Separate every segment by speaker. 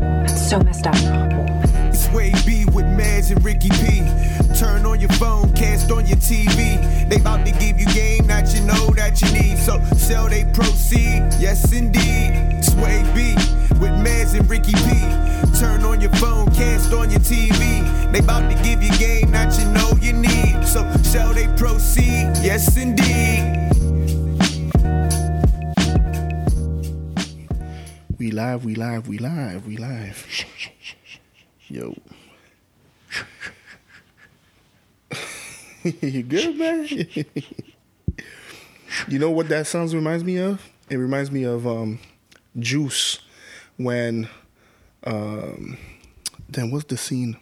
Speaker 1: It's so messed up.
Speaker 2: It's Way B with Maz and Ricky P. Turn on your phone, cast on your TV. They bout to give you game that you know that you need. So sell they proceed, yes indeed. It's Way B with Maz and Ricky P. Turn on your phone, cast on your TV. They bout to give you game that you know you need. So sell they proceed, yes indeed.
Speaker 3: We live, we live, we live, we live. Yo. you good, man? you know what that sounds reminds me of? It reminds me of um, Juice when. Um, then what's the scene?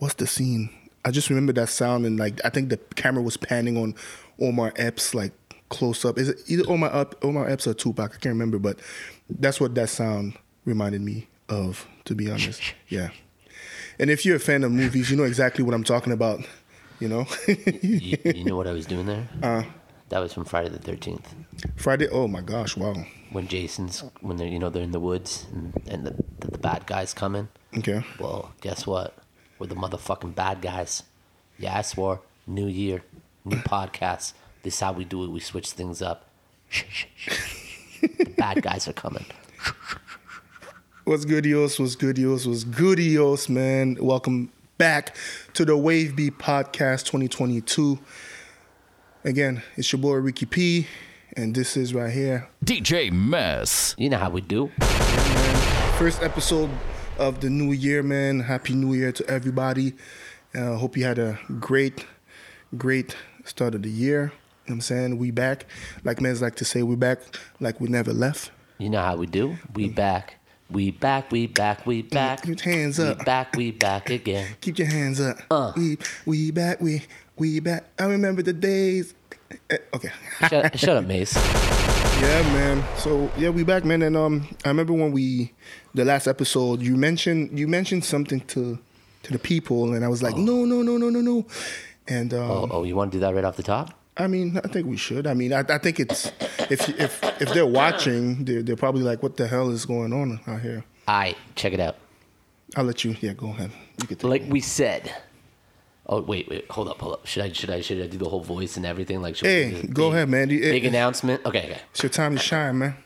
Speaker 3: What's the scene? I just remember that sound and like I think the camera was panning on Omar Epps like close up. Is it either Omar up Omar Epps or Tupac? I can't remember, but that's what that sound reminded me of, to be honest. Yeah. And if you're a fan of movies, you know exactly what I'm talking about. You know?
Speaker 4: You, you know what I was doing there? Uh,
Speaker 3: Uh-huh.
Speaker 4: that was from Friday the Thirteenth
Speaker 3: Friday oh my gosh, wow.
Speaker 4: when Jason's when they're you know they're in the woods and, and the, the the bad guys come in.
Speaker 3: Okay.
Speaker 4: Well, guess what? We're the motherfucking bad guys. Yeah, I swore. New year, new podcast. This is how we do it. We switch things up. the bad guys are coming.
Speaker 3: What's good, yours? What's good, yours? What's good, yours, man? Welcome back to the Wave B Podcast 2022. Again, it's your boy Ricky P, and this is right here.
Speaker 5: DJ Mess.
Speaker 4: You know how we do.
Speaker 3: First episode of the new year, man. Happy New Year to everybody. Uh, hope you had a great, great start of the year. You know what I'm saying? We back. Like men's like to say, we back like we never left.
Speaker 4: You know how we do. We back. We back. We back. We back.
Speaker 3: Put your hands
Speaker 4: We
Speaker 3: up.
Speaker 4: back. We back again.
Speaker 3: Keep your hands up.
Speaker 4: Uh.
Speaker 3: We we back, we we back. I remember the days. Eh, Okay.
Speaker 4: Shut, shut up, Mace.
Speaker 3: Yeah, man. So yeah, we back, man. And um, I remember when we the last episode, you mentioned you mentioned something to to the people, and I was like, no, no, no, no, no, no. And um,
Speaker 4: Oh, oh, you want to do that right off the top?
Speaker 3: I mean, I think we should. I mean, I, I think it's if if if they're watching, they're they're probably like, what the hell is going on out here?
Speaker 4: All right, check it out.
Speaker 3: I'll let you. Yeah, go ahead. You can take
Speaker 4: like
Speaker 3: it.
Speaker 4: we said. Oh wait, wait, hold up, hold up. Should I should I should I do the whole voice and everything? Like, should we
Speaker 3: Hey,
Speaker 4: do this
Speaker 3: go
Speaker 4: big-
Speaker 3: ahead, man. You- eh,
Speaker 4: Big announcement. Okay, okay.
Speaker 3: It's your time to shine, man.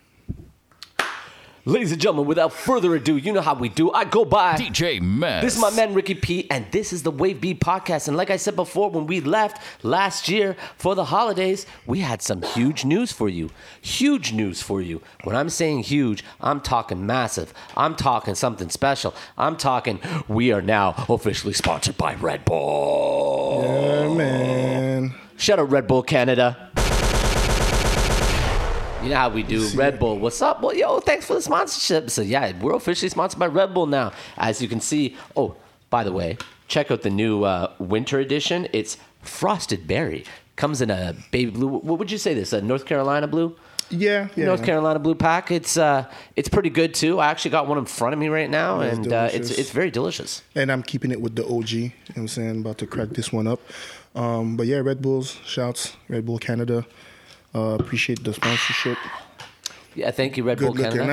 Speaker 4: Ladies and gentlemen, without further ado, you know how we do. I go by.
Speaker 5: DJ Mess.
Speaker 4: This is my man Ricky P, and this is the Wave B podcast. And like I said before, when we left last year for the holidays, we had some huge news for you. Huge news for you. When I'm saying huge, I'm talking massive. I'm talking something special. I'm talking we are now officially sponsored by Red Bull.
Speaker 3: Yeah, man.
Speaker 4: Shout out Red Bull Canada. You know how we do. Red Bull, what's up? Well, yo, thanks for the sponsorship. So, yeah, we're officially sponsored by Red Bull now. As you can see, oh, by the way, check out the new uh, winter edition. It's Frosted Berry. Comes in a baby blue. What would you say this? A North Carolina blue?
Speaker 3: Yeah, yeah.
Speaker 4: North Carolina blue pack. It's uh, it's pretty good too. I actually got one in front of me right now,
Speaker 3: That's
Speaker 4: and uh, it's
Speaker 3: delicious.
Speaker 4: it's very delicious.
Speaker 3: And I'm keeping it with the OG. You know what I'm saying? About to crack this one up. Um, but yeah, Red Bulls, shouts, Red Bull Canada. Uh, appreciate the sponsorship.
Speaker 4: Yeah, thank you, Red
Speaker 3: Good
Speaker 4: Bull
Speaker 3: looking
Speaker 4: Canada.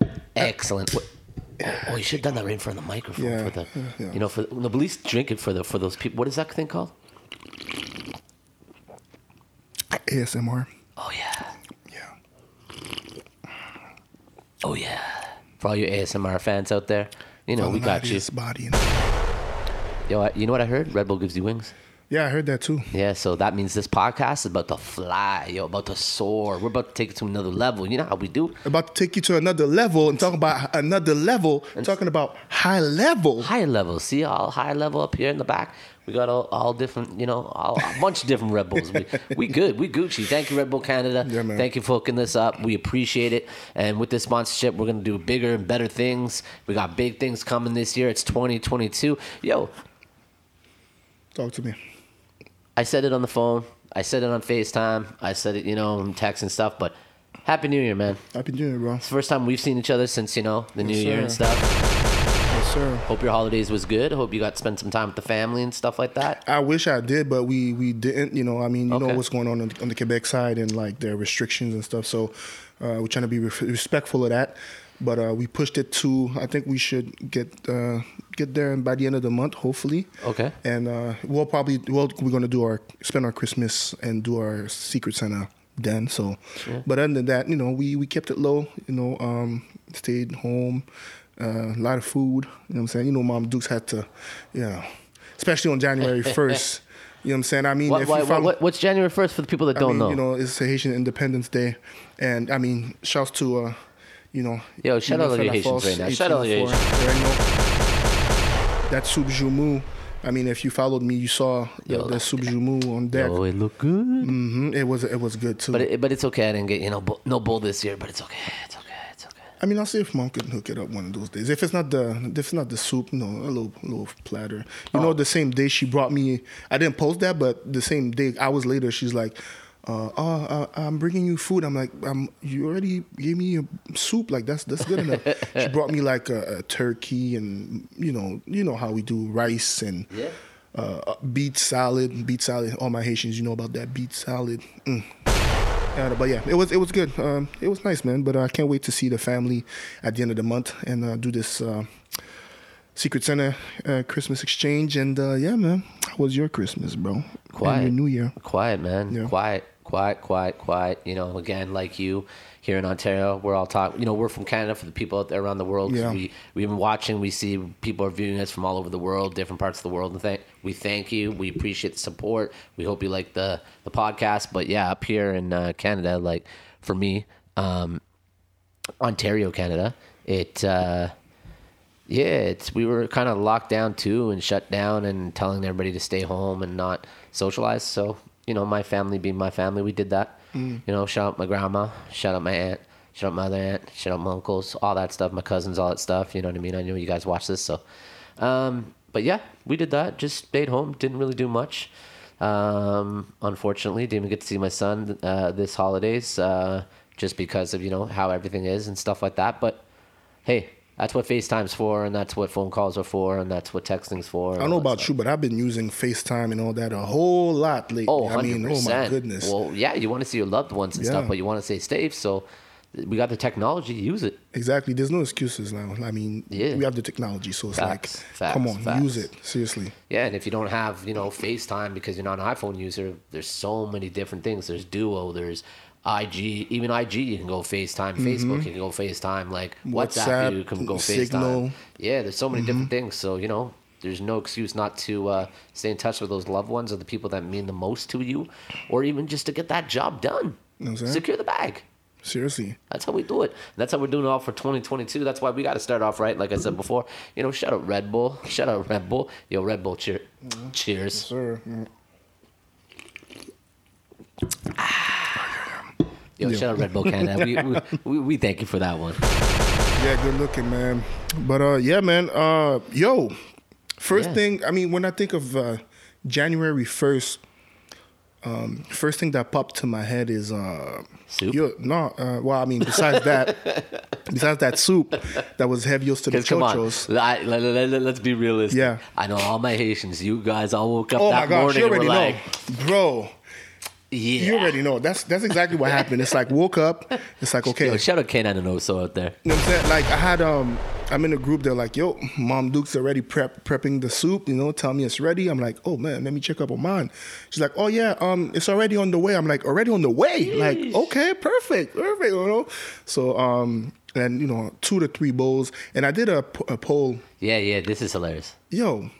Speaker 3: out.
Speaker 4: Excellent. Wait, Oh, oh, you should have done that right in front of the microphone
Speaker 3: Yeah,
Speaker 4: for the,
Speaker 3: yeah.
Speaker 4: you know, for no, but at least drink it for the for those people. What is that thing called?
Speaker 3: ASMR.
Speaker 4: Oh yeah,
Speaker 3: Yeah.
Speaker 4: oh yeah. For all you ASMR fans out there, you know we got you.
Speaker 3: Malnatius Body.
Speaker 4: Yo, I- you know what I heard? Red Bull gives you wings.
Speaker 3: Yeah, I heard that too.
Speaker 4: Yeah, so that means this podcast is about to fly. Yo, about to soar. We're about to take it to another level. You know how we do.
Speaker 3: About to take you to another level and talk about another level. talking about high level.
Speaker 4: higher level. See all high level up here in the back. We got all, all different, you know, all, a bunch of different Red Bulls. We, we good. We Gucci. Thank you, Red Bull Canada.
Speaker 3: Yeah, man.
Speaker 4: Thank you for hooking this up. We appreciate it. And with this sponsorship, we're gonna do bigger and better things. We got big things coming this year. It's 2022. Yo,
Speaker 3: Talk to me.
Speaker 4: I said it on the phone. I said it on FaceTime. I said it, you know, in text and stuff. But Happy New Year, man.
Speaker 3: Happy New Year, bro.
Speaker 4: It's the first time we've seen each other since, you know, the New
Speaker 3: Yes,
Speaker 4: Year and
Speaker 3: sir.
Speaker 4: stuff.
Speaker 3: Yes, sir.
Speaker 4: Hope your holidays was good. Hope you got to spend some time with the family and stuff like that.
Speaker 3: I wish I did, but we we didn't. You know, I mean, you
Speaker 4: Okay.
Speaker 3: know what's going on on the, on the Quebec side and like their restrictions and stuff. So Uh, we're trying to be re- respectful of that, but uh, we pushed it to. I think we should get uh, get there by the end of the month, hopefully.
Speaker 4: Okay.
Speaker 3: And uh, we'll probably well we're gonna do our spend our Christmas and do our Secret Santa then. So, but other than that, you know, we we kept it low. You know, um, stayed home. Uh, a lot of food. You know what I'm saying? You know, Mom Dukes had to, you know, especially on January first. you know what I'm saying? I mean,
Speaker 4: What,
Speaker 3: if
Speaker 4: why-
Speaker 3: you follow,
Speaker 4: what- what's January 1st for the people that
Speaker 3: I
Speaker 4: don't
Speaker 3: mean,
Speaker 4: know?
Speaker 3: you know, it's Haitian Independence Day, and I mean, shouts to, uh, you know,
Speaker 4: Yo, shout out all your Haitians right now. Shout out all your
Speaker 3: oh That soup jumu. I mean, if you followed me, you saw the,
Speaker 4: Yo,
Speaker 3: the soup jumu on deck.
Speaker 4: oh, it looked good.
Speaker 3: hmm It was it was good too.
Speaker 4: But, it, but it's okay. I didn't get, you know, bo- no bowl this year, but it's okay. It's okay. It's okay.
Speaker 3: I mean, I'll see if mom can hook it up one of those days. If it's not the if it's not the soup, no, a little little platter. You know, the same day she brought me, I didn't post that, but the same day, hours later, she's like, uh, "Oh, uh, I'm bringing you food." I'm like, "Um, you already gave me a soup. Like that's that's good enough." she brought me like a, a turkey and you know you know how we do rice and.
Speaker 4: Yeah.
Speaker 3: Uh, beet salad, beet salad. All my Haitians, you know about that beet salad. Mm. Yeah, but yeah, it was it was good. Um, it was nice, man. But I can't wait to see the family at the end of the month and uh, do this uh, Secret Santa uh, Christmas exchange. And uh, yeah, man, how was your Christmas, bro?
Speaker 4: quiet.
Speaker 3: And your New Year.
Speaker 4: Quiet, man.
Speaker 3: Yeah.
Speaker 4: Quiet, quiet, quiet, quiet. You know, again, like you here in Ontario, we're all talking. You know, we're from Canada for the people out there around the world. 'cause
Speaker 3: Yeah.
Speaker 4: We we've been watching. We see people are viewing us from all over the world, different parts of the world. And thank we thank you. We appreciate the support. We hope you like the the podcast. But yeah, up here in uh, Canada, like for me, um, Ontario, Canada, it. Uh, yeah, it's we were kind of locked down too and shut down and telling everybody to stay home and not socialize. So you know, my family being my family, we did that. You know, shout out my grandma, shout out my aunt, shout out my other aunt, shout out my uncles, all that stuff, my cousins, all that stuff. You know what I mean? I know you guys watch this, so. Um, but yeah, we did that. Just stayed home, didn't really do much. Um, unfortunately, didn't even get to see my son uh, this holidays, uh, just because of you know how everything is and stuff like that. But hey, that's what FaceTime's for, and that's what phone calls are for, and that's what texting's for.
Speaker 3: I don't know about you, but I've been using FaceTime and all that a whole lot lately.
Speaker 4: Oh,
Speaker 3: I mean, oh my
Speaker 4: 100%.
Speaker 3: goodness.
Speaker 4: Well, yeah, you want to see your loved ones and
Speaker 3: Yeah.
Speaker 4: stuff, but you want to stay safe. So we got the technology, use it.
Speaker 3: Exactly. There's no excuses now. I mean,
Speaker 4: Yeah.
Speaker 3: we have the technology, so it's
Speaker 4: Facts,
Speaker 3: like,
Speaker 4: facts,
Speaker 3: come on,
Speaker 4: facts.
Speaker 3: use it seriously.
Speaker 4: Yeah, and if you don't have, you know, FaceTime because you're not an iPhone user, there's so many different things. There's Duo, there's IG, even IG you can go FaceTime, Facebook you can go FaceTime, like WhatsApp,
Speaker 3: Mm-hmm. WhatsApp,
Speaker 4: you can go FaceTime.
Speaker 3: Signal. Mm-hmm.
Speaker 4: Yeah, there's so many different things. So, you know, there's no excuse not to uh, stay in touch with those loved ones or the people that mean the most to you or even just to get that job done.
Speaker 3: know what I'm saying?
Speaker 4: Secure the bag.
Speaker 3: Seriously.
Speaker 4: That's how we do it. That's how we're doing it all for 2022. That's why we got to start off right. Like I said before, you know, shout out Red Bull. Shout out Red Bull. Yo, Red Bull, cheer. Cheers.
Speaker 3: Sir.
Speaker 4: Yo,
Speaker 3: Yeah.
Speaker 4: shout out Red Bull Canada. we, we, we, we thank you for that one.
Speaker 3: Yeah, good looking, man. But uh, yeah, man. Uh, yo, first
Speaker 4: Yeah.
Speaker 3: thing. I mean, when I think of uh, January first, um, first thing that popped to my head is uh,
Speaker 4: Soup?
Speaker 3: Yo, no, uh, well, I mean, besides that, besides that soup that was heaviest to the
Speaker 4: 'Cause come on,
Speaker 3: chochos.
Speaker 4: I, let, us be realistic.
Speaker 3: Yeah.
Speaker 4: I know all my Haitians. You guys all woke up
Speaker 3: Oh my
Speaker 4: that
Speaker 3: gosh,
Speaker 4: morning
Speaker 3: you
Speaker 4: and were
Speaker 3: already know,
Speaker 4: like,
Speaker 3: bro.
Speaker 4: yeah.
Speaker 3: You already know. That's that's exactly what happened. It's like woke up. It's like okay,
Speaker 4: Yo, shout out K9 and Oso out there.
Speaker 3: You know what I'm saying? Like I had um I'm in a group, they're like, yo, mom Duke's already prep prepping the soup, you know, tell me it's ready. I'm like, oh man, let me check up on mine. She's like, Oh yeah, um, it's already on the way. I'm like, already on the way. Like, okay, perfect, perfect, you know. So um and you know, two to three bowls. And I did a, p- a poll,
Speaker 4: Yeah, yeah, this is hilarious.
Speaker 3: yo,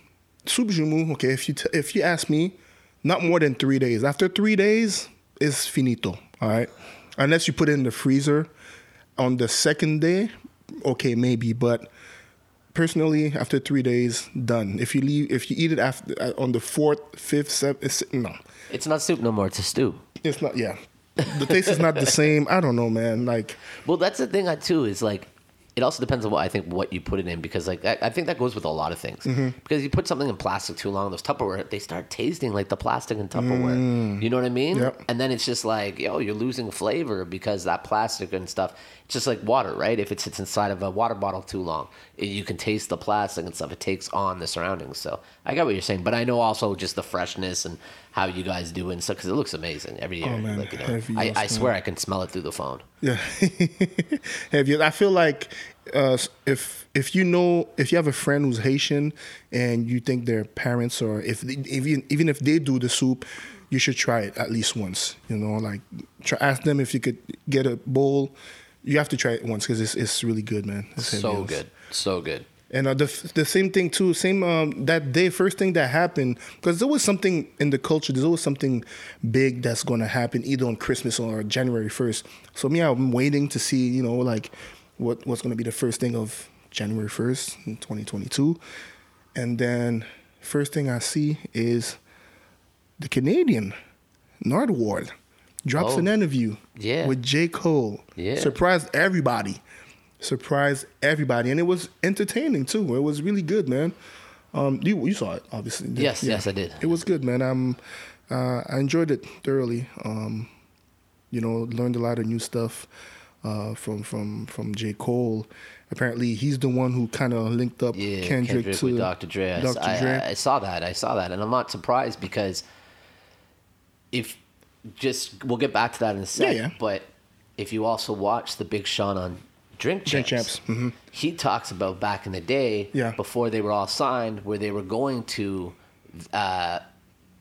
Speaker 3: soup jumu, okay, if you t- if you ask me, not more than three days. After three days, it's finito. All right. Unless you put it in the freezer on the second day, okay, maybe, but personally after three days done if you leave if you eat it after uh, on the fourth fifth seventh it's, no
Speaker 4: It's not soup no more, it's a stew.
Speaker 3: it's not yeah the taste is not the same i don't know man like
Speaker 4: Well, that's the thing I too is like, it also depends on what I think what you put it in because like I, I think that goes with a lot of things
Speaker 3: Mm-hmm.
Speaker 4: because you put something in plastic too long, those Tupperware they start tasting like the plastic in Tupperware. You know what I mean?
Speaker 3: Mm. Yep.
Speaker 4: And then it's just like yo, you're losing flavor because that plastic and stuff just like water, right? If it sits inside of a water bottle too long, it- you can taste the plastic and stuff. It takes on the surroundings. So I got what you're saying, but I know also just the freshness and how you guys do it and stuff because it looks amazing every year.
Speaker 3: Oh, man,
Speaker 4: like, you know,
Speaker 3: heavy
Speaker 4: I,
Speaker 3: yes,
Speaker 4: I swear
Speaker 3: man.
Speaker 4: I can smell it through the phone.
Speaker 3: Yeah. have you? I feel like uh, if if you know if you have a friend who's Haitian and you think their parents or if they, even even if they do the soup, you should try it at least once. You know, like try, ask them if you could get a bowl. You have to try it once because it's it's really good, man. It's heavy
Speaker 4: So
Speaker 3: yes.
Speaker 4: good, so good.
Speaker 3: And uh, the the same thing too. Same um, that day, first thing that happened because there's always something in the culture. There's always something big that's going to happen either on Christmas or January first. So me, I'm waiting to see you know like what what's going to be the first thing of January first, 2022, and then first thing I see is the Canadian Nardward drops
Speaker 4: Oh.
Speaker 3: an interview
Speaker 4: Yeah.
Speaker 3: with J Cole.
Speaker 4: Yeah.
Speaker 3: surprised everybody surprised everybody, and it was entertaining too. It was really good, man. Um, you you saw it, obviously. didn't-
Speaker 4: Yes, yes, I did.
Speaker 3: It was good, man. Um, uh, I enjoyed it thoroughly. Um, you know, learned a lot of new stuff uh, from from from J Cole. Apparently, he's the one who kind of linked up
Speaker 4: Yeah,
Speaker 3: Kendrick, to
Speaker 4: with Dr. Dre. I-
Speaker 3: Dr.
Speaker 4: I,
Speaker 3: Dre.
Speaker 4: I, I saw that. I saw that, and I'm not surprised because if just we'll get back to that in a sec.
Speaker 3: Yeah, yeah.
Speaker 4: But if you also watch the Big Sean on Drink Champs,
Speaker 3: Drink Champs, mhm.
Speaker 4: he talks about back in the day,
Speaker 3: Yeah.
Speaker 4: before they were all signed, where they were going to uh,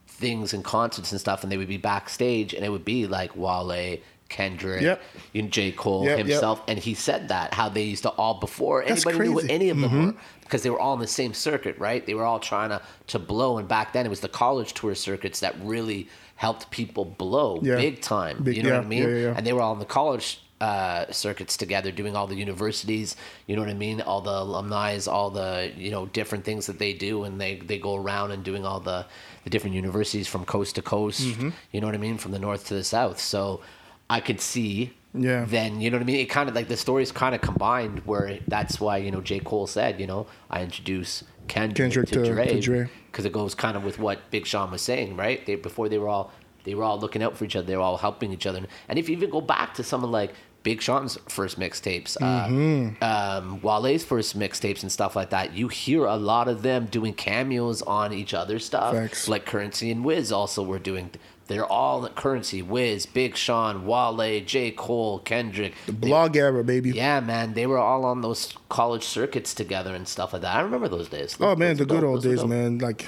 Speaker 4: things and concerts and stuff, and they would be backstage, and it would be like Wale. Kendrick,
Speaker 3: Yep.
Speaker 4: you know, J. Cole
Speaker 3: Yep, yep.
Speaker 4: himself, and he said that how they used to all before
Speaker 3: That's
Speaker 4: anybody knew what
Speaker 3: crazy. Mm-hmm.
Speaker 4: any of them were because they were all in the same circuit, right? They were all trying to, to blow. And back then, it was the college tour circuits that really helped people blow
Speaker 3: Yeah.
Speaker 4: big time.
Speaker 3: Big-
Speaker 4: you know
Speaker 3: yeah,
Speaker 4: what I mean?
Speaker 3: yeah, yeah, yeah.
Speaker 4: And they were all in the college uh, circuits together, doing all the universities. You know what I mean? All the alumni, all the you know different things that they do, and they they go around and doing all the the different universities from coast to coast.
Speaker 3: Mm-hmm.
Speaker 4: You know what I mean? From the north to the south. So I could see
Speaker 3: Yeah.
Speaker 4: then you know what I mean. It kind of like the stories kind of combined, where that's why you know J Cole said, you know, I introduce Kendrick,
Speaker 3: Kendrick to-
Speaker 4: to, Dre,
Speaker 3: to Dre.
Speaker 4: because it goes kind of with what Big Sean was saying, right? They, before they were all they were all looking out for each other, they were all helping each other, and if you even go back to someone like Big Sean's first mixtapes,
Speaker 3: Mm-hmm.
Speaker 4: uh, um, Wale's first mixtapes, and stuff like that, you hear a lot of them doing cameos on each other's stuff,
Speaker 3: Facts.
Speaker 4: like Currency and Wiz also were doing. They're all Currency, Wiz, Big Sean, Wale, J. Cole, Kendrick. They-
Speaker 3: Blog era, baby.
Speaker 4: yeah, man, they were all on those college circuits together and stuff like that. I remember those days.
Speaker 3: Oh
Speaker 4: Those-
Speaker 3: man,
Speaker 4: those
Speaker 3: the
Speaker 4: were
Speaker 3: good
Speaker 4: dope.
Speaker 3: old
Speaker 4: Those were
Speaker 3: days,
Speaker 4: dope.
Speaker 3: man. Like,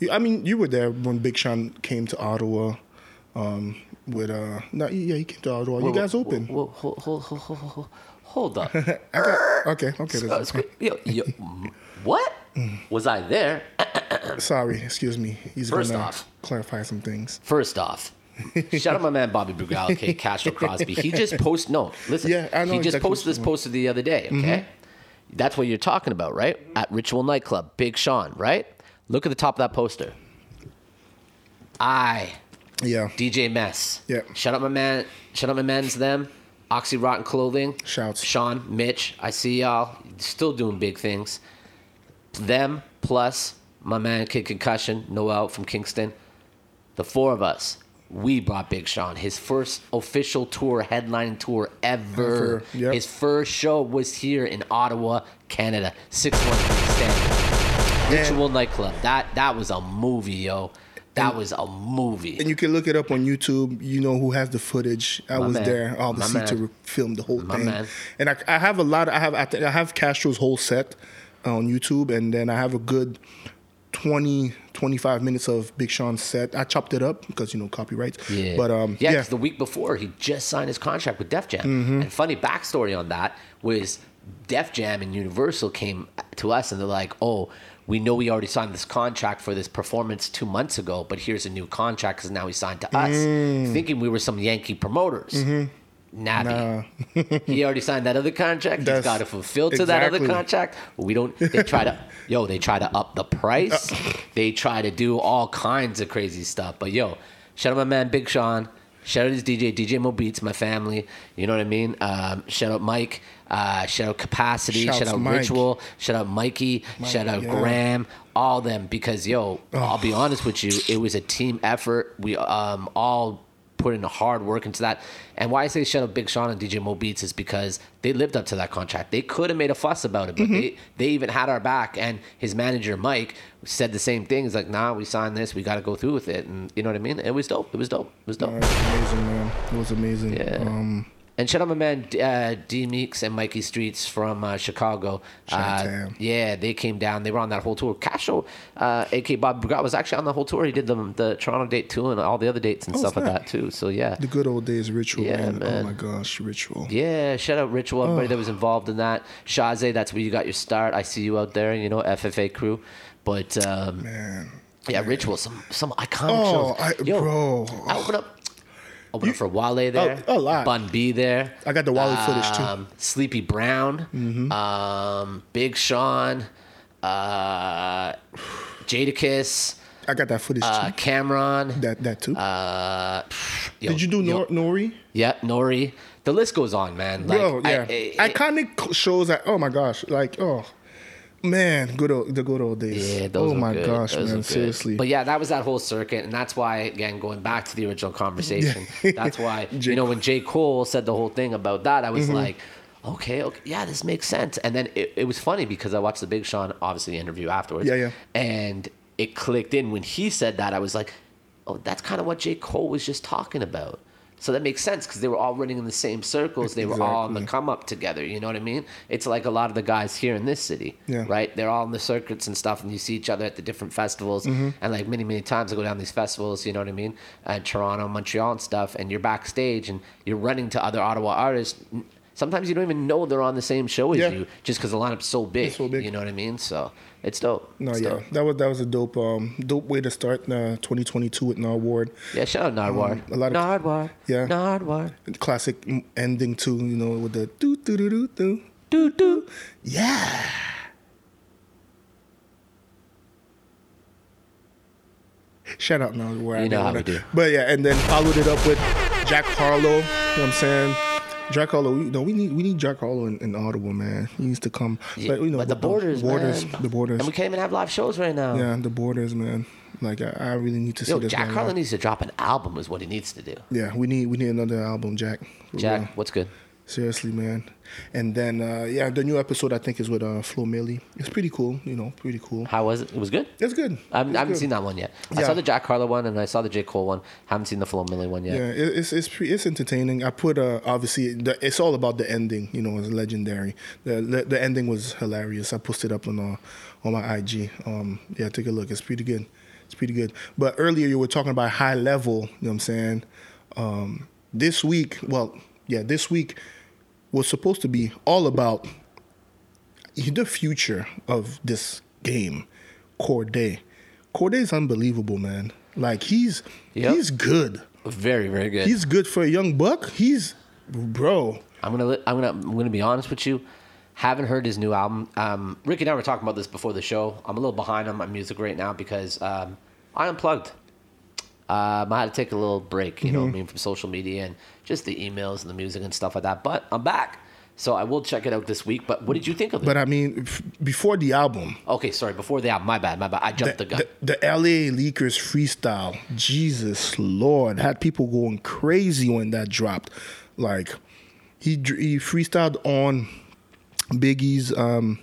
Speaker 3: you, I mean, you were there when Big Sean came to Ottawa. Um, with uh, no, yeah, he came to Ottawa. you guys
Speaker 4: Whoa,
Speaker 3: open?
Speaker 4: whoa, whoa, hold, hold, hold, hold, hold up.
Speaker 3: okay, okay.
Speaker 4: Uh,
Speaker 3: that's-
Speaker 4: it's good. Yo, yo, m- what? Was I there?
Speaker 3: sorry, excuse me. He's
Speaker 4: First
Speaker 3: gonna
Speaker 4: off-
Speaker 3: clarify some things.
Speaker 4: First off, shout out my man Bobby Brugal, okay, Castro Crosby. He just posted, no, listen,
Speaker 3: Yeah, I know
Speaker 4: he just
Speaker 3: exactly
Speaker 4: posted
Speaker 3: what
Speaker 4: this
Speaker 3: you Mm-hmm. mean.
Speaker 4: poster the other day, okay? That's what you're talking about, right? At Ritual Nightclub, Big Sean, right? Look at the top of that poster. I
Speaker 3: Yeah,
Speaker 4: DJ Mess.
Speaker 3: Yeah.
Speaker 4: Shut up, my man. Shut up, my man's them. Oxy Rotten Clothing.
Speaker 3: Shouts.
Speaker 4: Sean, Mitch, I see y'all still doing big things. Them plus my man Kid Concussion, Noel from Kingston. The four of us, we brought Big Sean. His first official tour, headlining tour ever.
Speaker 3: Ever, yep.
Speaker 4: His first show was here in Ottawa, Canada. Six one stand. Ritual nightclub. That that was a movie, yo. That was a movie.
Speaker 3: and you can look it up on YouTube. You know who has the footage. I
Speaker 4: My
Speaker 3: was
Speaker 4: man.
Speaker 3: there,
Speaker 4: My
Speaker 3: obviously, to
Speaker 4: man.
Speaker 3: re- film the whole
Speaker 4: My
Speaker 3: thing.
Speaker 4: man.
Speaker 3: And I, I have a lot. I have I, think I have Castro's whole set on YouTube, and then I have a good 20, 25 minutes of Big Sean's set. I chopped it up because you know copyrights.
Speaker 4: Yeah.
Speaker 3: But um, yeah,
Speaker 4: yeah,
Speaker 3: Mm-hmm.
Speaker 4: 'cause the week before he just signed his contract with Def Jam. And funny backstory on that was Def Jam and Universal came to us and they're like, "Oh, we know we already signed this contract for this performance two months ago, but here's a new contract because now he signed to us,
Speaker 3: Mm.
Speaker 4: thinking we were some Yankee promoters."
Speaker 3: Mm-hmm.
Speaker 4: Navi. he already signed that other contract.
Speaker 3: That's-
Speaker 4: He's got to fulfill to that other
Speaker 3: exactly.
Speaker 4: contract. We don't. They try to, yo. They try to up the price.
Speaker 3: Uh,
Speaker 4: they try to do all kinds of crazy stuff. But yo, shout out my man Big Sean. Shout out his DJ DJ Mo Beats, my family. You know what I mean. Um, shout out Mike. Uh, shout out Capacity.
Speaker 3: Shouts
Speaker 4: shout out
Speaker 3: Mike.
Speaker 4: Ritual. Shout out Mikey. shout out
Speaker 3: yeah.
Speaker 4: Graham. All them because yo, I'll be honest with you, it was a team effort. We um all put in hard work into that. And why I say shout out Big Sean and DJ Mo Beats is because they lived up to that contract. They could have made a fuss about it, but they, they even had our back. And his manager Mike said the same thing. He's like, "Nah, we signed this. We got to go through with it." And you know what I mean? It was dope. It was dope. It was dope.
Speaker 3: It was amazing, man. It was amazing.
Speaker 4: Yeah.
Speaker 3: Um,
Speaker 4: and shout out my man uh, D Meeks and Mikey Streets from uh, Chicago.
Speaker 3: Shout out to
Speaker 4: Uh,
Speaker 3: him.
Speaker 4: yeah, they came down. They were on that whole tour. Casho, uh, aka Bob Bugat, was actually on the whole tour. He did the, the Toronto date too, and all the other dates and stuff like
Speaker 3: Oh, snap.
Speaker 4: that too. So yeah,
Speaker 3: the good old days ritual,
Speaker 4: Yeah,
Speaker 3: man.
Speaker 4: man.
Speaker 3: Oh my gosh, ritual.
Speaker 4: yeah. Shout out Ritual, everybody that was involved in that. Shaze, that's where you got your start. I see you out there. You know, FFA crew. But um,
Speaker 3: Man.
Speaker 4: yeah, Ritual, some some iconic
Speaker 3: Oh,
Speaker 4: shows.
Speaker 3: I- bro. Oh,
Speaker 4: I open up. Open up for Wale there.
Speaker 3: a lot.
Speaker 4: Bun B there.
Speaker 3: I got the Wale footage, too. Mm-hmm.
Speaker 4: Um, Sleepy Brown. Um, Big Sean. Uh, Jadakiss.
Speaker 3: I got that footage
Speaker 4: Uh,
Speaker 3: too.
Speaker 4: Cameron.
Speaker 3: That that too.
Speaker 4: uh, yo,
Speaker 3: Did you do
Speaker 4: yo-
Speaker 3: Nor- Nori?
Speaker 4: Yeah, Nori. The list goes on, man. Like,
Speaker 3: Bro,
Speaker 4: I-
Speaker 3: yeah.
Speaker 4: I- I-
Speaker 3: Iconic shows that. Oh my gosh, like oh man, good old the good old days.
Speaker 4: Yeah, those
Speaker 3: oh
Speaker 4: were
Speaker 3: my
Speaker 4: good.
Speaker 3: gosh,
Speaker 4: Those were
Speaker 3: man,
Speaker 4: good.
Speaker 3: seriously.
Speaker 4: But yeah, that was that whole circuit, and that's why, again, going back to the original conversation, that's why
Speaker 3: J.
Speaker 4: you know when J. Cole said the whole thing about that, I was
Speaker 3: Mm-hmm.
Speaker 4: like, okay, okay, yeah, this makes sense. And then it, it was funny because I watched the Big Sean obviously interview afterwards.
Speaker 3: Yeah, yeah.
Speaker 4: And it clicked in when he said that. I was like, oh, that's kind of what J. Cole was just talking about. So that makes sense because they were all running in the same circles. They were all on the
Speaker 3: Exactly.
Speaker 4: come up together. You know what I mean? It's like a lot of the guys here in this city,
Speaker 3: Yeah.
Speaker 4: right? right? They're all in the circuits and stuff, and you see each other at the different festivals.
Speaker 3: Mm-hmm.
Speaker 4: And like many, many times I go down these festivals, you know what I mean? Uh, Toronto, Montreal, and stuff, and you're backstage and you're running to other Ottawa artists. N- Sometimes you don't even know they're on the same show as
Speaker 3: Yeah.
Speaker 4: you just because the lineup's so big,
Speaker 3: It's so big.
Speaker 4: You know what I mean? So it's dope.
Speaker 3: no,
Speaker 4: It's
Speaker 3: yeah,
Speaker 4: dope.
Speaker 3: that was that was a dope um dope way to start uh, 2022 with an award.
Speaker 4: Yeah, shout out Nardwar.
Speaker 3: Um, a lot of-
Speaker 4: Nardwar.
Speaker 3: Yeah.
Speaker 4: Nardwar.
Speaker 3: Classic mm, ending too, you know, with the do do do do do.
Speaker 4: Doo doo.
Speaker 3: Yeah. Shout out now where I
Speaker 4: You know
Speaker 3: don't
Speaker 4: how
Speaker 3: wanna-
Speaker 4: we do.
Speaker 3: But yeah, and then followed it up with Jack Harlow. You know what I'm saying? Jack Harlow, we, no, we need we need Jack Harlow in, in Ottawa, man. He needs to come. but you know,
Speaker 4: the borders,
Speaker 3: borders,
Speaker 4: man.
Speaker 3: the borders.
Speaker 4: And we can't even have live shows right now.
Speaker 3: yeah, the borders, man. Like I, I really need to see
Speaker 4: Yo,
Speaker 3: this.
Speaker 4: Jack
Speaker 3: man
Speaker 4: Harlow
Speaker 3: live.
Speaker 4: needs to drop an album, is what he needs to do.
Speaker 3: Yeah, we need we need another album, Jack. For
Speaker 4: Jack,
Speaker 3: real.
Speaker 4: what's good?
Speaker 3: Seriously, man. And then uh, yeah, the new episode I think is with uh, Flo Milli. It's pretty cool, you know, pretty cool.
Speaker 4: How was it? It was good.
Speaker 3: It's good.
Speaker 4: I haven't,
Speaker 3: It's
Speaker 4: I haven't
Speaker 3: good.
Speaker 4: seen that one yet. I
Speaker 3: Yeah.
Speaker 4: saw the Jack Harlow one and I saw the J. Cole one. Haven't seen the Flo Milli one yet.
Speaker 3: Yeah, it, it's it's pre, it's entertaining. I put uh, obviously the, it's all about the ending. You know, it's legendary. The, the the ending was hilarious. I posted up on uh, on my IG. Um, yeah, take a look. It's pretty good. It's pretty good. But earlier you were talking about high level. You know what I'm saying? Um, this week, well, yeah, this week was supposed to be all about the future of this game, Corday. Corday's unbelievable, man. Like he's
Speaker 4: Yep.
Speaker 3: he's good.
Speaker 4: Very, very good.
Speaker 3: He's good for a young buck. He's bro.
Speaker 4: I'm gonna li- I'm gonna I'm gonna be honest with you. Haven't heard his new album. Um, Ricky and I were talking about this before the show. I'm a little behind on my music right now because um, I unplugged. Um, I had to take a little break, you know, what
Speaker 3: Mm-hmm.
Speaker 4: I mean, from social media and just the emails and the music and stuff like that. But I'm back, so I will check it out this week. But what did you think of it?
Speaker 3: But I mean, f- before the album,
Speaker 4: okay, sorry, before the album, my bad, my bad. I
Speaker 3: the,
Speaker 4: jumped the, gun.
Speaker 3: the, the LA Leakers freestyle, Jesus Lord, had people going crazy when that dropped. Like he dr- he freestyled on Biggie's. Um,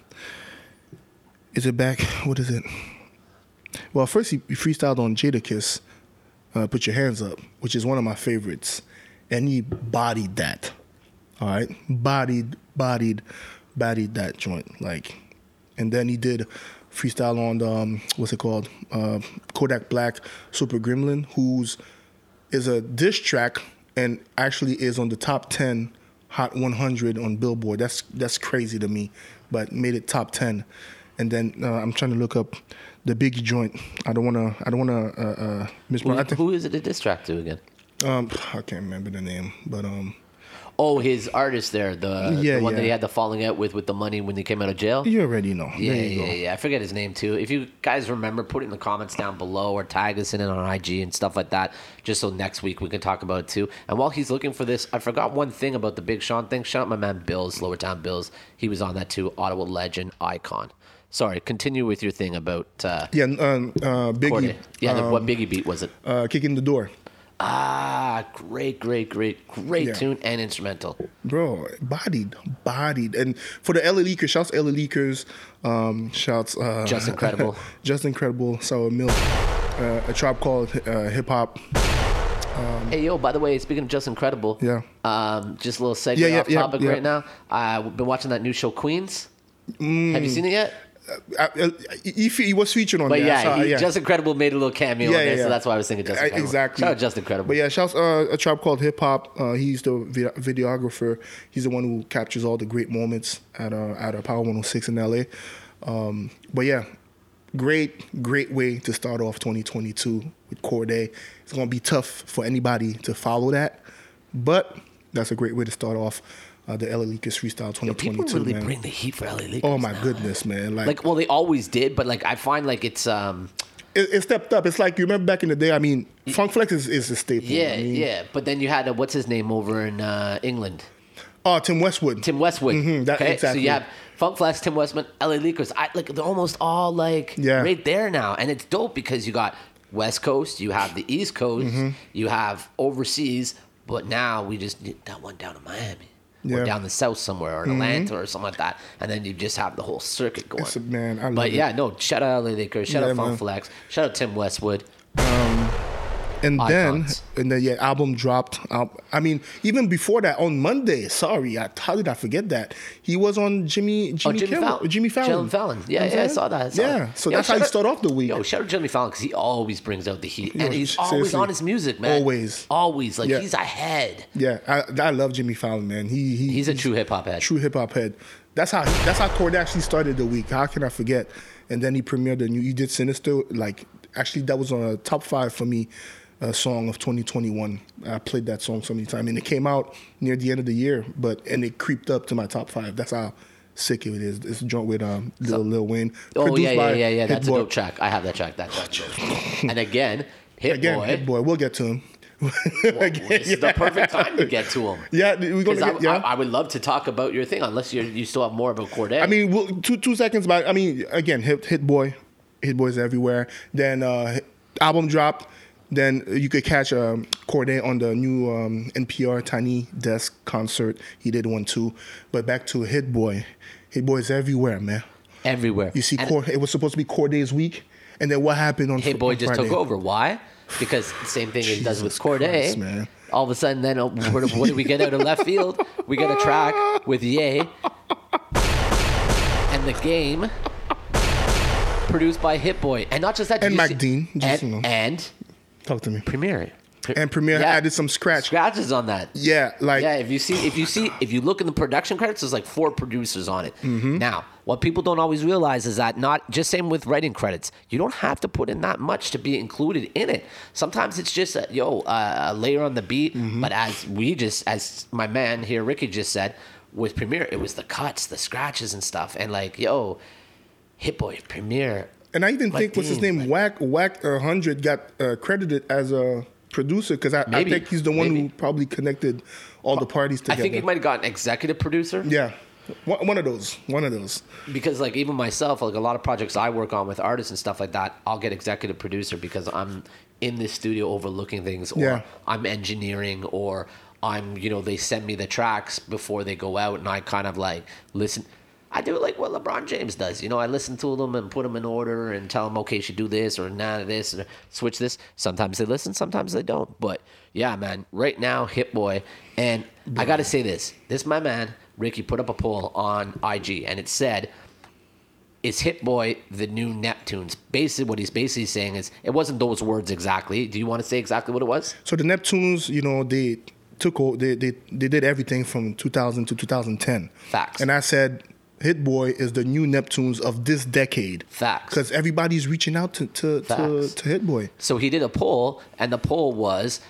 Speaker 3: is it back? What is it? Well, first he he freestyled on Jadakiss, uh, "Put Your Hands Up," which is one of my favorites, and he bodied that. All right, bodied, bodied, bodied that joint. Like, and then he did freestyle on the, um, what's it called? Uh, Kodak Black, Super Gremlin, who's is a diss track and actually is on the top ten Hot 100 on Billboard. That's that's crazy to me, but made it top ten. And then uh, I'm trying to look up the Biggie joint. I don't wanna. I don't wanna uh, uh, mispron- I
Speaker 4: Who-
Speaker 3: think
Speaker 4: who is it a diss track to again?
Speaker 3: um, I can't remember the name, but um,
Speaker 4: Oh, his artist there, the,
Speaker 3: Yeah,
Speaker 4: the one that he
Speaker 3: yeah.
Speaker 4: had the falling out with with the money when they came out of jail.
Speaker 3: you already know.
Speaker 4: yeah,
Speaker 3: there you
Speaker 4: yeah,
Speaker 3: go.
Speaker 4: yeah. I forget his name too. If you guys remember, put it in the comments down below or tag us in it on IG and stuff like that, just so next week we can talk about it too. And while he's looking for this, I forgot one thing about the Big Sean thing. Shout out my man Bills, Lower Town Bills. He was on that too. Ottawa legend, icon. Sorry, continue with your thing about uh,
Speaker 3: Yeah, um, uh, Biggie.
Speaker 4: Corday. Yeah, the,
Speaker 3: um,
Speaker 4: what Biggie beat was it?
Speaker 3: uh, kicking the door.
Speaker 4: Ah, great, great, great, great
Speaker 3: Yeah.
Speaker 4: tune and instrumental.
Speaker 3: Bro, bodied, bodied. And for the LA Leakers, shouts LA Leakers, um, shouts uh,
Speaker 4: Just Incredible.
Speaker 3: Just Incredible, Sour Milk, uh, A Trap Called uh, Hip Hop.
Speaker 4: Hey yo! By the way, speaking of just incredible,
Speaker 3: Yeah.
Speaker 4: Um, just a little segment
Speaker 3: Yeah, yeah,
Speaker 4: off
Speaker 3: yeah,
Speaker 4: topic
Speaker 3: yeah.
Speaker 4: right now. I've been watching that new show Queens. Have you seen it yet?
Speaker 3: Mm. I- I- If Uh, he was featured on
Speaker 4: But
Speaker 3: there, I
Speaker 4: yeah,
Speaker 3: saw-
Speaker 4: he, Just Incredible made a little cameo on there, so that's why I was thinking Just
Speaker 3: I-
Speaker 4: Incredible.
Speaker 3: Uh, Exactly.
Speaker 4: Shout out Just Incredible.
Speaker 3: But yeah, shouts uh, a trap called Hip Hop. Uh, he's the vi- videographer. He's the one who captures all the great moments at uh, at uh, Power 106 in LA. Um, but yeah, great great way to start off 2022 with Corday. It's gonna be tough for anybody to follow that, but that's a great way to start off uh, the LA Leakers Freestyle 2022.
Speaker 4: People really
Speaker 3: man.
Speaker 4: bring the heat for LA Lakers.
Speaker 3: oh my
Speaker 4: now.
Speaker 3: goodness, man! Like,
Speaker 4: Like, well, they always did, but like, I find like it's um,
Speaker 3: it, it stepped up. It's like you remember back in the day. I mean, Funk Flex is, is a staple.
Speaker 4: yeah,
Speaker 3: I mean,
Speaker 4: yeah. But then you had a, what's his name over in uh, England,
Speaker 3: Oh, Tim Westwood.
Speaker 4: Tim Westwood.
Speaker 3: Mhm, that-
Speaker 4: So you
Speaker 3: exactly.
Speaker 4: have Funk Flex, Tim Westwood, LA Lakers. I like they're almost all like
Speaker 3: Yeah.
Speaker 4: right there now, and it's dope because you got West Coast, you have the East Coast,
Speaker 3: Mm-hmm.
Speaker 4: you have overseas, but now we just need that one down in Miami. Or
Speaker 3: Yeah. Mm-hmm.
Speaker 4: down the south somewhere, or in Atlanta, or something like that, and then you just have the whole circuit going.
Speaker 3: It's a- man, I love
Speaker 4: but
Speaker 3: it.
Speaker 4: yeah, no, shout out LA Lakers, shout
Speaker 3: Yeah,
Speaker 4: out Funk
Speaker 3: man.
Speaker 4: Flex, shout out Tim Westwood.
Speaker 3: and
Speaker 4: Icons.
Speaker 3: then and then yeah, album dropped. Um, I mean, even before that, on Monday. Sorry, I, how did I forget that he was on Jimmy Jimmy,
Speaker 4: Oh, Jimmy
Speaker 3: Kimmel-
Speaker 4: Fallon.
Speaker 3: Jimmy Fallon.
Speaker 4: Jimmy Fallon. Yeah,
Speaker 3: You know
Speaker 4: yeah, I
Speaker 3: what I'm
Speaker 4: saw that. I saw
Speaker 3: yeah,
Speaker 4: that.
Speaker 3: so
Speaker 4: Yo,
Speaker 3: that's how
Speaker 4: shout
Speaker 3: you
Speaker 4: out-
Speaker 3: start off the week.
Speaker 4: Yo, shout out Jimmy Fallon because he always brings out the heat,
Speaker 3: Yo,
Speaker 4: and he's
Speaker 3: seriously.
Speaker 4: always on his music, man.
Speaker 3: Always.
Speaker 4: always. Like
Speaker 3: Yeah.
Speaker 4: he's ahead.
Speaker 3: yeah, I, I love Jimmy Fallon, man. He, he
Speaker 4: He's a true hip hop head.
Speaker 3: true hip hop head. That's how that's how Cord actually started the week. How can I forget? And then he premiered the new. He did Sinister. Like actually, that was on a top five for me. uh song of 2021. I played that song so many times, and it came out near the end of the year. But and it creeped up to my top five. That's how sick it is. It's a joint with um, Lil, Lil Wayne.
Speaker 4: Oh
Speaker 3: produced
Speaker 4: yeah, yeah,
Speaker 3: by
Speaker 4: yeah, yeah. That's a
Speaker 3: Hit
Speaker 4: dope
Speaker 3: Boy.
Speaker 4: track. I have that track. That track. and again, Hit
Speaker 3: Again,
Speaker 4: Boy.
Speaker 3: Hit Boy. We'll get to him. Again,
Speaker 4: eh? This is the
Speaker 3: yeah.
Speaker 4: perfect time to get to him.
Speaker 3: Yeah, we're gonna.
Speaker 4: Because I,
Speaker 3: Get, yeah.
Speaker 4: I, I would love to talk about your thing, unless you you still have more about Cordae.
Speaker 3: I mean, well, two two seconds back. I mean, again, hit hit boy, hit boys everywhere. Then uh, album dropped. Then you could catch um, Corday on the new um, NPR Tiny Desk concert. He did one too. But back to Hit Boy. Hit Boy's everywhere, man.
Speaker 4: everywhere.
Speaker 3: You see,
Speaker 4: And
Speaker 3: Cord- it was supposed to be Corday's week, and then what happened on
Speaker 4: Hit
Speaker 3: fr-
Speaker 4: Boy
Speaker 3: on
Speaker 4: just took
Speaker 3: Friday?
Speaker 4: over. Why? Because the same thing it does with
Speaker 3: Jesus
Speaker 4: Cordae.
Speaker 3: Christ, man.
Speaker 4: All of a sudden, then oh, what what do we get out of left field? We get a track with Ye and the game produced by Hit Boy, and not just that. did
Speaker 3: And
Speaker 4: you
Speaker 3: Mac
Speaker 4: see-
Speaker 3: Dean, just,
Speaker 4: and,
Speaker 3: you know.
Speaker 4: and
Speaker 3: Talk to me.
Speaker 4: Premiere,
Speaker 3: And Premiere
Speaker 4: Yeah.
Speaker 3: added some scratch.
Speaker 4: scratches on that.
Speaker 3: Yeah, like
Speaker 4: Yeah, if you see, if you see, if you look in the production credits, there's like four producers on it.
Speaker 3: Mm-hmm.
Speaker 4: Now, what people don't always realize is that not just same with writing credits, you don't have to put in that much to be included in it. Sometimes it's just a, yo uh, a layer on the beat.
Speaker 3: Mm-hmm.
Speaker 4: But as we just, as my man here, Ricky just said, with Premiere, it was the cuts, the scratches, and stuff, and like yo, Hit Boy Premiere.
Speaker 3: And I even
Speaker 4: Like
Speaker 3: think what's his
Speaker 4: Dean,
Speaker 3: name, Whack Whack uh, Hundred, got uh, credited as a producer because I, I
Speaker 4: Maybe,
Speaker 3: think he's the one
Speaker 4: maybe.
Speaker 3: who probably connected all the parties
Speaker 4: I
Speaker 3: together.
Speaker 4: think he might have gotten executive producer.
Speaker 3: Yeah, one, one of those. One of those.
Speaker 4: because like even myself like a lot of projects i work on with artists and stuff like that i'll get executive producer because i'm in this studio overlooking things or
Speaker 3: Yeah.
Speaker 4: i'm engineering or i'm you know they send me the tracks before they go out and i kind of like listen i do like what lebron james does you know i listen to them and put them in order and tell them okay you should do this or none of this or switch this sometimes they listen sometimes they don't but yeah man right now hit boy and i gotta say this this my man ricky put up a poll on ig and it said is Hit Boy the new Neptunes? Basically, what he's basically saying is it wasn't those words exactly. Do you want to say exactly what it was?
Speaker 3: So the Neptunes, you know, they took o- they they they did everything from 2000 to 2010.
Speaker 4: Facts.
Speaker 3: And I said, Hit Boy is the new Neptunes of this decade.
Speaker 4: Facts.
Speaker 3: Because everybody's reaching out to to, to
Speaker 4: Facts.
Speaker 3: to Hit Boy.
Speaker 4: So he did a poll, and the poll was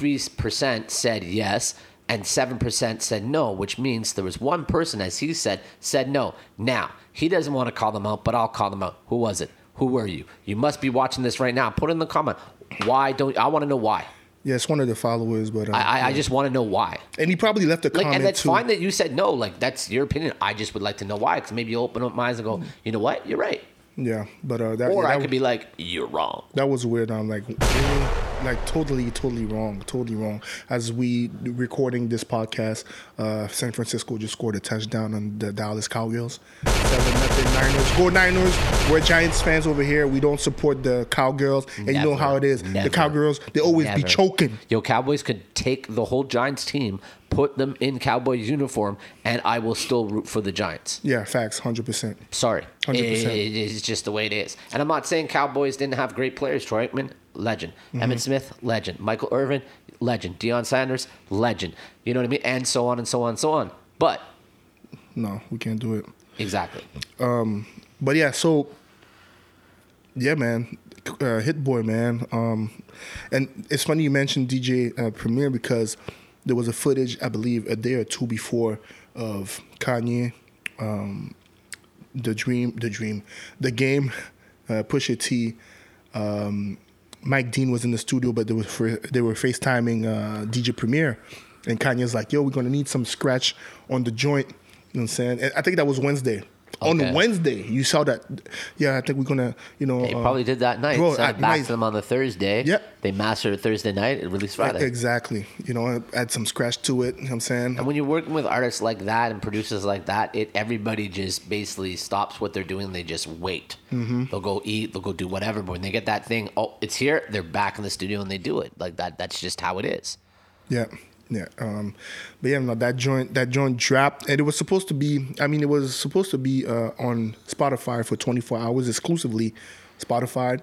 Speaker 4: 93% said yes, and 7% said no, which means there was one person, as he said, said no. Now, he doesn't want to call them out, but I'll call them out. Who was it? Who were you? You must be watching this right now. Put in the comment. Why don't I want to know why?
Speaker 3: Yeah, it's one of the followers, but uh,
Speaker 4: I, I, I just want to know why.
Speaker 3: and he probably left a
Speaker 4: like,
Speaker 3: comment
Speaker 4: and that's
Speaker 3: too.
Speaker 4: fine that you said no. Like, that's your opinion. I just would like to know why, because maybe you'll open up my eyes and go, you know what, you're right.
Speaker 3: yeah, but uh, that
Speaker 4: Or
Speaker 3: yeah,
Speaker 4: I
Speaker 3: that-
Speaker 4: could be like, you're wrong.
Speaker 3: That was weird. I'm like, really? like totally, totally wrong, totally wrong. As we recording this podcast, uh, San Francisco just scored a touchdown on the Dallas Cowgirls. Seven nothing Niners. Go Niners! We're Giants fans over here. We don't support the Cowgirls, and you know
Speaker 4: Never.
Speaker 3: how it is.
Speaker 4: Never.
Speaker 3: The Cowgirls, they always be
Speaker 4: Never.
Speaker 3: choking.
Speaker 4: Yo, Cowboys could take the whole Giants team, put them in Cowboys uniform, and I will still root for the Giants.
Speaker 3: Yeah, facts, hundred percent.
Speaker 4: Sorry,
Speaker 3: 100%.
Speaker 4: It- it's just the way it is. And I'm not saying Cowboys didn't have great players. Troy Aikman, legend.
Speaker 3: Mm-hmm.
Speaker 4: Emmett Smith, legend. Michael Irvin, legend. Deion Sanders, legend. You know what I mean? And so on and so on and so on. But
Speaker 3: No, we can't do it.
Speaker 4: exactly,
Speaker 3: But yeah, so yeah, man, uh, Hit Boy, man. Um, and it's funny you mentioned DJ uh, Premier because there was a footage, I believe, a day or two before of Kanye, um, the dream, the dream, the game, uh, Pusha T. Um, Mike Dean was in the studio, but they were for, they were FaceTiming uh, DJ Premier, and Kanye's like, "Yo, we're gonna need some scratch on the joint." You know what I'm saying? And I think that was Wednesday.
Speaker 4: Okay.
Speaker 3: On Wednesday, you saw that. Yeah, I think we're gonna, you know,
Speaker 4: they
Speaker 3: uh,
Speaker 4: probably did that night.
Speaker 3: bro,
Speaker 4: Sent it
Speaker 3: at
Speaker 4: back
Speaker 3: night-
Speaker 4: to them on the Thursday.
Speaker 3: Yep.
Speaker 4: They mastered it Thursday night and released Friday.
Speaker 3: Exactly. You know, add some scratch to it. You know what I'm saying?
Speaker 4: And when you're working with artists like that and producers like that, it everybody just basically stops what they're doing. They just wait.
Speaker 3: Mm-hmm.
Speaker 4: They'll go eat. They'll go do whatever. But when they get that thing, oh, it's here. They're back in the studio and they do it. Like that. That's just how it is.
Speaker 3: Yeah, yeah. Um, but yeah, no, that joint that joint dropped, and it was supposed to be. I mean, it was supposed to be uh, on Spotify for 24 hours exclusively, Spotify.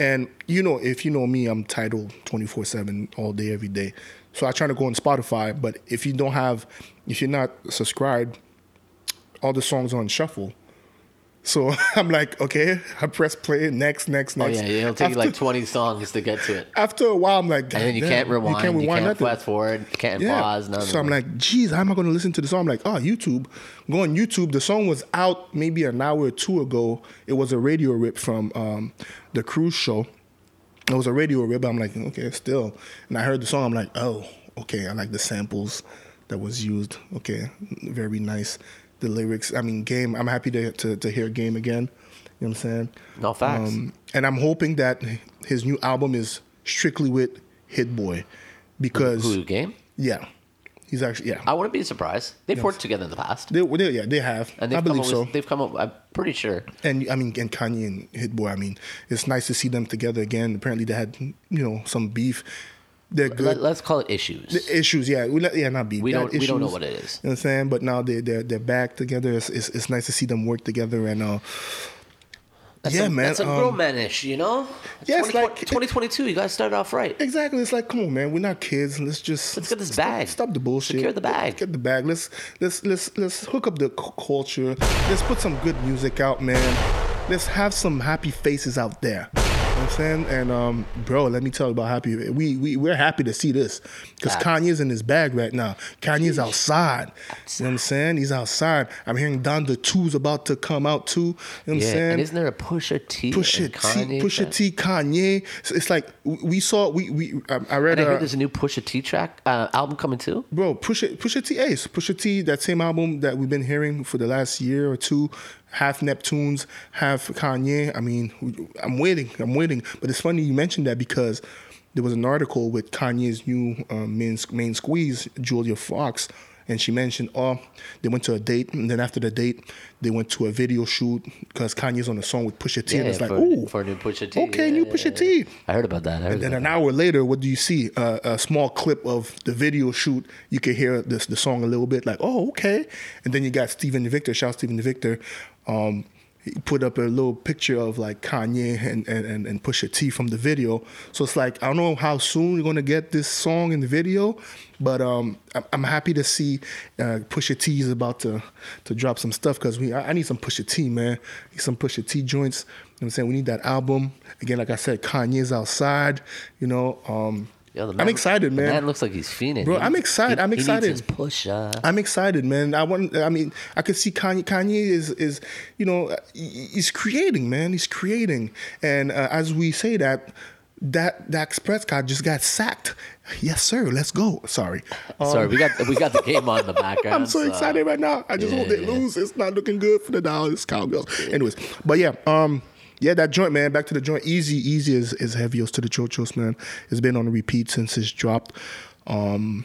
Speaker 3: And you know, if you know me, I'm titled 24 seven all day, every day. So I try to go on Spotify, but if you don't have, if you're not subscribed, all the songs are on shuffle. So I'm like, okay, I press play, next, next,
Speaker 4: Oh
Speaker 3: next.
Speaker 4: yeah, it'll take you
Speaker 3: After-
Speaker 4: like 20 songs to get to it,
Speaker 3: after a while, I'm like,
Speaker 4: and then you
Speaker 3: "Goddamn,
Speaker 4: can't rewind. You can't,
Speaker 3: nothing."
Speaker 4: fast forward. You can't pause. None
Speaker 3: So I'm like, geez, how am I going to listen to the song? I'm like, oh, YouTube. Go on YouTube. The song was out maybe an hour or two ago. It was a radio rip from um, the cruise show. It was a radio rip. I'm like, okay, still. And I heard the song. I'm like, oh, okay. I like the samples that was used. Okay, very nice. The lyrics. I mean, game. I'm happy to to, to hear game again. You know what I'm saying?
Speaker 4: No facts.
Speaker 3: and I'm hoping that his new album is strictly with Hit Boy, because
Speaker 4: Hulu game.
Speaker 3: yeah, he's actually yeah.
Speaker 4: I wouldn't be surprised. They've worked together in the past,
Speaker 3: They, they yeah they have.
Speaker 4: and they've
Speaker 3: I believe
Speaker 4: come up
Speaker 3: so.
Speaker 4: with, They've come up. I'm pretty sure.
Speaker 3: and I mean, and Kanye and Hit Boy. I mean, it's nice to see them together again. Apparently, they had you know some beef. They're good.
Speaker 4: Let, us call it issues.
Speaker 3: issues, yeah, we let, yeah, not beef.
Speaker 4: We
Speaker 3: They
Speaker 4: don't-
Speaker 3: had
Speaker 4: we don't know
Speaker 3: issues.
Speaker 4: what it is.
Speaker 3: You know what I'm saying? But now they they're they're back together. It's it's, it's nice to see them work together and uh,
Speaker 4: That's
Speaker 3: yeah,
Speaker 4: a,
Speaker 3: man.
Speaker 4: That's a
Speaker 3: um,
Speaker 4: grown manish, you know.
Speaker 3: Yeah, it's
Speaker 4: 20
Speaker 3: like-
Speaker 4: 2022. You guys started off right.
Speaker 3: Exactly. It's like, come on, man. We're not kids. Let's just
Speaker 4: Let's get this
Speaker 3: stop-
Speaker 4: bag.
Speaker 3: Stop the bullshit.
Speaker 4: Secure the bag.
Speaker 3: Get the bag. Let's let's let's let's hook up the c- culture. Let's put some good music out, man. Let's have some happy faces out there. You know what I'm saying, and um, bro, let me tell you about happy. We we we're happy to see this because Kanye's in his bag right now. Kanye's outside. You know what I'm saying? He's outside. I'm hearing Don the Two's about to come out too. You know what I'm
Speaker 4: Yeah,
Speaker 3: saying?
Speaker 4: and isn't there a Pusha T?
Speaker 3: Pusha
Speaker 4: and Kanye
Speaker 3: T, Pusha
Speaker 4: track?
Speaker 3: T, Kanye. So it's like we- we saw. We we um, I read.
Speaker 4: And I
Speaker 3: uh,
Speaker 4: heard there's a new Pusha T track uh, album coming too.
Speaker 3: bro, Pusha Pusha T Ace, Pusha T. That same album that we've been hearing for the last year or two, half Neptunes, half Kanye. I mean, I'm waiting. I'm waiting. But it's funny you mentioned that because there was an article with Kanye's new um, main main squeeze, Julia Fox. And she mentioned, oh, they went to a date, and then after the date, they went to a video shoot because Kanye's on a song with Pusha T, and it's like,
Speaker 4: for,
Speaker 3: ooh,
Speaker 4: for a new Pusha T.
Speaker 3: okay,
Speaker 4: yeah,
Speaker 3: new
Speaker 4: yeah,
Speaker 3: Pusha
Speaker 4: yeah.
Speaker 3: T.
Speaker 4: I heard about that. I heard
Speaker 3: And then
Speaker 4: about
Speaker 3: an hour later, what do you see? Uh, a small clip of the video shoot. You can hear this, the song a little bit, like, oh, okay. And then you got Stephen Victor, shout out Stephen Victor. Um, he put up a little picture of like Kanye and, and, and, and Pusha T from the video. So it's like, I don't know how soon you're going to get this song in the video, but um, I'm, I'm happy to see uh, Pusha T is about to, to drop some stuff because I, I need some Pusha T, man. Need some Pusha T joints. You know what I'm saying? We need that album. Again, like I said, Kanye's outside, you know. Um,
Speaker 4: Yo, the
Speaker 3: I'm excited,
Speaker 4: the
Speaker 3: man.
Speaker 4: Man looks like he's fiending.
Speaker 3: Bro,
Speaker 4: He
Speaker 3: I'm
Speaker 4: needs-
Speaker 3: excited.
Speaker 4: he-
Speaker 3: I'm
Speaker 4: He
Speaker 3: excited.
Speaker 4: needs his Pusha.
Speaker 3: I'm excited, man. I want. I mean, I could see Kanye. Kanye is is you know he- he's creating, man. He's creating, and uh, as we say that. That that express guy just got sacked. Yes, sir. Let's go. Sorry. Um,
Speaker 4: Sorry, we got we got the game on in the background.
Speaker 3: I'm so excited right now. I just
Speaker 4: yeah,
Speaker 3: hope they
Speaker 4: yeah.
Speaker 3: lose. It's not looking good for the Dallas Cowgirls. Anyways, but yeah, um, Yeah, that joint, man. Back to the joint. Easy, easy is, is Heavios to the Chochos, man. It's been on repeat since it's dropped. Um,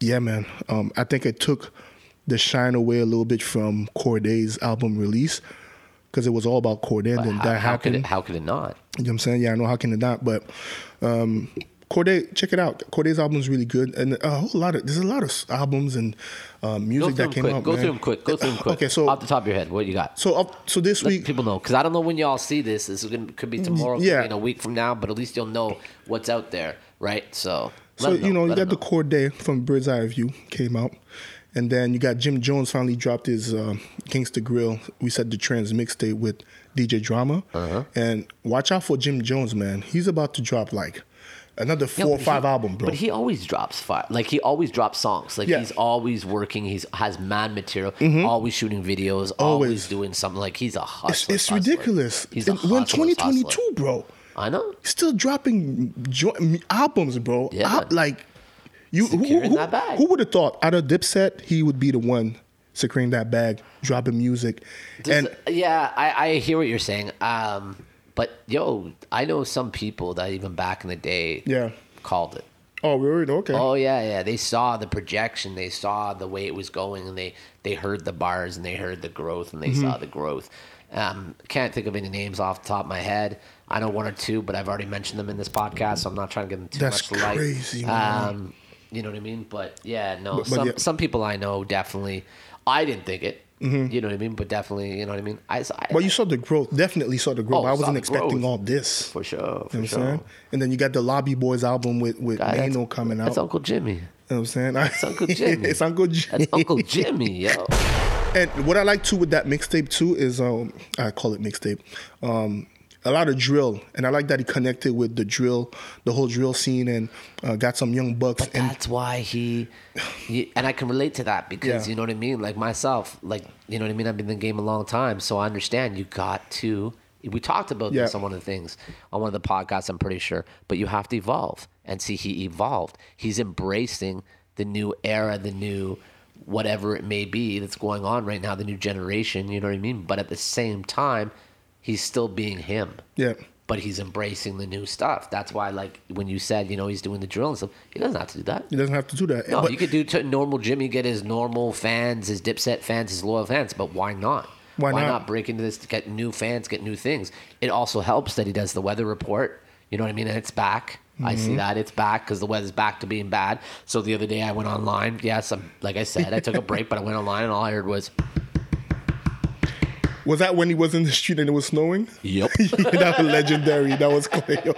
Speaker 3: yeah, man. Um, I think it took the shine away a little bit from Corday's album release because it was all about Corday and then
Speaker 4: how,
Speaker 3: that
Speaker 4: how could
Speaker 3: happened.
Speaker 4: it, how could it not?
Speaker 3: You know what I'm saying? Yeah, I know how can it not, but um Corday, check it out. Corday's album is really good, and a whole lot of there's a lot of s- albums and uh,
Speaker 4: Go
Speaker 3: music
Speaker 4: through
Speaker 3: that
Speaker 4: them
Speaker 3: came
Speaker 4: quick.
Speaker 3: out.
Speaker 4: Go
Speaker 3: man.
Speaker 4: through them quick. Go through them quick.
Speaker 3: Okay, so
Speaker 4: off the top of your head, what you got?
Speaker 3: so up, so this
Speaker 4: Let
Speaker 3: week
Speaker 4: people know because I don't know when y'all see this. This is gonna, could be tomorrow, could
Speaker 3: yeah.
Speaker 4: be in a week from now, but at least you'll know what's out there, right? So, let
Speaker 3: So
Speaker 4: 'em
Speaker 3: you know, you
Speaker 4: let
Speaker 3: got
Speaker 4: 'em
Speaker 3: the Corday from Bird's Eye View came out, and then you got Jim Jones finally dropped his uh, Gangsta Grill. We said the trans mixtape with DJ Drama,
Speaker 4: Uh-huh.
Speaker 3: and watch out for Jim Jones, man. He's about to drop like another
Speaker 4: Yeah,
Speaker 3: four or
Speaker 4: but
Speaker 3: five
Speaker 4: he-
Speaker 3: album, bro.
Speaker 4: But he always drops fire. Like he always drops songs. Like
Speaker 3: Yeah. Mm-hmm.
Speaker 4: he's always working. He's has mad material. Always shooting videos. Always.
Speaker 3: Always.
Speaker 4: doing something. Like he's a hustler.
Speaker 3: it's it's
Speaker 4: hustler.
Speaker 3: ridiculous.
Speaker 4: He's a
Speaker 3: And
Speaker 4: hustler.
Speaker 3: we're in
Speaker 4: hustler.
Speaker 3: 2022, bro.
Speaker 4: I know.
Speaker 3: He's still dropping jo- albums, bro.
Speaker 4: Yeah.
Speaker 3: Al- like you, who,
Speaker 4: Securing
Speaker 3: who,
Speaker 4: that bag.
Speaker 3: who would have thought out of Dipset he would be the one securing that bag, dropping music,
Speaker 4: Does-
Speaker 3: and
Speaker 4: yeah, I, I hear what you're saying. Um, but yo, I know some people that even back in the day,
Speaker 3: Yeah.
Speaker 4: called it.
Speaker 3: oh, really? Okay.
Speaker 4: Oh yeah, yeah. They saw the projection. They saw the way it was going, and they they heard the bars and they heard the growth and they
Speaker 3: Mm-hmm.
Speaker 4: saw the growth. Um, can't think of any names off the top of my head. I know one or two, but I've already mentioned them in this podcast, so I'm not trying to give them too
Speaker 3: That's
Speaker 4: much light.
Speaker 3: crazy, man.
Speaker 4: Um, you know what I mean? But yeah, no.
Speaker 3: But- but
Speaker 4: some
Speaker 3: yeah.
Speaker 4: some people I know definitely. I didn't think it. You know what I mean? But definitely, you know what I mean. I, I
Speaker 3: But Mm-hmm. you saw the growth. Definitely saw the growth.
Speaker 4: Oh,
Speaker 3: I
Speaker 4: saw
Speaker 3: wasn't
Speaker 4: the
Speaker 3: expecting
Speaker 4: growth.
Speaker 3: all this.
Speaker 4: for sure, for
Speaker 3: you know what I'm
Speaker 4: sure.
Speaker 3: saying? And then you got the Lobby Boys album with with
Speaker 4: God, that's-
Speaker 3: Nano coming out.
Speaker 4: That's Uncle Jimmy.
Speaker 3: you know what I'm saying? It's
Speaker 4: Uncle Jimmy.
Speaker 3: it's Uncle Jimmy.
Speaker 4: That's Uncle Jimmy, yo.
Speaker 3: And what I like too with that mixtape too is um I call it mixtape. Um a lot of drill, and I like that he connected with the drill, the whole drill scene, and uh, got some young bucks. and
Speaker 4: that's why he, he- and I can relate to that because
Speaker 3: Yeah.
Speaker 4: you know what I mean. Like myself, like you know what I mean. I've been in the game a long time, so I understand. You got to. We talked about this
Speaker 3: Yeah.
Speaker 4: on one of the things on one of the podcasts. I'm pretty sure, but you have to evolve and see. He evolved. He's embracing the new era, the new whatever it may be that's going on right now, the new generation. You know what I mean. But at the same time, he's still being him
Speaker 3: yeah,
Speaker 4: but he's embracing the new stuff. That's why, like when you said, you know, he's doing the drill and stuff, he doesn't have to do that.
Speaker 3: he doesn't have to do that.
Speaker 4: No,
Speaker 3: but
Speaker 4: you could do t- normal Jimmy, get his normal fans, his Dipset fans, his loyal fans, but why not?
Speaker 3: Why
Speaker 4: not?
Speaker 3: not?
Speaker 4: break into this to get new fans, get new things? It also helps that he does the weather report. You know what I mean? And it's back. I
Speaker 3: Mm-hmm.
Speaker 4: see that it's back because the weather's back to being bad. So the other day I went online. Yes, I'm, like I said, I took a break, but I went online and all I heard was,
Speaker 3: was that when he was in the street and it was snowing?
Speaker 4: "Yep."
Speaker 3: that was legendary. That was Cleo.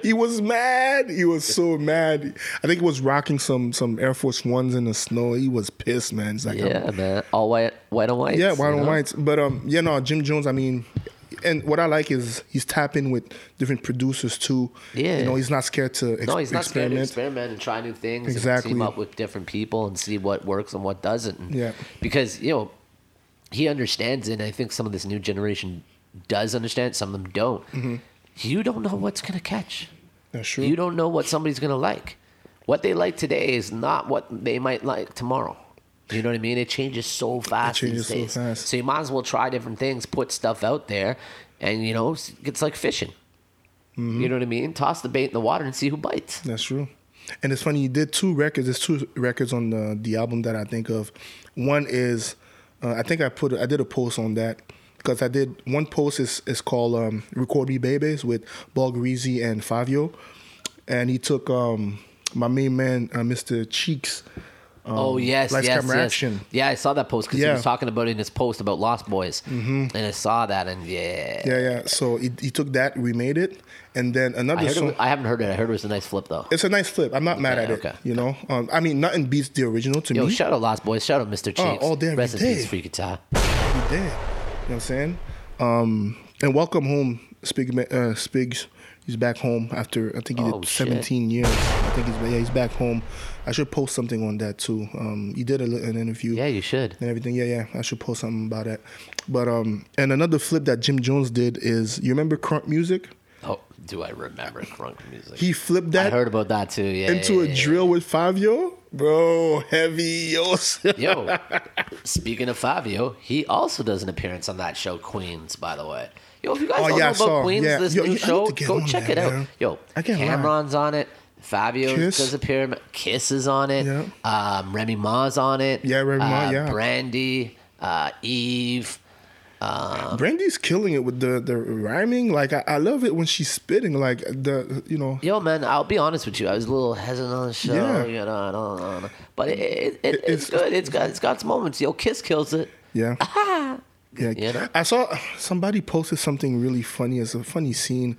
Speaker 3: he was mad. He was so mad. I think he was rocking some some Air Force Ones in the snow. He was pissed, man. It's like,
Speaker 4: yeah, man. All white, white on white.
Speaker 3: yeah, white on whites. But um, yeah, no, Jim Jones. I mean, and what I like is he's tapping with different producers too.
Speaker 4: Yeah.
Speaker 3: you know, he's not scared to ex-
Speaker 4: No, he's not scared to
Speaker 3: experiment.
Speaker 4: experiment and try new things
Speaker 3: Exactly.
Speaker 4: and team up with different people and see what works and what doesn't. And
Speaker 3: Yeah.
Speaker 4: Because, you know, he understands it, and I think some of this new generation does understand, some of them don't. You don't know what's going to catch.
Speaker 3: That's Mm-hmm. true.
Speaker 4: You don't know what somebody's going to like. What they like today is not what they might like tomorrow. You know what I mean? It changes so fast
Speaker 3: changes so
Speaker 4: these days.
Speaker 3: fast.
Speaker 4: So you might as well try different things, put stuff out there, and you know, it's- it's like fishing.
Speaker 3: Mm-hmm.
Speaker 4: You know what I mean? Toss the bait in the water and see who bites.
Speaker 3: That's true. And it's funny, you did two records. There's two records on the the album that I think of. One is, uh, I think I put I did a post on that because I did one post is is called um, "Record Me Babies" with Balgreasy and Favio, and he took um, my main man uh, Mr. Cheeks. Um,
Speaker 4: Oh yes,
Speaker 3: lights,
Speaker 4: yes,
Speaker 3: camera,
Speaker 4: yes.
Speaker 3: action.
Speaker 4: Yeah, I saw that post because he
Speaker 3: Yeah.
Speaker 4: was talking about it in his post about Lost Boys, mm-hmm. and I saw that, and yeah,
Speaker 3: Yeah, yeah. So he, he took that, remade it, and then
Speaker 4: I,
Speaker 3: another
Speaker 4: heard
Speaker 3: song.
Speaker 4: it, I haven't heard it. I heard it was a nice flip though.
Speaker 3: it's a nice flip. I'm not mad
Speaker 4: Okay,
Speaker 3: at it.
Speaker 4: okay.
Speaker 3: You know, um, I mean, nothing beats the original to
Speaker 4: Yo,
Speaker 3: me. Oh,
Speaker 4: shout out Lost Boys, shout out Mr. Cheeks.
Speaker 3: all day, every
Speaker 4: Rest in peace,
Speaker 3: day.
Speaker 4: Free Guitar.
Speaker 3: You did. You know what I'm saying? Um, and welcome home, Spig. Uh, Spigs. He's back home after I think he did
Speaker 4: Oh, shit.
Speaker 3: 17 years. I think he's yeah he's back home. I should post something on that too. Um, you did a, li- an interview.
Speaker 4: Yeah, you should.
Speaker 3: And everything. Yeah, yeah. I should post something about that. But um, and another flip that Jim Jones did is you remember Crunk Music?
Speaker 4: Oh, do I remember crunk music?
Speaker 3: He flipped
Speaker 4: I
Speaker 3: that
Speaker 4: heard about that too. Yeah,
Speaker 3: into
Speaker 4: yeah,
Speaker 3: a
Speaker 4: yeah, yeah.
Speaker 3: drill with Five Yo. Bro, heavy. Yo.
Speaker 4: Yo, speaking of Fabio, he also does an appearance on that show, Queens, by the way. Yo, if you guys
Speaker 3: Oh,
Speaker 4: don't
Speaker 3: yeah, I
Speaker 4: know about
Speaker 3: saw.
Speaker 4: Queens,
Speaker 3: Yeah.
Speaker 4: this
Speaker 3: Yo, I
Speaker 4: new
Speaker 3: need to
Speaker 4: show,
Speaker 3: get
Speaker 4: go
Speaker 3: on
Speaker 4: check
Speaker 3: that,
Speaker 4: it out.
Speaker 3: man.
Speaker 4: Yo,
Speaker 3: I can't lie.
Speaker 4: Cameron's on it. Fabio
Speaker 3: Kiss.
Speaker 4: does appear. Kiss is on it.
Speaker 3: Yeah.
Speaker 4: Um, Remy Ma's on it.
Speaker 3: Yeah, Remy Ma,
Speaker 4: uh,
Speaker 3: yeah.
Speaker 4: Brandy, uh, Eve.
Speaker 3: Brandy's killing it with the, the rhyming. Like I, I love it when she's spitting. Like the you know
Speaker 4: Yo, man, I'll be honest with you. I was a little hesitant on the show.
Speaker 3: Yeah.
Speaker 4: You know, I don't, I don't know. But it, it, it, it's,
Speaker 3: it's-
Speaker 4: good. It's got, it's got its moments. Yo, Kiss kills it.
Speaker 3: Yeah. yeah.
Speaker 4: You know?
Speaker 3: I saw somebody posted something really funny. It's a funny scene.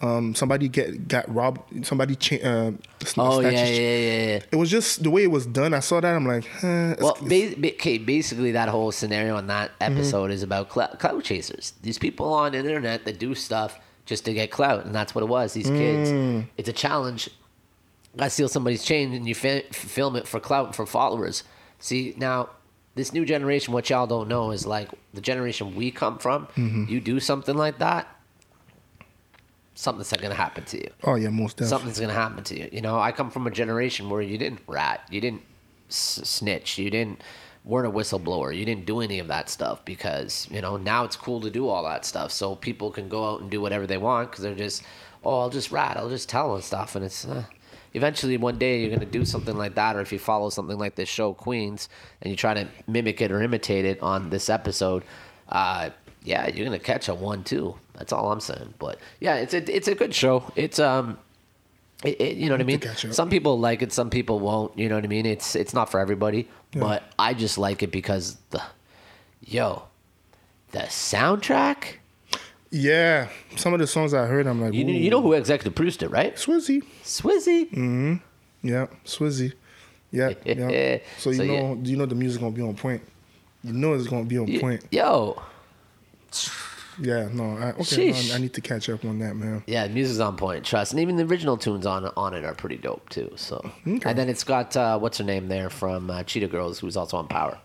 Speaker 3: Um, somebody get got robbed. Somebody cha- uh, s-
Speaker 4: Oh, yeah,
Speaker 3: snatches-
Speaker 4: yeah, yeah, yeah.
Speaker 3: It was just the way it was done. I saw that. I'm like, huh. it's-
Speaker 4: Well, ba- ba- okay, basically that whole scenario in that episode is about clou- clout chasers. These people on the internet that do stuff just to get clout, and that's what it was. These kids, it's a challenge. I steal somebody's chain, and you fi- f- film it for clout and for followers. See now. This new generation, what y'all don't know is like the generation we come from. You do something like that, something's not gonna happen to you
Speaker 3: oh yeah, most definitely.
Speaker 4: something's gonna happen to you. You know, I come from a generation where you didn't rat, you didn't s- snitch, you didn't weren't a whistleblower, you didn't do any of that stuff because you know now it's cool to do all that stuff. So people can go out and do whatever they want because they're just, oh, I'll just rat, I'll just tell and stuff, and it's. Uh, Eventually, one day you're gonna do something like that, or if you follow something like this show Queens and you try to mimic it or imitate it on this episode, uh, yeah, you're gonna catch a one too. That's all I'm saying. But yeah, it's a it's a good show. It's um it, it, you know what I mean?
Speaker 3: think I should.
Speaker 4: Some people like it, some people won't. You know what I mean? It's it's not for everybody, but I just like it because the yo, the soundtrack.
Speaker 3: Yeah, some of the songs I heard, I'm like,
Speaker 4: You,
Speaker 3: Ooh. Mm,
Speaker 4: know- you know who executive produced it, right?
Speaker 3: Swizzy.
Speaker 4: Swizzy.
Speaker 3: Yeah, Swizzy. Yeah, yeah. So you
Speaker 4: So, yeah.
Speaker 3: know, you know the music gonna be on point. You know it's gonna be on
Speaker 4: Y-
Speaker 3: point.
Speaker 4: Yo,
Speaker 3: Yeah, no, I, okay, no,
Speaker 4: Sheesh.
Speaker 3: I need to catch up on that, man.
Speaker 4: yeah, the music's on point. Trust, and even the original tunes on on it are pretty dope too. So, and then it's got uh, what's her name there from uh, Cheetah Girls, who's also on Power.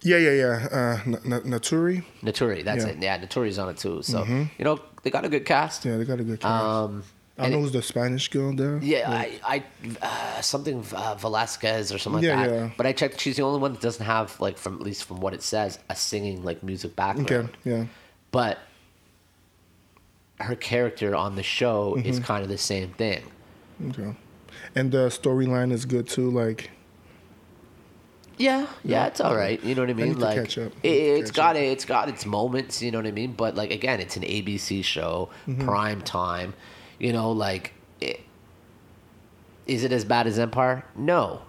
Speaker 3: Yeah, yeah, yeah. Uh, N- N- Naturi.
Speaker 4: Naturi, that's
Speaker 3: Yeah. Mm-hmm.
Speaker 4: it. Yeah, Naturi's on it too. So, you know, they got a good cast.
Speaker 3: Yeah, they got a good cast.
Speaker 4: Um,
Speaker 3: I
Speaker 4: and
Speaker 3: know
Speaker 4: it-
Speaker 3: it's the Spanish girl there.
Speaker 4: Yeah, I, I uh, something uh, Velasquez or something like
Speaker 3: Yeah,
Speaker 4: that.
Speaker 3: yeah.
Speaker 4: But I checked; she's the only one that doesn't have like, from at least from what it says, a singing like music background.
Speaker 3: Okay. Yeah.
Speaker 4: But her character on the show
Speaker 3: Mm-hmm.
Speaker 4: is kind of the same thing.
Speaker 3: Okay. And the storyline is good too. Like,
Speaker 4: Yeah, yeah, it's all right. You know what I mean?
Speaker 3: need to
Speaker 4: like,
Speaker 3: catch up. I
Speaker 4: It,
Speaker 3: need to
Speaker 4: it's
Speaker 3: catch
Speaker 4: got it. It's got its moments. You know what I mean? But like again, it's an ABC show,
Speaker 3: Mm-hmm.
Speaker 4: prime time. You know, like, it, is it as bad as Empire? No,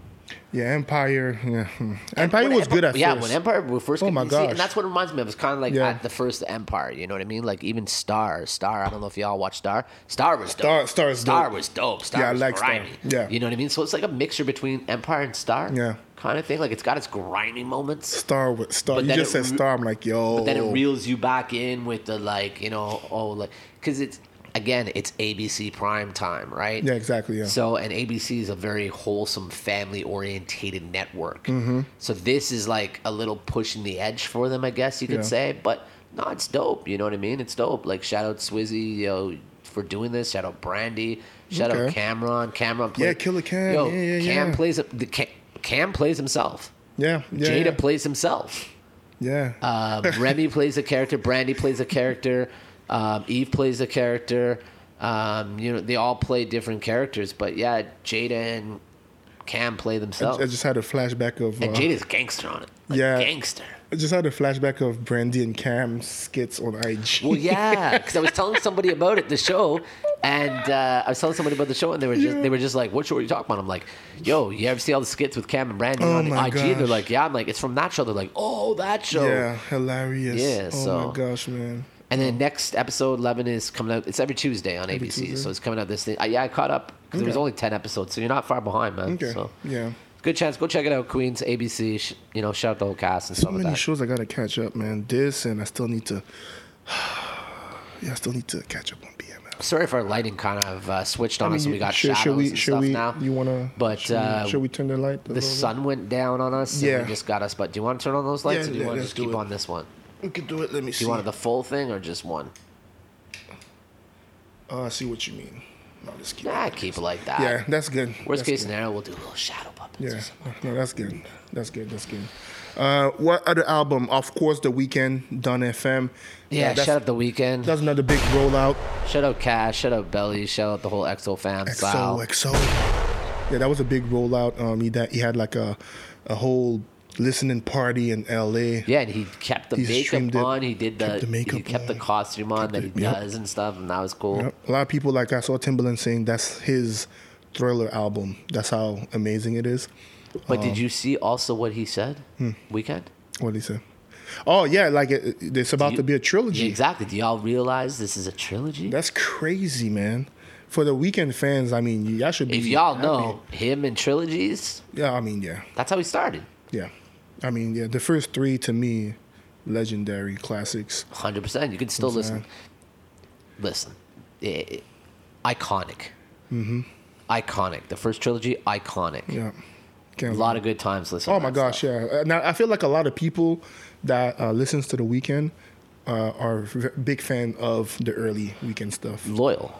Speaker 3: yeah, Empire. Yeah. hmm. Empire
Speaker 4: When
Speaker 3: was
Speaker 4: Empi-
Speaker 3: good at
Speaker 4: yeah,
Speaker 3: first.
Speaker 4: when Empire was first.
Speaker 3: Oh my
Speaker 4: you see,
Speaker 3: gosh.
Speaker 4: and that's what it reminds me of. It's kind of like
Speaker 3: Yeah.
Speaker 4: at the first Empire. You know what I mean? Like even Star, Star. I don't know if y'all watch Star. Star was dope.
Speaker 3: Star- Star is
Speaker 4: Star
Speaker 3: dope.
Speaker 4: was dope. Star
Speaker 3: Yeah, I
Speaker 4: was
Speaker 3: like Star.
Speaker 4: grimy.
Speaker 3: Yeah.
Speaker 4: you know what I mean. So it's like a mixture between Empire and Star.
Speaker 3: Yeah.
Speaker 4: kind of thing. Like it's got its grimy moments.
Speaker 3: Star with Star.
Speaker 4: But
Speaker 3: You
Speaker 4: then
Speaker 3: just
Speaker 4: it
Speaker 3: said
Speaker 4: re-
Speaker 3: Star. I'm like, yo.
Speaker 4: But then it reels you back in with the like, you know, oh, like, because it's again, it's ABC prime time, right?
Speaker 3: Yeah, exactly, yeah.
Speaker 4: So, and ABC is a very wholesome, family orientated network.
Speaker 3: Mm-hmm.
Speaker 4: So this is like a little pushing the edge for them, I guess you could
Speaker 3: Yeah.
Speaker 4: say. But no, it's dope. You know what I mean? It's dope. Like shout out Swizzy, yo, for doing this. Shout out Brandy. Shout out
Speaker 3: Okay.
Speaker 4: Cameron. Cameron. Play,
Speaker 3: Yeah, Killer Cam.
Speaker 4: Yo,
Speaker 3: Yeah, yeah,
Speaker 4: Cam
Speaker 3: yeah.
Speaker 4: plays the Cam, Cam plays himself.
Speaker 3: yeah, yeah,
Speaker 4: Jada
Speaker 3: yeah.
Speaker 4: plays himself.
Speaker 3: yeah.
Speaker 4: Um, Remy plays a character. Brandy plays a character. Um, Eve plays a character. Um, you know, they all play different characters, but yeah, Jada and Cam play
Speaker 3: I,
Speaker 4: themselves.
Speaker 3: I just had a flashback of.
Speaker 4: and
Speaker 3: Uh,
Speaker 4: Jada's gangster on it. Like,
Speaker 3: Yeah.
Speaker 4: gangster.
Speaker 3: I just had a flashback of Brandy and Cam skits on IG.
Speaker 4: Well, yeah, because I was telling somebody about it, the show, and uh, I was telling somebody about the show, and they were just they were just like, "What show are you talking about?" I'm like, "Yo, you ever see all the skits with Cam and Brandy
Speaker 3: Oh
Speaker 4: on
Speaker 3: my
Speaker 4: IG?" They're
Speaker 3: gosh.
Speaker 4: like, "Yeah." I'm like, "It's from that show." They're like, "Oh, that show."
Speaker 3: yeah, hilarious.
Speaker 4: Yeah,
Speaker 3: oh
Speaker 4: so-
Speaker 3: my gosh, man.
Speaker 4: And then next episode eleven is coming out. It's every Tuesday on ABC,
Speaker 3: Tuesday.
Speaker 4: so it's coming out this thing. Uh, yeah, I caught up because there was
Speaker 3: Okay.
Speaker 4: only ten episodes, so you're not far behind, man.
Speaker 3: Okay.
Speaker 4: So
Speaker 3: yeah.
Speaker 4: good chance. Go check it out, Queens ABC. Sh- you know, shout out the whole cast and
Speaker 3: So
Speaker 4: stuff like
Speaker 3: many
Speaker 4: that.
Speaker 3: shows I gotta catch up, man. This and I still need to. Yeah, I still need to catch up on BMF.
Speaker 4: Sorry if our lighting kind of uh, switched on us. and we got shadows and
Speaker 3: should
Speaker 4: stuff
Speaker 3: we,
Speaker 4: now.
Speaker 3: You wanna?
Speaker 4: But
Speaker 3: should,
Speaker 4: uh,
Speaker 3: we, should we turn the light?
Speaker 4: the sun went down on us. Yeah,
Speaker 3: Yeah.
Speaker 4: and we just got us. But do you want to turn on those lights,
Speaker 3: Yeah,
Speaker 4: or do you
Speaker 3: yeah,
Speaker 4: want to
Speaker 3: let's
Speaker 4: just
Speaker 3: do
Speaker 4: keep
Speaker 3: it.
Speaker 4: on this one?
Speaker 3: We could do it. Let me see.
Speaker 4: Do you want the full thing or just one?
Speaker 3: Oh, I Ah, see what you mean. No, just keep.
Speaker 4: Nah, keep it like that.
Speaker 3: Yeah, that's good.
Speaker 4: Worst
Speaker 3: That's
Speaker 4: case
Speaker 3: good.
Speaker 4: scenario, we'll do a little shadow puppets.
Speaker 3: Yeah, no, that's good. That's good. That's good. Uh, what other album? Of course, The Weeknd, Done FM.
Speaker 4: Yeah,
Speaker 3: Uh, that's,
Speaker 4: shout out the weekend.
Speaker 3: That's another big rollout.
Speaker 4: Shout out Cash. Shout out Belly. Shout out the whole EXO fam. Sal.
Speaker 3: XOXO. Yeah, that was a big rollout. Um, he that he had like a a whole listening party in L.A.
Speaker 4: Yeah, and he kept the
Speaker 3: He streamed
Speaker 4: makeup
Speaker 3: it,
Speaker 4: on. He did the,
Speaker 3: kept the
Speaker 4: he
Speaker 3: makeup
Speaker 4: kept the
Speaker 3: on,
Speaker 4: costume on that he
Speaker 3: kept it- yep.
Speaker 4: does and stuff, and that was cool.
Speaker 3: Yep. A lot of people like I saw Timbaland saying that's his Thriller album. That's how amazing it is.
Speaker 4: But
Speaker 3: Um,
Speaker 4: did you see also what he said?
Speaker 3: hmm.
Speaker 4: Weekend.
Speaker 3: What did he say? Oh yeah, like it, it's about
Speaker 4: You-
Speaker 3: to be a trilogy.
Speaker 4: Yeah, exactly. Do y'all realize this is a trilogy?
Speaker 3: That's crazy, man. For the weekend fans, I mean, y'all should be.
Speaker 4: if y'all
Speaker 3: happy.
Speaker 4: know him and trilogies,
Speaker 3: Yeah, I mean, yeah,
Speaker 4: that's how he started.
Speaker 3: yeah. I mean, yeah. The first three to me, legendary classics.
Speaker 4: Hundred percent. You can still listen. Listen, I- I- iconic. Iconic. The first trilogy, iconic.
Speaker 3: Mm-hmm. Yeah. Can't
Speaker 4: A lot of good times listening.
Speaker 3: Oh
Speaker 4: to
Speaker 3: my
Speaker 4: that
Speaker 3: gosh,
Speaker 4: stuff.
Speaker 3: yeah. Uh, Now I feel like a lot of people that uh, listens to the weekend uh, are v- big fan of the early weekend stuff.
Speaker 4: Loyal,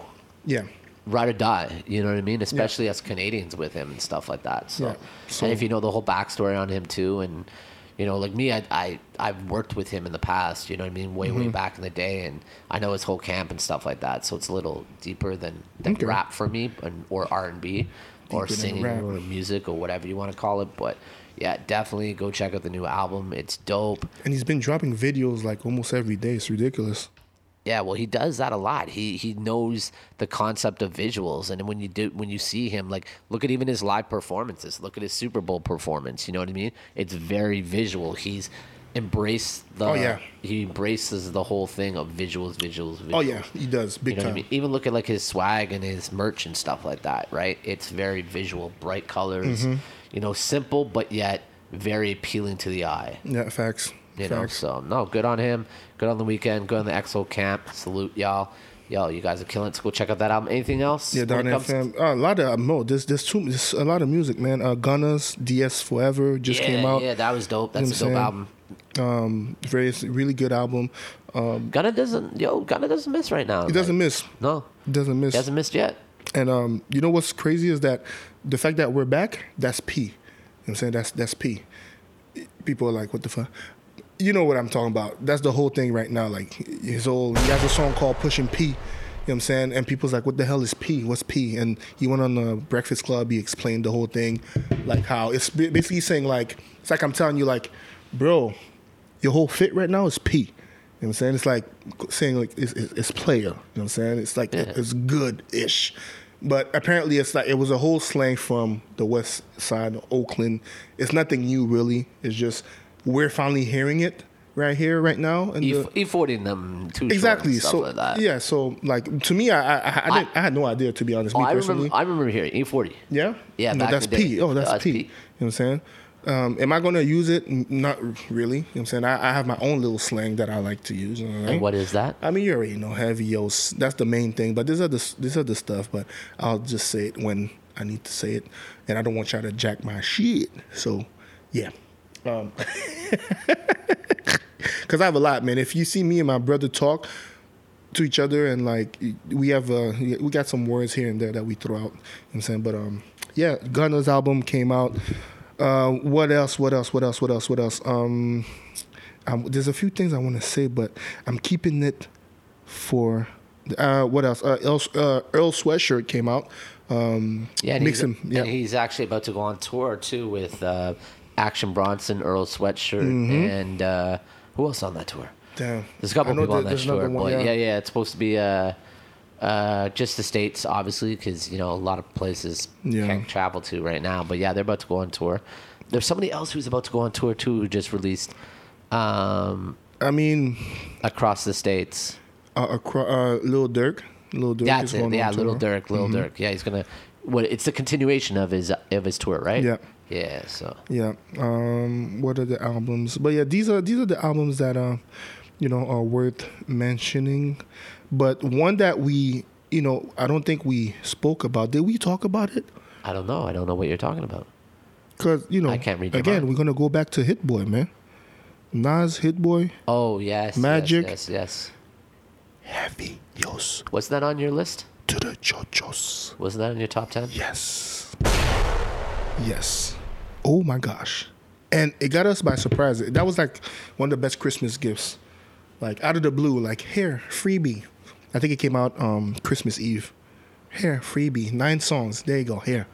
Speaker 3: Yeah.
Speaker 4: ride or die. You know what I mean? Especially as Canadians with him and stuff like that. So,
Speaker 3: Yeah. So-
Speaker 4: and if you know the whole backstory on him too, and you know, like me, I, I I've worked with him in the past. You know what I mean? Way
Speaker 3: Mm-hmm.
Speaker 4: way back in the day, and I know his whole camp and stuff like that. So it's a little deeper than than
Speaker 3: Okay.
Speaker 4: rap for me, and, or R and B, or
Speaker 3: Deeper than
Speaker 4: singing,
Speaker 3: rap.
Speaker 4: or music, or whatever you want to call it. But yeah, definitely go check out the new album. It's dope.
Speaker 3: And he's been dropping videos like almost every day. It's ridiculous.
Speaker 4: Yeah, well, he does that a lot. He he knows the concept of visuals, and when you do when you see him, like look at even his live performances. Look at his Super Bowl performance. You know what I mean? It's very visual. He's embraced the.
Speaker 3: Oh, yeah.
Speaker 4: He embraces the whole thing of visuals, visuals, visuals.
Speaker 3: Oh yeah, he does big
Speaker 4: You know what I
Speaker 3: time.
Speaker 4: mean? Even look at like his swag and his merch and stuff like that, right? It's very visual, bright colors,
Speaker 3: Mm-hmm.
Speaker 4: you know, simple but yet very appealing to the eye.
Speaker 3: Yeah, facts.
Speaker 4: You know,
Speaker 3: facts.
Speaker 4: so no, good on him. Good on the weekend. Good on the EXO camp. Salute y'all. Yo, you guys are killing. it. go check out that album. Anything else?
Speaker 3: Yeah,
Speaker 4: when
Speaker 3: Don
Speaker 4: it comes-
Speaker 3: FM. Uh, a lot of no, there's there's too there's a lot of music, man. Uh, Gunna's DS Forever just
Speaker 4: yeah,
Speaker 3: came out.
Speaker 4: Yeah, that was dope.
Speaker 3: You know
Speaker 4: That's
Speaker 3: what I'm
Speaker 4: a dope
Speaker 3: saying?
Speaker 4: album.
Speaker 3: Um, very really good album. Um,
Speaker 4: Gunna doesn't. Yo, Gunna doesn't miss right now.
Speaker 3: he doesn't miss.
Speaker 4: No,
Speaker 3: Doesn't miss.
Speaker 4: he hasn't missed yet.
Speaker 3: And um, you know what's crazy is that the fact that we're back, that's P. You know what I'm saying? That's that's P. People are like, what the fuck? You know what I'm talking about. That's the whole thing right now. Like his old he has a song called Pushing P. You know what I'm saying? And people's like, what the hell is P? What's P? And he went on the Breakfast Club, he explained the whole thing, like how it's ba- basically saying like it's like I'm telling you, like, bro, your whole fit right now is P. You know what I'm saying? It's like saying like it's, it's, it's player. You know what I'm saying? It's like it's good ish, but apparently it's like it was a whole slang from the West Side of Oakland. It's nothing new really. It's just we're finally hearing it right here, right now. And
Speaker 4: E E forty and them too. short and
Speaker 3: exactly.
Speaker 4: Stuff
Speaker 3: So
Speaker 4: like that.
Speaker 3: yeah. So like to me, I I, I, I, didn't, I had no idea to be honest.
Speaker 4: Oh,
Speaker 3: me
Speaker 4: I
Speaker 3: personally.
Speaker 4: remember. I remember hearing E forty.
Speaker 3: Yeah.
Speaker 4: Yeah,
Speaker 3: No,
Speaker 4: back
Speaker 3: that's
Speaker 4: in the day.
Speaker 3: P. Oh, that's,
Speaker 4: That's
Speaker 3: P.
Speaker 4: P.
Speaker 3: You know what I'm saying? Um, am I gonna use it? N- Not really. You know what I'm saying? I, I have my own little slang that I like to use. You know what I mean?
Speaker 4: And what is that?
Speaker 3: I mean, you already know heavy yo. s- That's the main thing. But this other s- this other stuff. But I'll just say it when I need to say it, and I don't want y'all to jack my shit. So, yeah. Um, Cause I have a lot, man. If you see me and my brother talk to each other, and like we have, uh, we got some words here and there that we throw out. You know what I'm saying, but um, yeah, Gunna's album came out. Uh, what else? What else? What else? What else? What else? Um, um, there's a few things I want to say, but I'm keeping it for uh, what else? Uh, Earl, uh, Earl Sweatshirt came out. Um,
Speaker 4: Yeah, and
Speaker 3: mix
Speaker 4: he's,
Speaker 3: him. Yeah,
Speaker 4: and he's actually about to go on tour too with uh, Action Bronson, Earl Sweatshirt, and uh, who else on that tour?
Speaker 3: Mm-hmm. Damn.
Speaker 4: There's a couple
Speaker 3: I know
Speaker 4: people on
Speaker 3: there-
Speaker 4: that
Speaker 3: there's another
Speaker 4: tour,
Speaker 3: one,
Speaker 4: but
Speaker 3: yeah.
Speaker 4: yeah. yeah, it's supposed to be uh, uh, just the states, obviously, because you know a lot of places
Speaker 3: Yeah.
Speaker 4: can't travel to right now. But yeah, they're about to go on tour. There's somebody else who's about to go on tour too, who just released um,
Speaker 3: I mean,
Speaker 4: across the states.
Speaker 3: uh, acro- uh, Lil Durk. Lil Durk
Speaker 4: That's
Speaker 3: is
Speaker 4: it.
Speaker 3: going
Speaker 4: Yeah,
Speaker 3: on
Speaker 4: Little
Speaker 3: tour. Mm-hmm.
Speaker 4: Dirk, Little Dirk. Yeah, he's gonna. What? It's the continuation of his of his tour, right?
Speaker 3: Yeah.
Speaker 4: Yeah. So.
Speaker 3: Yeah. Um, what are the albums? But yeah, these are these are the albums that uh, you know are worth mentioning. But one that we, you know, I don't think we spoke about. Did we talk about it?
Speaker 4: I don't know. I don't know what you're talking about.
Speaker 3: Because you know,
Speaker 4: I can't read your
Speaker 3: again.
Speaker 4: mind.
Speaker 3: We're gonna go back to Hit Boy, man. Nas, Hit Boy,
Speaker 4: Oh yes, yes,
Speaker 3: Magic.
Speaker 4: Yes, yes.
Speaker 3: Heavy Yos.
Speaker 4: Wasn't that on your list?
Speaker 3: to the chochos.
Speaker 4: Wasn't that in your top ten?
Speaker 3: Yes. Yes. Oh my gosh. And it got us by surprise. That was like one of the best Christmas gifts. Like out of the blue, like here, freebie. I think it came out um Christmas Eve. Here, freebie. Nine songs. There you go. Here.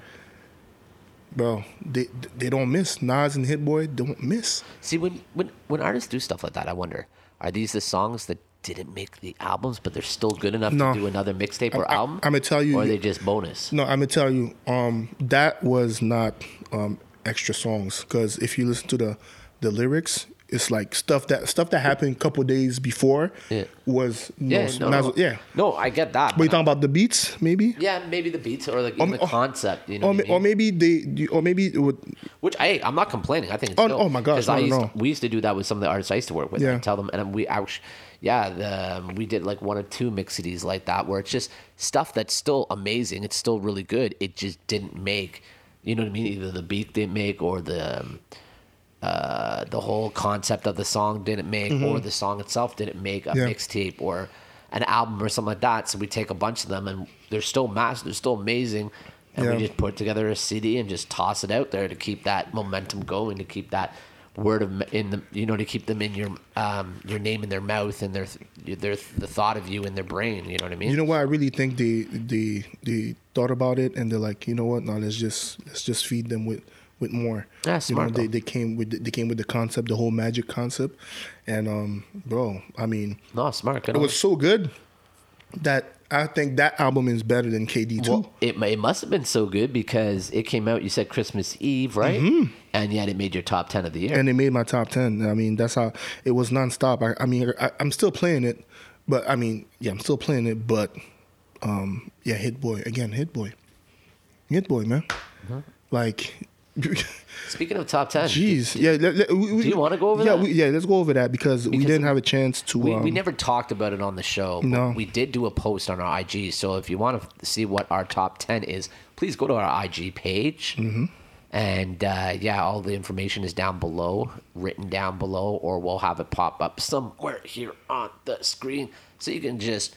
Speaker 3: Bro, they they don't miss. Nas and Hit Boy don't miss.
Speaker 4: See, when, when when artists do stuff like that, I wonder, are these the songs that didn't make the albums, but they're still good enough
Speaker 3: No.
Speaker 4: to do another mixtape
Speaker 3: I-
Speaker 4: or
Speaker 3: I-
Speaker 4: album?
Speaker 3: I'ma tell you-
Speaker 4: or are they just bonus?
Speaker 3: No, I'm gonna tell you, um, that was not um, extra songs because if you listen to the the lyrics, it's like stuff that stuff that happened a couple days before
Speaker 4: Yeah.
Speaker 3: was no,
Speaker 4: yeah, no, no.
Speaker 3: yeah.
Speaker 4: No, I get that.
Speaker 3: But you
Speaker 4: but I-
Speaker 3: talking about the beats, maybe,
Speaker 4: yeah, maybe the beats or like even the
Speaker 3: or-
Speaker 4: concept, you know.
Speaker 3: or,
Speaker 4: what I
Speaker 3: ma- or
Speaker 4: mean?
Speaker 3: maybe they, or maybe it would,
Speaker 4: Which I, I'm not complaining. I think. It's
Speaker 3: Oh,
Speaker 4: dope.
Speaker 3: oh my gosh,
Speaker 4: 'Cause
Speaker 3: no,
Speaker 4: I
Speaker 3: no,
Speaker 4: used,
Speaker 3: no.
Speaker 4: We used to do that with some of the artists I used to work with.
Speaker 3: Yeah.
Speaker 4: I tell them, and we, I, was- yeah, the, um, we did like one or two mix CDs like that, where it's just stuff that's still amazing. It's still really good. It just didn't make, you know what I mean? Either the beat didn't make, or the, um, uh, the whole concept of the song didn't make, or the song itself didn't make a
Speaker 3: Mm-hmm. Yeah.
Speaker 4: mixtape or an album or something like that. So we take a bunch of them, and they're still mass, they're still amazing, and
Speaker 3: Yeah.
Speaker 4: we just put together a CD and just toss it out there to keep that momentum going, to keep that word of m- in the you know to keep them in your um your name in their mouth and their th- their the thought of you in their brain. You know what I mean?
Speaker 3: you know what? I really think they they they thought about it and they're like, you know what? No, let's just let's just feed them with with more. you
Speaker 4: Yeah,
Speaker 3: know,
Speaker 4: smart,
Speaker 3: they,
Speaker 4: though.
Speaker 3: they came with the, they came with the concept, the whole magic concept, and um, bro, I mean,
Speaker 4: no, smart. Good
Speaker 3: It
Speaker 4: on
Speaker 3: was so good that I think that album is better than KD too.
Speaker 4: Well, it, mu- it must have been so good because it came out. You said Christmas Eve, right? And yet it made your top ten of the year.
Speaker 3: Mm-hmm. and it made my top ten. I mean, that's how it was nonstop. I, I mean, I, I'm still playing it, but I mean, yeah, I'm still playing it. But um, yeah, Hit Boy again, Hit Boy, Hit Boy, man.
Speaker 4: Uh-huh.
Speaker 3: Like,
Speaker 4: Speaking of top ten,
Speaker 3: jeez, yeah. Let, let- we,
Speaker 4: Do you wanna go over
Speaker 3: yeah,
Speaker 4: that?
Speaker 3: We, yeah, let's go over that because, we
Speaker 4: Because
Speaker 3: didn't have a chance to.
Speaker 4: we,
Speaker 3: um,
Speaker 4: we never talked about it on the show. but
Speaker 3: No.
Speaker 4: we did do a post on our IG. So if you want to see what our top ten is, please go to our IG page. Mm-hmm. And uh, yeah, all the information is down below, written down below, or we'll have it pop up somewhere here on the screen, so you can just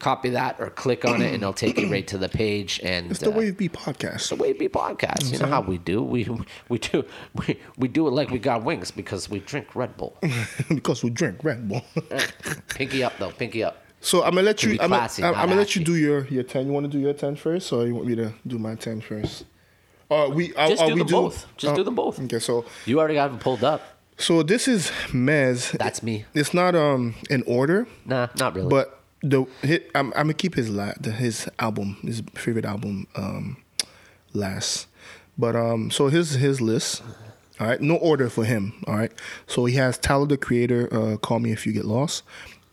Speaker 4: copy that or click on it, and it'll take you right to the page. And
Speaker 3: It's the
Speaker 4: uh,
Speaker 3: Wave B podcast.
Speaker 4: the Wavy Podcast. You know how we do. We we do we, we do it like we got wings because we drink Red Bull.
Speaker 3: because we drink Red Bull.
Speaker 4: pinky up though, pinky up.
Speaker 3: So I'm gonna let you.
Speaker 4: be
Speaker 3: I'm,
Speaker 4: classy,
Speaker 3: gonna,
Speaker 4: not
Speaker 3: I'm gonna let you
Speaker 4: ashy.
Speaker 3: do your your ten. You want to do your ten first, or you want me to do my ten first? Or we? Or,
Speaker 4: Just
Speaker 3: or
Speaker 4: do
Speaker 3: we Oh,
Speaker 4: them both. Just do them both.
Speaker 3: Okay, so
Speaker 4: You already got them pulled up.
Speaker 3: so this is Mez.
Speaker 4: That's me.
Speaker 3: It's not um in order,
Speaker 4: Nah, not really.
Speaker 3: but the hit, I'm I'm gonna keep his la- the, his album his favorite album um last, but um so his his list. All right, no order for him. All right, so he has Tyler the Creator, uh, "Call Me If You Get Lost,"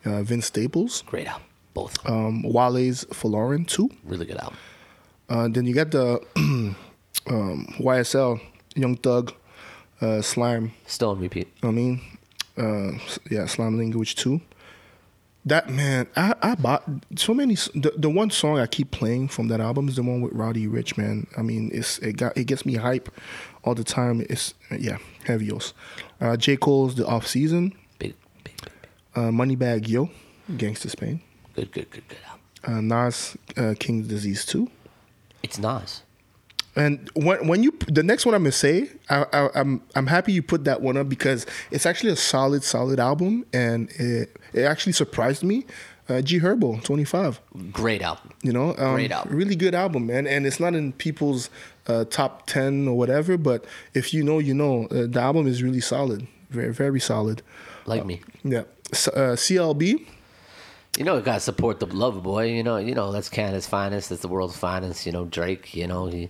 Speaker 3: uh, Vince Staples,
Speaker 4: great album. Both
Speaker 3: um, Wale's "Falorin" too.
Speaker 4: really good album.
Speaker 3: Uh, then you got the um, YSL, Young Thug, uh, Slime.
Speaker 4: Still on repeat.
Speaker 3: I mean, uh, yeah, Slime Language too. That man, I, I bought so many. s- The, the one song I keep playing from that album is the one with Roddy Rich, man. I mean, it's it got it gets me hype all the time. It's yeah, heavios. Uh, J Cole's the off season,
Speaker 4: Big, big, big, big.
Speaker 3: uh, Moneybag Yo, Gangsta Spain,
Speaker 4: good, good, good, good album.
Speaker 3: uh, Nas uh, King's Disease too.
Speaker 4: It's Nas.
Speaker 3: And when when you the next one I'm gonna say, I, I, I'm I'm happy you put that one up because it's actually a solid solid album, and it it actually surprised me. Uh, G Herbo, 25.
Speaker 4: Great album.
Speaker 3: You know, um,
Speaker 4: Great album.
Speaker 3: really good album, man. And it's not in people's uh, top 10 or whatever, but if you know, you know. Uh, the album is really solid, very very solid. uh,
Speaker 4: Like me.
Speaker 3: Yeah, S uh, CLB.
Speaker 4: You know, you gotta support the lover boy. You know, you know that's Canada's finest. That's the world's finest. You know, Drake. You know, he,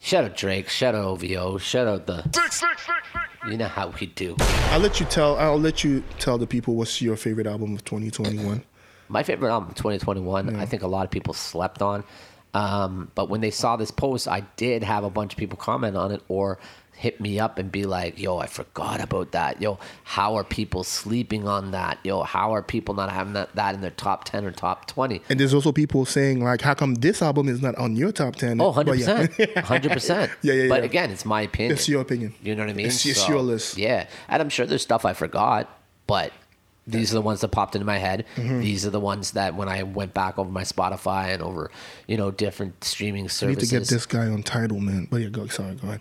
Speaker 4: shout out Drake. Shout out OVO. Shout out the. You know how we do.
Speaker 3: I'll let you tell. I'll let you tell the people what's your favorite album of 2021.
Speaker 4: My favorite album, 2021. I think a lot of people slept on. Um, but when they saw this post, I did have a bunch of people comment on it or hit me up and be like, yo, I forgot about that. Yo, how are people sleeping on that? Yo, how are people not having that, that in their top 10 or top 20?
Speaker 3: And there's also people saying like, "How come this album is not on your top 10?
Speaker 4: Oh, 100%.
Speaker 3: But yeah.
Speaker 4: 100%.
Speaker 3: Yeah, yeah,
Speaker 4: But
Speaker 3: yeah.
Speaker 4: again, it's my opinion.
Speaker 3: It's your opinion.
Speaker 4: You know what I mean?
Speaker 3: It's- it's your list.
Speaker 4: Yeah. And I'm sure there's stuff I forgot, but These are the ones that popped into my head.
Speaker 3: Mm-hmm.
Speaker 4: These are the ones that when I went back over my Spotify and over, you know, different streaming
Speaker 3: I need to
Speaker 4: services.
Speaker 3: get this guy on title, man. But yeah, go. Sorry, go ahead.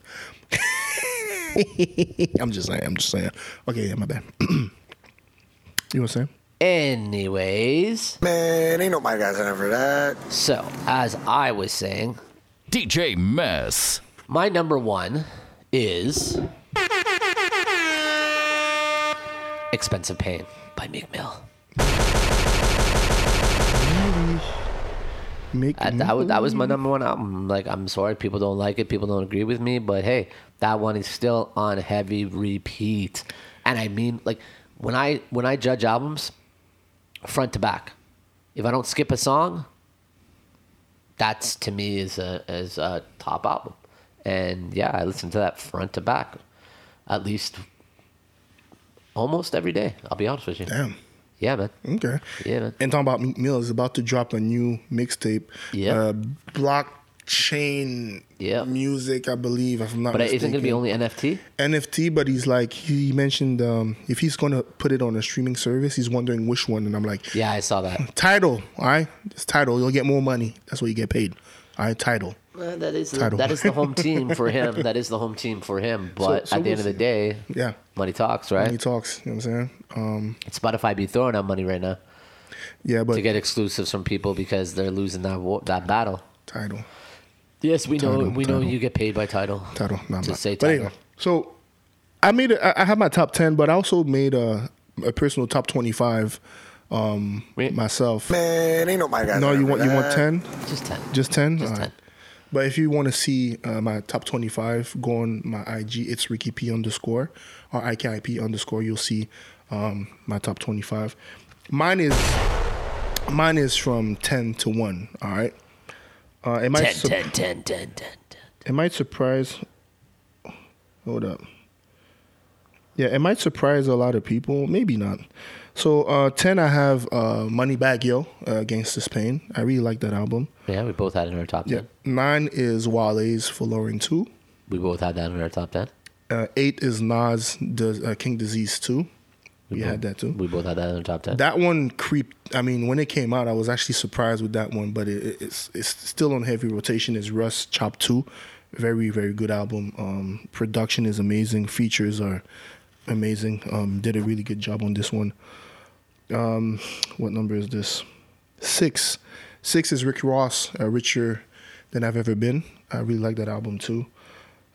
Speaker 3: I'm just saying. I'm just saying. Okay, yeah, my bad. you know what I'm saying?
Speaker 4: Anyways,
Speaker 1: Man, ain't nobody got time for that.
Speaker 4: so as I was saying,
Speaker 5: DJ Mess.
Speaker 4: my number one is Expensive Pain by Meek Mill.
Speaker 3: Make
Speaker 4: That, that, was, that was my number one album. Like, I'm sorry, people don't like it, people don't agree with me, but hey, that one is still on heavy repeat. And I mean, like, when I when I judge albums, front to back, if I don't skip a song, that's to me is a is a top album. And yeah, I listen to that front to back, at least almost every day. I'll be honest with you.
Speaker 3: damn.
Speaker 4: Yeah, man.
Speaker 3: Okay.
Speaker 4: Yeah, man.
Speaker 3: And talking about Meek Mill is about to drop a new mixtape.
Speaker 4: Yeah.
Speaker 3: Uh, blockchain.
Speaker 4: Yeah.
Speaker 3: Music, I believe. If I'm not.
Speaker 4: But it
Speaker 3: mistaken.
Speaker 4: isn't gonna be only NFT.
Speaker 3: NFT, but he's like he mentioned um, if he's gonna put it on a streaming service, he's wondering which one, and I'm like,
Speaker 4: Yeah, I saw that.
Speaker 3: title, all right, it's title. You'll get more money. That's what you get paid. All right, title.
Speaker 4: Well, Uh, that is the,
Speaker 3: Title.
Speaker 4: that is the home team for him. That is the home team for him. But
Speaker 3: so
Speaker 4: at the
Speaker 3: we'll
Speaker 4: end of the
Speaker 3: see.
Speaker 4: day,
Speaker 3: Yeah.
Speaker 4: money talks, right?
Speaker 3: He talks. You know what I'm saying? Um,
Speaker 4: Spotify be throwing out money right now
Speaker 3: yeah, but
Speaker 4: to get exclusives from people because they're losing that war, that battle.
Speaker 3: title,
Speaker 4: Yes, we know.
Speaker 3: Title,
Speaker 4: we know
Speaker 3: title.
Speaker 4: you get paid by title.
Speaker 3: title. No, I'm
Speaker 4: To
Speaker 3: not.
Speaker 4: say
Speaker 3: But
Speaker 4: title.
Speaker 3: anyway, so I made. A, I I have my top ten, but I also made a, a personal top twenty-five um,
Speaker 4: Wait.
Speaker 3: myself.
Speaker 1: Man, ain't nobody got
Speaker 3: No,
Speaker 1: time
Speaker 3: you
Speaker 1: for
Speaker 3: want you want
Speaker 1: that.
Speaker 3: ten?
Speaker 4: Just ten.
Speaker 3: Just 10?
Speaker 4: Just 10.
Speaker 3: But if you want to see uh, my top 25, go on my IG. It's Ricky P underscore or IKIP underscore. You'll see um, my top 25. Mine is mine is from 10 to 1. All right. Uh, it, might
Speaker 4: 10,
Speaker 3: sup-
Speaker 4: 10, 10, 10, 10, 10.
Speaker 3: it might surprise. Hold up. Yeah, it might surprise a lot of people. Maybe not. So uh, 10, I have uh, Money Bag Yo uh, against this pain. I really like that album.
Speaker 4: Yeah, we both had it in our top
Speaker 3: Yeah.
Speaker 4: ten.
Speaker 3: Nine is Wale's Flooring 2.
Speaker 4: We both had that in our top ten.
Speaker 3: Uh, eight is Nas does, uh, King Disease 2. We had that too.
Speaker 4: We both had that in our top ten.
Speaker 3: That one creeped. I mean, when it came out, I was actually surprised with that one, but it, it- it's it's still on heavy rotation. Is Russ Chop 2. Very, very good album. Um, production is amazing. Features are amazing. Um, did a really good job on this one. Um, what number is this? Six. Six is Rick Ross, uh, Richer Than I've Ever Been. I really like that album too.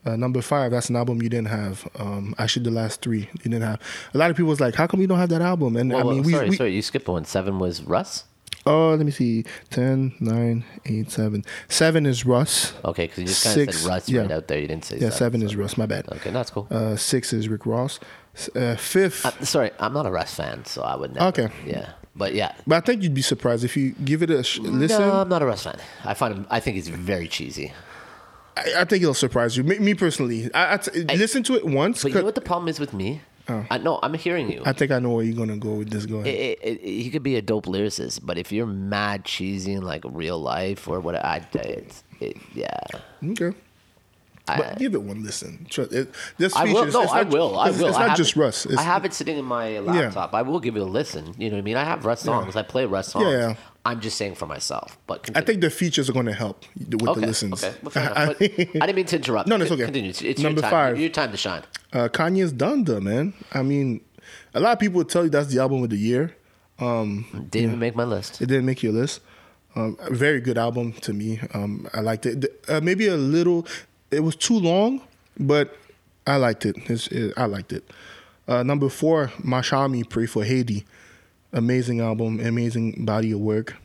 Speaker 3: Uh, number five, that's an album you didn't have. Um, actually, the last three you didn't have. A lot of people was like, "How come you don't have that album?" And I
Speaker 4: Well,
Speaker 3: mean,
Speaker 4: well,
Speaker 3: we,
Speaker 4: sorry,
Speaker 3: we
Speaker 4: sorry, you skipped one. Seven was Russ.
Speaker 3: oh, let me see, 10, 9, 8, 7. Seven is Russ.
Speaker 4: Okay, because you just kind of
Speaker 3: Six,
Speaker 4: said Russ
Speaker 3: yeah.
Speaker 4: right out there. You didn't say
Speaker 3: Yeah, seven
Speaker 4: so-
Speaker 3: is Russ. My bad.
Speaker 4: Okay, that's cool.
Speaker 3: Uh, six is Rick Ross. S- Uh, fifth,
Speaker 4: Uh, sorry, I'm not a Russ fan, so I would never.
Speaker 3: Okay.
Speaker 4: Yeah, but yeah.
Speaker 3: but I think you'd be surprised if you give it a sh- listen.
Speaker 4: No, I'm not a Russ fan. I find him. I think he's very cheesy.
Speaker 3: I, I think it'll surprise you. Me, me personally, I, I t- listen to it once.
Speaker 4: But you know
Speaker 3: 'cause-
Speaker 4: what the problem is with me?
Speaker 3: Oh.
Speaker 4: I know I'm hearing you.
Speaker 3: I think I know where you're gonna go with this. Go ahead.
Speaker 4: It- it- it- he could be a dope lyricist, but if you're mad cheesy in like real life or what, I it's, it, yeah.
Speaker 3: okay. But give it one listen. Tr- It, this
Speaker 4: I
Speaker 3: feature,
Speaker 4: will.
Speaker 3: it's-
Speaker 4: No,
Speaker 3: it's
Speaker 4: I
Speaker 3: not-
Speaker 4: will. I
Speaker 3: it's-
Speaker 4: will.
Speaker 3: It's
Speaker 4: I
Speaker 3: not
Speaker 4: have
Speaker 3: just
Speaker 4: it-
Speaker 3: Russ. It's,
Speaker 4: I have it sitting in my laptop. I will give it a listen. You know what I mean? I have Russ songs. I play Russ songs.
Speaker 3: Yeah, yeah.
Speaker 4: I'm just saying for myself. But
Speaker 3: I
Speaker 4: continue.
Speaker 3: think the features are going to help with the listens.
Speaker 4: Okay. Well, fair enough.
Speaker 3: I-
Speaker 4: But I, didn't mean to interrupt.
Speaker 3: No, that's
Speaker 4: Con-
Speaker 3: okay.
Speaker 4: Continue. It's, it's
Speaker 3: Number
Speaker 4: your time.
Speaker 3: five.
Speaker 4: Your time to shine.
Speaker 3: uh, Kanye's Donda, man. I mean, a lot of people would tell you that's the album of the year. Um,
Speaker 4: Didn't even make my list.
Speaker 3: It didn't make your list. Um, a very good album to me. Um, I liked it. The- Uh, maybe a little. It was too long, but I liked it. It's, it I liked it. Uh, number four, Mashami, Pray for Haiti. Amazing album. Amazing body of work.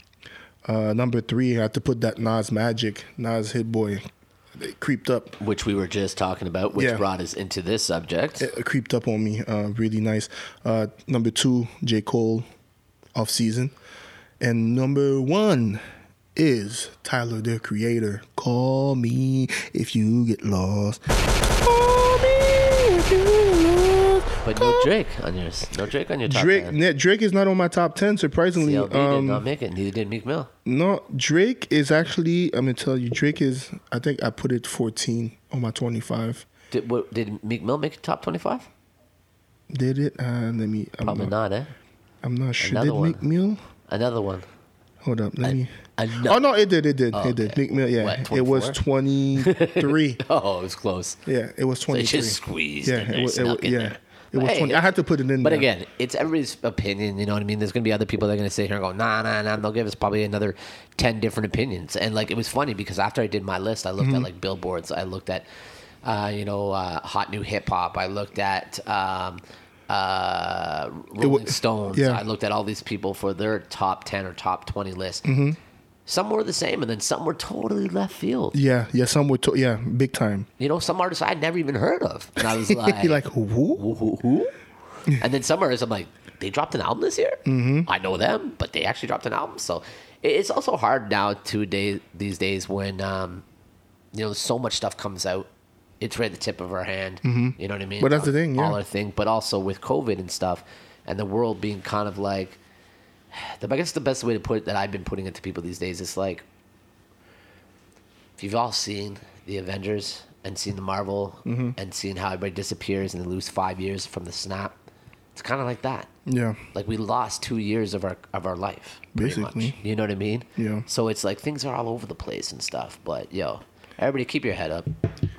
Speaker 3: Uh, number three, I had to put that Nas Magic, Nas Hit Boy. It creeped up.
Speaker 4: Which we were just talking about, which
Speaker 3: Yeah.
Speaker 4: brought us into this subject.
Speaker 3: it creeped up on me. Uh, really nice. Uh, number two, J. Cole, off season, and number one is Tyler the Creator. Call me if you get lost. Call me if you get lost.
Speaker 4: but no Drake on yours. No Drake on your top
Speaker 3: Drake,
Speaker 4: ten.
Speaker 3: yeah, Drake is not on my top ten. Surprisingly,
Speaker 4: CLB did
Speaker 3: um,
Speaker 4: not make it. Neither did Meek Mill.
Speaker 3: no, Drake is actually. I'm gonna tell you, Drake is. I think I put it 14 on my 25.
Speaker 4: Did, what, did Meek Mill make top twenty-five?
Speaker 3: Did it? Uh, let me. I'm
Speaker 4: Probably
Speaker 3: not-
Speaker 4: not. Eh.
Speaker 3: I'm not sure.
Speaker 4: Another
Speaker 3: did
Speaker 4: one.
Speaker 3: Meek Mill?
Speaker 4: Another one.
Speaker 3: Hold up, let me.
Speaker 4: another-
Speaker 3: oh no, it did, it did,
Speaker 4: Oh,
Speaker 3: it did.
Speaker 4: okay.
Speaker 3: Meek Mill, yeah,
Speaker 4: What,
Speaker 3: it was
Speaker 4: 24?
Speaker 3: twenty three.
Speaker 4: Oh, it was close.
Speaker 3: yeah, it was
Speaker 4: They
Speaker 3: twenty three.
Speaker 4: just squeezed.
Speaker 3: Yeah,
Speaker 4: and
Speaker 3: it was. It
Speaker 4: snuck
Speaker 3: was
Speaker 4: in
Speaker 3: yeah,
Speaker 4: there.
Speaker 3: it was
Speaker 4: But hey,
Speaker 3: twenty. I had to put it in.
Speaker 4: But
Speaker 3: there.
Speaker 4: again, it's everybody's opinion. You know what I mean? There's going to be other people that are going to sit here and go, nah, nah, nah. And they'll give us probably another 10 different opinions. And like, it was funny because after I did my list, I
Speaker 3: Mm-hmm.
Speaker 4: looked at like billboards. I looked at, uh, you know, uh, hot new hip hop. I looked at, um, uh, Rolling Stones.
Speaker 3: yeah.
Speaker 4: I looked at all these people for their top 10 or top 20 list.
Speaker 3: Mm-hmm.
Speaker 4: Some were the same, and then some were totally left field.
Speaker 3: yeah, yeah, some were. To- yeah, big time.
Speaker 4: You know, some artists I'd never even heard of. And I was like,
Speaker 3: You're like, who?
Speaker 4: who, who, who? and then some artists, I'm like, they dropped an album this year. Mm-hmm. I know them, but they actually dropped an album. So it- it's also hard now today these days when um, you know so much stuff comes out. It's right at the tip of our hand. You know what I mean?
Speaker 3: Mm-hmm. But that's the
Speaker 4: It's
Speaker 3: thing, yeah.
Speaker 4: All our thing, but also with COVID and stuff, and the world being kind of like, the, I guess the best way to put it that I've been putting it to people these days is like, if you've all seen the Avengers and seen the Marvel
Speaker 3: Mm-hmm.
Speaker 4: and seen how everybody disappears and they lose five years from the snap, it's kind of like that.
Speaker 3: Yeah,
Speaker 4: Like we lost two years of our of our life, pretty much.
Speaker 3: Basically.
Speaker 4: You know what I mean?
Speaker 3: Yeah.
Speaker 4: So it's like things are all over the place and stuff. But yo, everybody, keep your head up.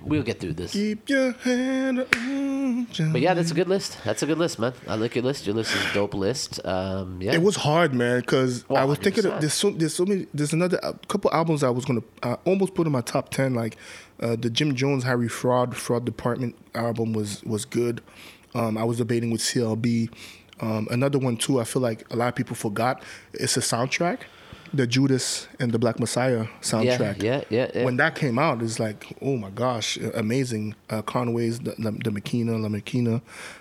Speaker 4: We'll get through this.
Speaker 3: keep your hand. up, mm, angel.
Speaker 4: But yeah, that's a good list. That's a good list, man. I like your list. Your list is a dope list. Um, yeah.
Speaker 3: It was hard, man, because
Speaker 4: Well,
Speaker 3: I was thinking of,
Speaker 4: 100%.
Speaker 3: there's so there's so many there's another a couple albums I was gonna I almost put in my top ten like uh, the Jim Jones Harry Fraud Fraud Department album was was good. Um, I was debating with CLB. Um, another one too. I feel like a lot of people forgot. It's a soundtrack, the Judas and the Black Messiah soundtrack.
Speaker 4: yeah, yeah, yeah.
Speaker 3: When that came out, it's like oh my gosh, amazing. Uh, Conway's the, the, the Makina La Makina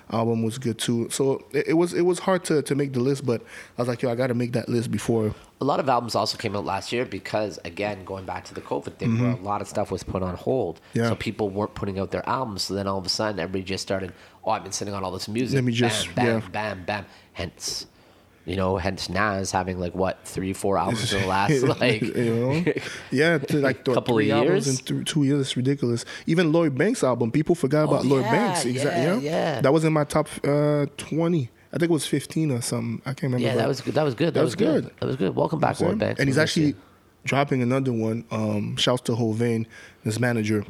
Speaker 3: album was good too. So it, it was it was hard to, to make the list, but I was like yo, I got to make that list before
Speaker 4: a lot of albums also came out last year because again going back to the covid thing where a lot of stuff was put on hold
Speaker 3: Mm-hmm. Yeah.
Speaker 4: so people weren't putting out their albums so then all of a sudden everybody just started oh i've been sitting on all this music
Speaker 3: Let me just-
Speaker 4: bam bam
Speaker 3: yeah.
Speaker 4: bam bam hence you know hence Nas having like what three four albums in the last like
Speaker 3: you know? yeah, to like th-
Speaker 4: Couple of
Speaker 3: three albums in
Speaker 4: years?
Speaker 3: th- two years. It's ridiculous. Even Lloyd Banks album, people forgot about Lloyd
Speaker 4: Oh, yeah,
Speaker 3: Banks. Exactly.
Speaker 4: yeah, yeah.
Speaker 3: That was in my top uh, twenty. I think it was fifteen or something. I can't remember.
Speaker 4: yeah
Speaker 3: but-
Speaker 4: that was good that was good that, was good. that was good welcome back Lord Banks
Speaker 3: and he's
Speaker 4: We miss
Speaker 3: actually
Speaker 4: you.
Speaker 3: dropping another one. Um, shouts to Hovain, his manager.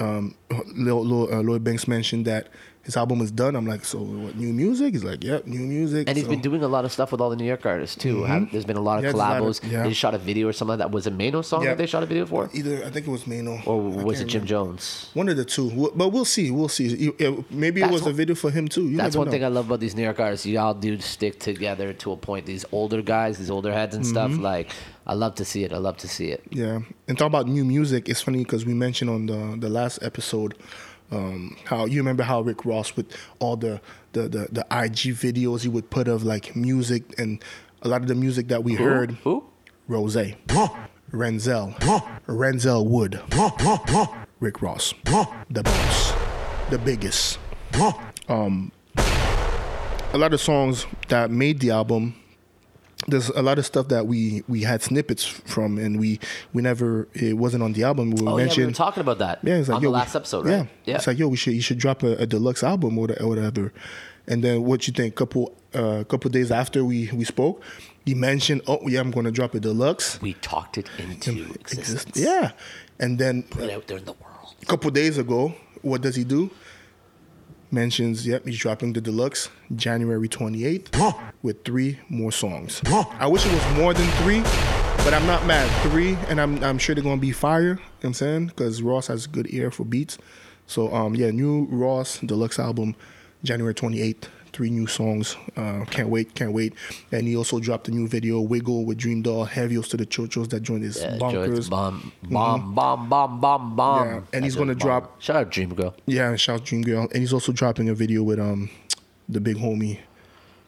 Speaker 3: Um, Lil, Lil, uh, Lloyd Banks mentioned that his album is done. I'm like, so what? New music? He's like, yep, new music.
Speaker 4: and he's
Speaker 3: so, Mm-hmm.
Speaker 4: been doing a lot of stuff with all the New York artists too. Have- There's been a lot of
Speaker 3: Yeah, there's a lot of-
Speaker 4: collabos.
Speaker 3: yeah.
Speaker 4: They shot a video or something like that. Was it Mano song
Speaker 3: Yeah.
Speaker 4: that they shot a video for,
Speaker 3: either. I think it was Mano
Speaker 4: or
Speaker 3: I
Speaker 4: was it
Speaker 3: can't
Speaker 4: Jim
Speaker 3: remember.
Speaker 4: Jones?
Speaker 3: One of the two, W- but we'll see. We'll see. You- uh, Maybe it
Speaker 4: That's
Speaker 3: was a
Speaker 4: what-
Speaker 3: video for him too. You
Speaker 4: That's
Speaker 3: never
Speaker 4: one
Speaker 3: know.
Speaker 4: thing I love about these New York artists. Y'all do stick together to a point. These older guys, these older heads and stuff.
Speaker 3: Mm-hmm.
Speaker 4: Like, I love to see it. I love to see it.
Speaker 3: Yeah, and talk about new music. It's funny because we mentioned on the the last episode um, how you remember how Rick Ross with all the the, the the IG videos he would put of like music and a lot of the music that we heard.
Speaker 4: Who?
Speaker 3: Rose, Renzel, Renzel Wood, Rick Ross, the boss, the biggest. Um, a lot of songs that made the album. There's a lot of stuff that we we had snippets from, and we we never it wasn't on the album. We
Speaker 4: Oh yeah, we were
Speaker 3: mentioned.
Speaker 4: talking about that.
Speaker 3: Yeah, it's like
Speaker 4: on
Speaker 3: yo,
Speaker 4: the
Speaker 3: we-
Speaker 4: last episode, right?
Speaker 3: Yeah. it's like yo, we should you should drop a, a deluxe album or, the- or whatever. And then what you think? Couple uh, couple days after we we spoke, he mentioned, oh yeah, I'm going to drop a deluxe.
Speaker 4: we talked it into existence.
Speaker 3: Yeah, and then
Speaker 4: Put it out there in the world.
Speaker 3: a couple days ago, what does he do? Mentions, yep, he's dropping the deluxe January 28th with three more songs. I wish it was more than three, but I'm not mad. Three, and I'm, I'm sure they're gonna be fire. You know what I'm saying because Ross has a good ear for beats. So um, yeah, new Ross deluxe album, January 28th. Three new songs. Uh, can't wait, can't wait. And he also dropped a new video, Wiggle with Dream Doll, Heavios to the Chochos that joined his
Speaker 4: Yeah,
Speaker 3: bonkers. Mm-hmm.
Speaker 4: Joy's bomb, bomb, bomb, bomb, bomb, bomb.
Speaker 3: Yeah, and he's
Speaker 4: That's
Speaker 3: gonna
Speaker 4: a bomb.
Speaker 3: drop-
Speaker 4: Shout out Dream Girl.
Speaker 3: Yeah, and shout out Dream Girl. And he's also dropping a video with um the big homie,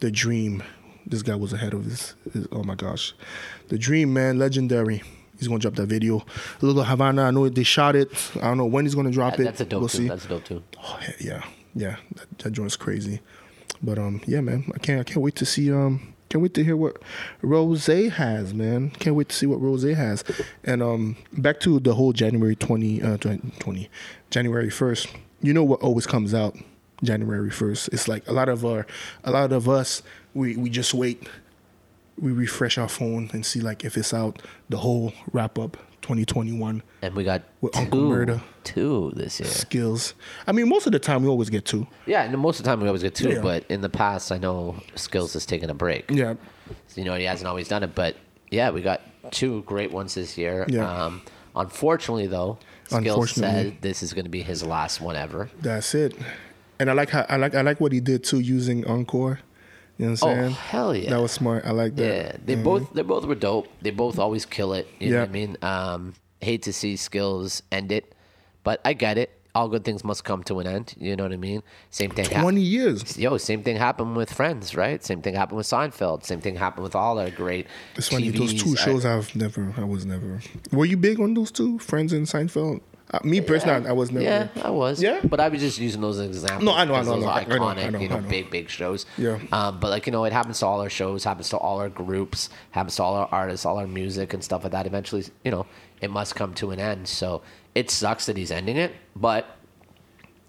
Speaker 3: the Dream. This guy was ahead of his, his oh my gosh. The Dream, man, legendary. He's gonna drop that video. Little Havana, I know they shot it. I don't know when he's gonna drop it.
Speaker 4: That's a dope
Speaker 3: we'll
Speaker 4: tune.
Speaker 3: see.
Speaker 4: That's a dope tune.
Speaker 3: Oh, he- yeah, yeah. That, that joint's crazy. But um yeah, man. I can't I can't wait to see um can't wait to hear what Rose has, man. Can't wait to see what Rose has. And um back to the whole January 20 uh 20 January 1st. You know what always comes out January first. It's like a lot of our, a lot of us, we we just wait. We refresh our phone and see like if it's out the whole wrap up 2021
Speaker 4: And we got
Speaker 3: With Uncle
Speaker 4: two,
Speaker 3: Murda.
Speaker 4: two this year.
Speaker 3: skills. I mean, most of the time we always get two.
Speaker 4: Yeah, and most of the time we always get two,
Speaker 3: Yeah.
Speaker 4: but in the past, I know Skills has taken a break.
Speaker 3: Yeah,
Speaker 4: You know, he hasn't always done it, but yeah, we got two great ones this year.
Speaker 3: Yeah.
Speaker 4: Um, unfortunately, though, Skills
Speaker 3: Unfortunately.
Speaker 4: said this is going to be his last one ever.
Speaker 3: that's it. And I like how I like I like what he did too using encore. You know what I'm
Speaker 4: Oh,
Speaker 3: saying?
Speaker 4: hell yeah.
Speaker 3: That was smart. I like that.
Speaker 4: Yeah, they both they both were dope. They both always kill it. You know what I
Speaker 3: mm-hmm. Yeah.
Speaker 4: mean? Um, hate to see skills end it, but I get it. All good things must come to an end. You know what I mean? Same thing. hap-
Speaker 3: Twenty years.
Speaker 4: Yo, same thing happened with Friends, right? Same thing happened with Seinfeld. Same thing happened with all our great. uh,
Speaker 3: It's funny.
Speaker 4: TVs.
Speaker 3: those two shows I've never. I was never. Were you big on those two? Friends and Seinfeld. Uh, me personally, I was never.
Speaker 4: Yeah, I was.
Speaker 3: Yeah?
Speaker 4: but I was just using those as examples.
Speaker 3: No, I know, I
Speaker 4: because
Speaker 3: know, I
Speaker 4: Those
Speaker 3: know.
Speaker 4: are
Speaker 3: I know, I
Speaker 4: iconic,
Speaker 3: know,
Speaker 4: you know,
Speaker 3: I know.
Speaker 4: big big shows.
Speaker 3: Yeah.
Speaker 4: Um, but like you know, it happens to all our shows, happens to all our groups, happens to all our artists, all our music and stuff like that. Eventually, you know, it must come to an end. So it sucks that he's ending it, but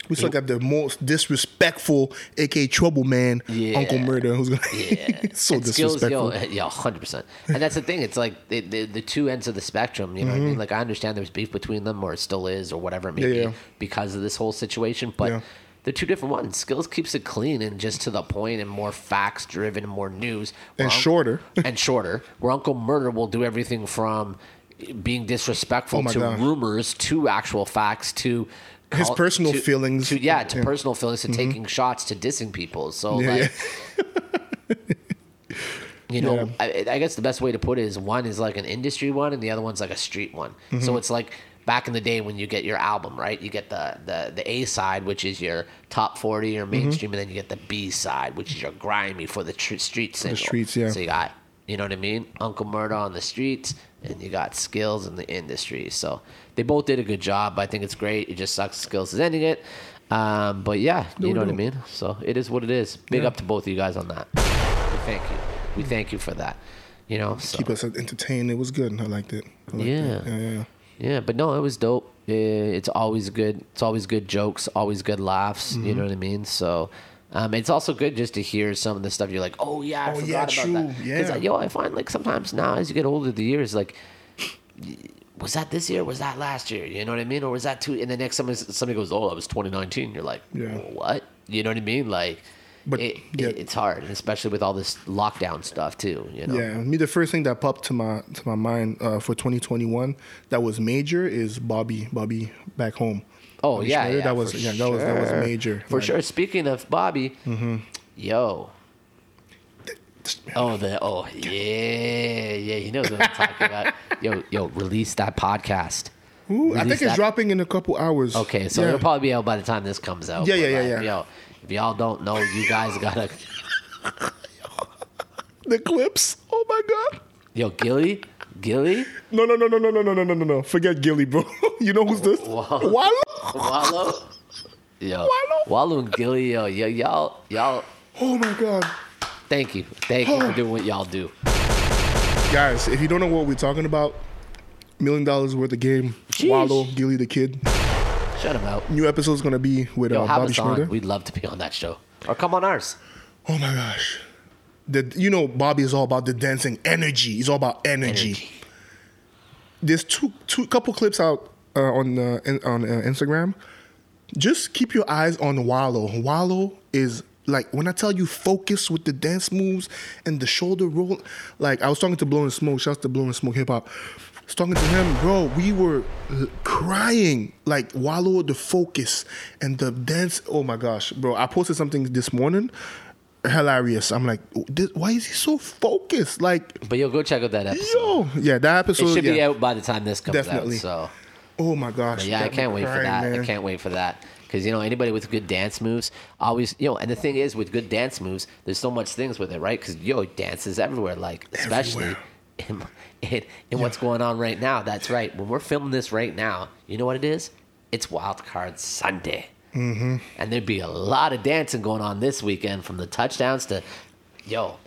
Speaker 3: We still got the most disrespectful, aka trouble man,
Speaker 4: Yeah.
Speaker 3: Uncle Murder, who's gonna
Speaker 4: Yeah.
Speaker 3: so
Speaker 4: And skills,
Speaker 3: disrespectful.
Speaker 4: yo, yeah, hundred percent. And that's the thing. It's like the, the the two ends of the spectrum. You know, what I mean, like I understand there's beef between them, or it still is, or whatever it may
Speaker 3: Mm-hmm. Yeah,
Speaker 4: be,
Speaker 3: yeah.
Speaker 4: because of this whole situation. But
Speaker 3: Yeah.
Speaker 4: they're two different ones. Skills keeps it clean and just to the point, and more facts driven, and more news,
Speaker 3: And
Speaker 4: Unc-
Speaker 3: shorter.
Speaker 4: and shorter. Where Uncle Murder will do everything from being disrespectful
Speaker 3: Oh my
Speaker 4: to
Speaker 3: God.
Speaker 4: rumors to actual facts to.
Speaker 3: His
Speaker 4: call-
Speaker 3: personal
Speaker 4: to-
Speaker 3: feelings.
Speaker 4: to-
Speaker 3: Yeah.
Speaker 4: yeah, to
Speaker 3: Mm-hmm.
Speaker 4: personal feelings, to taking shots, to dissing people. So,
Speaker 3: Yeah,
Speaker 4: like,
Speaker 3: yeah.
Speaker 4: you know,
Speaker 3: Yeah.
Speaker 4: I, I guess the best way to put it is one is like an industry one, and the other one's like a street one.
Speaker 3: Mm-hmm.
Speaker 4: So it's like back in the day when you get your album, right? You get the the the A side, which is your top forty
Speaker 3: Mm-hmm.
Speaker 4: or mainstream, and then you get the B side, which is your grimy for the tr- street single.
Speaker 3: streets, yeah.
Speaker 4: So you got, you know what I mean, Uncle Murda on the streets, and you got Skills in the industry. So they both did a good job. I think it's great. It just sucks Skills is ending it. Um, but yeah, you know what I
Speaker 3: doing.
Speaker 4: mean. So it is what it is. Big up to both of you guys on that. We thank you. We
Speaker 3: Mm.
Speaker 4: thank you for that. You know, so,
Speaker 3: Keep us entertained. It was good. I liked it. I liked
Speaker 4: Yeah.
Speaker 3: it. yeah, yeah, yeah.
Speaker 4: yeah, but no, it was dope. Eh, It's always good. It's always good jokes. Always good laughs. You
Speaker 3: Mm-hmm.
Speaker 4: know what I mean. So. Um, it's also good just to hear some of the stuff you're like, oh yeah, I
Speaker 3: Oh,
Speaker 4: forgot
Speaker 3: yeah,
Speaker 4: about
Speaker 3: true.
Speaker 4: that. 'Cause,
Speaker 3: Yeah.
Speaker 4: uh, yo, I find like sometimes now as you get older, the years like, y- was that this year? Was that last year? You know what I mean? Or was that two? And the next somebody somebody goes, oh, that was 2019. You're like,
Speaker 3: Yeah.
Speaker 4: what? You know what I mean? Like,
Speaker 3: But,
Speaker 4: it,
Speaker 3: yeah.
Speaker 4: it, it's hard, especially with all this lockdown stuff too. You know?
Speaker 3: Yeah, me the first thing that popped to my to my mind uh, for 2021 that was major is Bobby Bobby back home.
Speaker 4: Oh
Speaker 3: Bobby
Speaker 4: yeah,
Speaker 3: Schneider,
Speaker 4: yeah,
Speaker 3: that was
Speaker 4: for
Speaker 3: yeah, that was that was major
Speaker 4: For
Speaker 3: Like, Mm-hmm.
Speaker 4: sure. Speaking of Bobby, yo. Oh the oh yeah yeah he knows what I'm talking about yo yo release that podcast
Speaker 3: Ooh, I
Speaker 4: Release
Speaker 3: think it's
Speaker 4: that-
Speaker 3: dropping in a couple hours.
Speaker 4: okay so
Speaker 3: yeah.
Speaker 4: it'll probably be out by the time this comes out
Speaker 3: Yeah,
Speaker 4: but,
Speaker 3: yeah, yeah,
Speaker 4: like,
Speaker 3: yeah.
Speaker 4: yo if y'all don't know you guys gotta
Speaker 3: the clips. Oh my god.
Speaker 4: yo Gilly Gilly
Speaker 3: No, no, no, no, no, no, no, no, no, no, no. Forget Gilly, bro. you know who's this?
Speaker 4: Wow.
Speaker 3: Wallow.
Speaker 4: Wallow yo
Speaker 3: Wallow.
Speaker 4: Wallow and Gilly yo yo y'all y'all
Speaker 3: Oh my god.
Speaker 4: thank you thank you for doing what y'all do
Speaker 3: Guys, if you don't know what we're talking about, million dollars worth of game.
Speaker 4: Sheesh.
Speaker 3: Wallow, Gilly the Kid.
Speaker 4: shut him out
Speaker 3: New episode's gonna be with
Speaker 4: yo
Speaker 3: uh,
Speaker 4: have
Speaker 3: Bobby
Speaker 4: us on
Speaker 3: Schmurder.
Speaker 4: we'd love to be on that show or come on ours.
Speaker 3: Oh my gosh. The, you know, Bobby is all about the dancing energy. He's all about energy. There's two, two couple clips out uh, on uh, in, on uh, Instagram. Just keep your eyes on Wallow. Wallow is like when I tell you focus with the dance moves and the shoulder roll. Like I was talking to Blow and Smoke. Shouts to Blow and Smoke Hip Hop. I was talking to him, bro. We were l- crying like Wallow the focus and the dance. Oh my gosh, bro! I posted something this morning. Hilarious. I'm like, this, why is he so focused? Like,
Speaker 4: But yo, go check out that episode.
Speaker 3: yo, yeah, that episode.
Speaker 4: it should
Speaker 3: yeah.
Speaker 4: be out by the time this comes
Speaker 3: Definitely.
Speaker 4: out. So
Speaker 3: Oh my gosh.
Speaker 4: yeah, I
Speaker 3: that
Speaker 4: can't wait for
Speaker 3: crying,
Speaker 4: that. I
Speaker 3: man.
Speaker 4: can't wait for that. Because you know anybody with good dance moves always you know, and the thing is with good dance moves, there's so much things with it, right? Because yo, dance is everywhere. Like especially
Speaker 3: Everywhere.
Speaker 4: in in, in what's going on right now. That's right. When we're filming this right now, you know what it is? It's Wild Card Sunday. Mm-hmm. And there'd be a lot of dancing going on this weekend, from the touchdowns to, yo,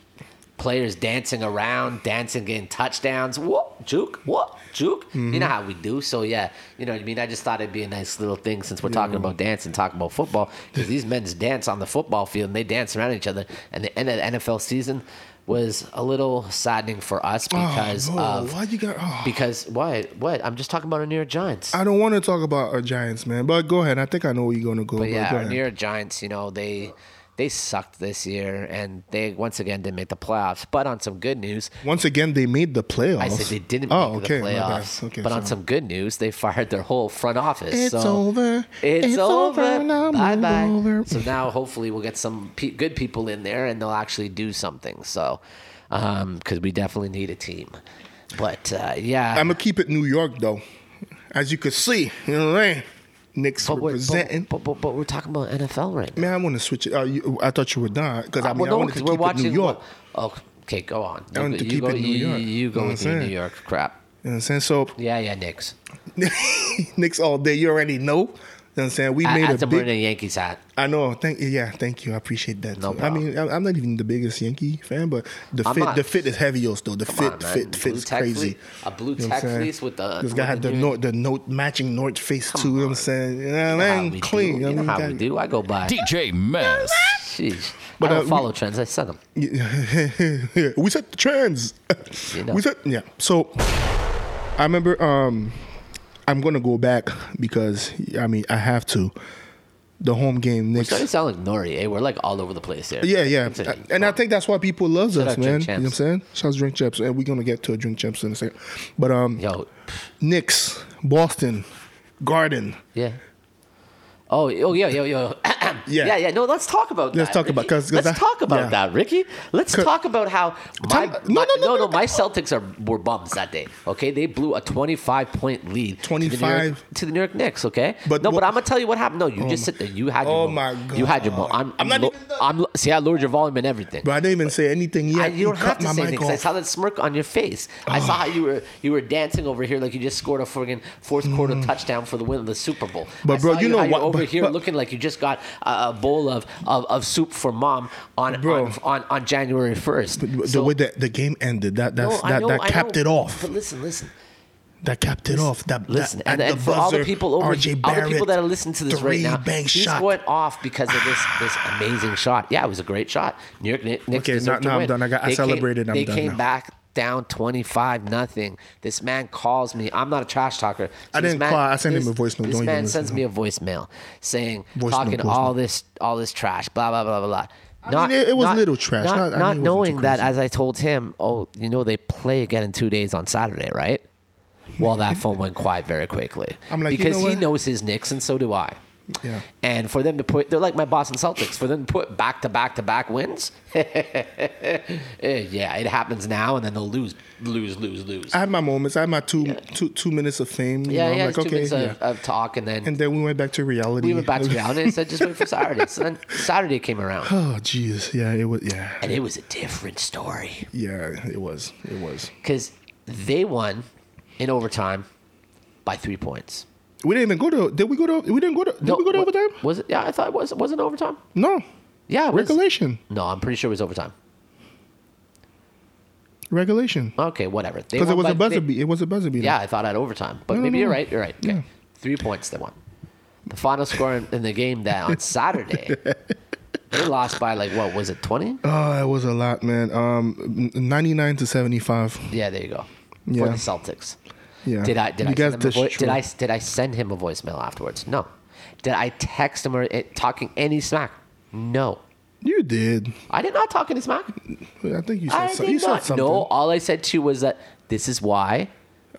Speaker 4: players dancing around, dancing, getting touchdowns. Whoop, juke, whoop, juke.
Speaker 3: Mm-hmm.
Speaker 4: You know how we do. So yeah, you know what I mean. I just thought it'd be a nice little thing since we're talking about dance and talking about football because these men's dance on the football field and they dance around each other. And the end of the NFL season was a little saddening for us because
Speaker 3: no,
Speaker 4: of
Speaker 3: why Oh, you got- oh.
Speaker 4: because what what I'm just talking about our New York Giants.
Speaker 3: I don't want to talk about our Giants, man. But go ahead. I think I know where you're gonna go.
Speaker 4: But yeah,
Speaker 3: go
Speaker 4: our
Speaker 3: ahead.
Speaker 4: New York Giants, you know, they they sucked this year and they once again didn't make the playoffs. But on some good news,
Speaker 3: Once again, they made the playoffs.
Speaker 4: I said they didn't
Speaker 3: Oh,
Speaker 4: make
Speaker 3: okay,
Speaker 4: the
Speaker 3: my bad.
Speaker 4: playoffs.
Speaker 3: Okay,
Speaker 4: but on
Speaker 3: sorry.
Speaker 4: some good news, they fired their whole front office.
Speaker 3: It's
Speaker 4: so
Speaker 3: over.
Speaker 4: It's,
Speaker 3: It's over,
Speaker 4: over.
Speaker 3: and I'm
Speaker 4: bye bye.
Speaker 3: over.
Speaker 4: So now hopefully we'll get some pe- good people in there and they'll actually do something. So, because we definitely need a team. But uh, yeah,
Speaker 3: I'm gonna keep it New York though, as you could see. You know what I mean? Knicks
Speaker 4: but we're,
Speaker 3: representing.
Speaker 4: but, but, but, but we're talking about NFL right now.
Speaker 3: man, I want to switch it. Uh, you, I thought you were done because
Speaker 4: Uh,
Speaker 3: I mean, I wanted to keep it New York.
Speaker 4: Oh, okay, go on.
Speaker 3: I wanted to
Speaker 4: You
Speaker 3: keep
Speaker 4: go-
Speaker 3: it New
Speaker 4: you-
Speaker 3: York.
Speaker 4: You go
Speaker 3: You know
Speaker 4: with
Speaker 3: what I'm
Speaker 4: your New
Speaker 3: saying?
Speaker 4: York crap.
Speaker 3: You know what I'm saying? So
Speaker 4: Yeah, yeah, Knicks.
Speaker 3: Knicks all day. You already know. You know what I'm saying? We
Speaker 4: I, I
Speaker 3: made
Speaker 4: have
Speaker 3: a
Speaker 4: to put in
Speaker 3: big.
Speaker 4: a Yankees hat.
Speaker 3: I know. Thank yeah. Thank you. I appreciate that.
Speaker 4: No
Speaker 3: too. I mean, I'm I'm not even the biggest Yankee fan, but the
Speaker 4: I'm
Speaker 3: fit,
Speaker 4: not.
Speaker 3: the fit is heavy, also. though. The fit,
Speaker 4: on, man.
Speaker 3: fit,
Speaker 4: Blue
Speaker 3: fit's
Speaker 4: tech
Speaker 3: crazy.
Speaker 4: fleece- a blue
Speaker 3: You know what I'm
Speaker 4: tech
Speaker 3: saying?
Speaker 4: fleece with the-
Speaker 3: this guy
Speaker 4: with
Speaker 3: had
Speaker 4: the
Speaker 3: the
Speaker 4: New-
Speaker 3: North, the North matching North face too. You know what I'm saying? Yeah,
Speaker 4: You know how
Speaker 3: man,
Speaker 4: we
Speaker 3: clean.
Speaker 4: Do. You
Speaker 3: I
Speaker 4: know
Speaker 3: mean,
Speaker 4: how
Speaker 3: got-
Speaker 4: we do. I go by.
Speaker 5: DJ Mess.
Speaker 4: Sheesh.
Speaker 3: But,
Speaker 4: I
Speaker 3: uh,
Speaker 4: don't
Speaker 3: we-
Speaker 4: follow trends. I suck them.
Speaker 3: Yeah. we set the trends.
Speaker 4: You know.
Speaker 3: We set yeah. So I remember um I'm gonna go back because I mean I have to. The home game Knicks.
Speaker 4: Starting to sound like Nori. Eh? We're like all over the place here.
Speaker 3: Yeah, yeah.
Speaker 4: Continue.
Speaker 3: And I think that's why people love
Speaker 4: Shout
Speaker 3: us,
Speaker 4: out Drink
Speaker 3: man. You know what
Speaker 4: Champs.
Speaker 3: I'm saying? Shout out to Drink Champs. And we're gonna get to a drink champs in a second. But um
Speaker 4: Yo,
Speaker 3: Knicks, Boston, Garden.
Speaker 4: yeah. Oh, oh, yeah, yo, yo. yeah, yeah, yeah. No, let's talk about
Speaker 3: Let's
Speaker 4: that.
Speaker 3: talk
Speaker 4: Ricky.
Speaker 3: about- 'cause- 'cause
Speaker 4: let's
Speaker 3: I-
Speaker 4: talk about
Speaker 3: yeah.
Speaker 4: that, Ricky. Let's
Speaker 3: Co-
Speaker 4: talk about how my,
Speaker 3: Tell-
Speaker 4: my-
Speaker 3: no, no, no, no, no.
Speaker 4: my Celtics are were bums that day. Okay, they blew a twenty five point lead to the New York-
Speaker 3: 25.
Speaker 4: to the New York Knicks. Okay,
Speaker 3: But
Speaker 4: no,
Speaker 3: what-
Speaker 4: but I'm gonna tell you what happened. No, you just
Speaker 3: my-
Speaker 4: sit there. You had your
Speaker 3: Oh
Speaker 4: moment.
Speaker 3: my
Speaker 4: you had your
Speaker 3: God.
Speaker 4: moment. I'm, I'm,
Speaker 3: I'm not
Speaker 4: lo-
Speaker 3: even done.
Speaker 4: I'm lo- see, I lowered your volume and everything.
Speaker 3: But I didn't even say anything yet.
Speaker 4: I, you don't
Speaker 3: cut
Speaker 4: have to
Speaker 3: my
Speaker 4: say
Speaker 3: mic
Speaker 4: anything 'cause I
Speaker 3: off. Ah.
Speaker 4: saw that smirk on your face. I saw how you were you were dancing over here like you just scored a friggin' fourth quarter touchdown for the win of the Super Bowl.
Speaker 3: Mm. But,
Speaker 4: I
Speaker 3: bro,
Speaker 4: saw
Speaker 3: you know
Speaker 4: how you're
Speaker 3: what-
Speaker 4: over
Speaker 3: but-
Speaker 4: here
Speaker 3: but-
Speaker 4: looking like you just got a, a bowl of, of, of soup for mom on
Speaker 3: Bro.
Speaker 4: on, on, on January first.
Speaker 3: the way that the game ended, that that's, that, that capped it off.
Speaker 4: But listen, listen.
Speaker 3: that capped it off. That
Speaker 4: Listen,
Speaker 3: that,
Speaker 4: and,
Speaker 3: at
Speaker 4: and for all the
Speaker 3: buzzer,
Speaker 4: people over,
Speaker 3: R.J.
Speaker 4: all the people
Speaker 3: Barrett,
Speaker 4: that are listening to this right
Speaker 3: three
Speaker 4: now,
Speaker 3: bank
Speaker 4: he's
Speaker 3: shot.
Speaker 4: going off because of this this amazing shot. Yeah, it was a great shot. New York Knicks
Speaker 3: Okay,
Speaker 4: deserved
Speaker 3: now- now
Speaker 4: to
Speaker 3: I'm
Speaker 4: win.
Speaker 3: done. I got- I
Speaker 4: They
Speaker 3: celebrated.
Speaker 4: Came,
Speaker 3: I'm
Speaker 4: they
Speaker 3: done
Speaker 4: came
Speaker 3: now.
Speaker 4: back down twenty five nothing. This man calls me. I'm not a trash talker. So
Speaker 3: I
Speaker 4: this
Speaker 3: didn't
Speaker 4: man-
Speaker 3: call. I sent him
Speaker 4: this-
Speaker 3: a voice note.
Speaker 4: This
Speaker 3: Don't
Speaker 4: man
Speaker 3: even listen
Speaker 4: sends
Speaker 3: to
Speaker 4: me a voicemail saying
Speaker 3: Voice note,
Speaker 4: talking
Speaker 3: voice note.
Speaker 4: all this all this trash. Blah blah blah blah blah.
Speaker 3: mean, it- it was little trash.
Speaker 4: Not,
Speaker 3: Not- I mean,
Speaker 4: not
Speaker 3: it wasn't too
Speaker 4: knowing that,
Speaker 3: crazy.
Speaker 4: as I told him, oh, you know, they play again in two days on Saturday, right? Well, that phone went quiet very quickly.
Speaker 3: I'm like, you
Speaker 4: because
Speaker 3: know
Speaker 4: he
Speaker 3: what?
Speaker 4: knows his Knicks, and so do I.
Speaker 3: Yeah.
Speaker 4: And for them to put, they're like my Boston Celtics. For them to put back to back to back wins, eh, yeah, it happens now, and then they'll lose, lose, lose, lose.
Speaker 3: I had my moments. I had my two two two minutes of fame. you
Speaker 4: yeah,
Speaker 3: know,
Speaker 4: yeah,
Speaker 3: I'm
Speaker 4: it's
Speaker 3: like,
Speaker 4: two
Speaker 3: okay,
Speaker 4: minutes
Speaker 3: yeah.
Speaker 4: of, of talk, and then
Speaker 3: and then we went back to reality.
Speaker 4: we went back to reality and said, just wait for Saturday. So then Saturday came around,
Speaker 3: oh, jeez. Yeah, it was. Yeah,
Speaker 4: and it was a different story.
Speaker 3: yeah, it was. It was.
Speaker 4: because they won in overtime by three points.
Speaker 3: We didn't even go to. Did we go to? We didn't go to. Did we go to
Speaker 4: what-
Speaker 3: overtime?
Speaker 4: Was it? Yeah, I thought it was. Was it overtime?
Speaker 3: No.
Speaker 4: Yeah, it was.
Speaker 3: Regulation.
Speaker 4: No, I'm pretty sure it was overtime.
Speaker 3: Regulation.
Speaker 4: Okay, whatever. They
Speaker 3: Because it
Speaker 4: won
Speaker 3: was
Speaker 4: by-
Speaker 3: a buzzer
Speaker 4: they-
Speaker 3: beat. It was a buzzer beat.
Speaker 4: Yeah, I thought at overtime, but
Speaker 3: No, no,
Speaker 4: maybe
Speaker 3: no.
Speaker 4: you're right. You're right. Okay,
Speaker 3: Yeah.
Speaker 4: three points they won. The final score in, in the game that on Saturday. They lost by like what was it twenty?
Speaker 3: Oh, it was a lot, man. Um, ninety nine to seventy five.
Speaker 4: Yeah, there you go.
Speaker 3: Yeah.
Speaker 4: For the Celtics.
Speaker 3: Yeah.
Speaker 4: Did I did
Speaker 3: You
Speaker 4: I send
Speaker 3: guys
Speaker 4: him a voi- did
Speaker 3: destroyed.
Speaker 4: I did I send him a voicemail afterwards? No. Did I text him or it, talking any smack? No.
Speaker 3: You did.
Speaker 4: I did not talk any smack.
Speaker 3: I think you said,
Speaker 4: I
Speaker 3: so-
Speaker 4: did
Speaker 3: you said
Speaker 4: not.
Speaker 3: something.
Speaker 4: No, all I said to you was that this is why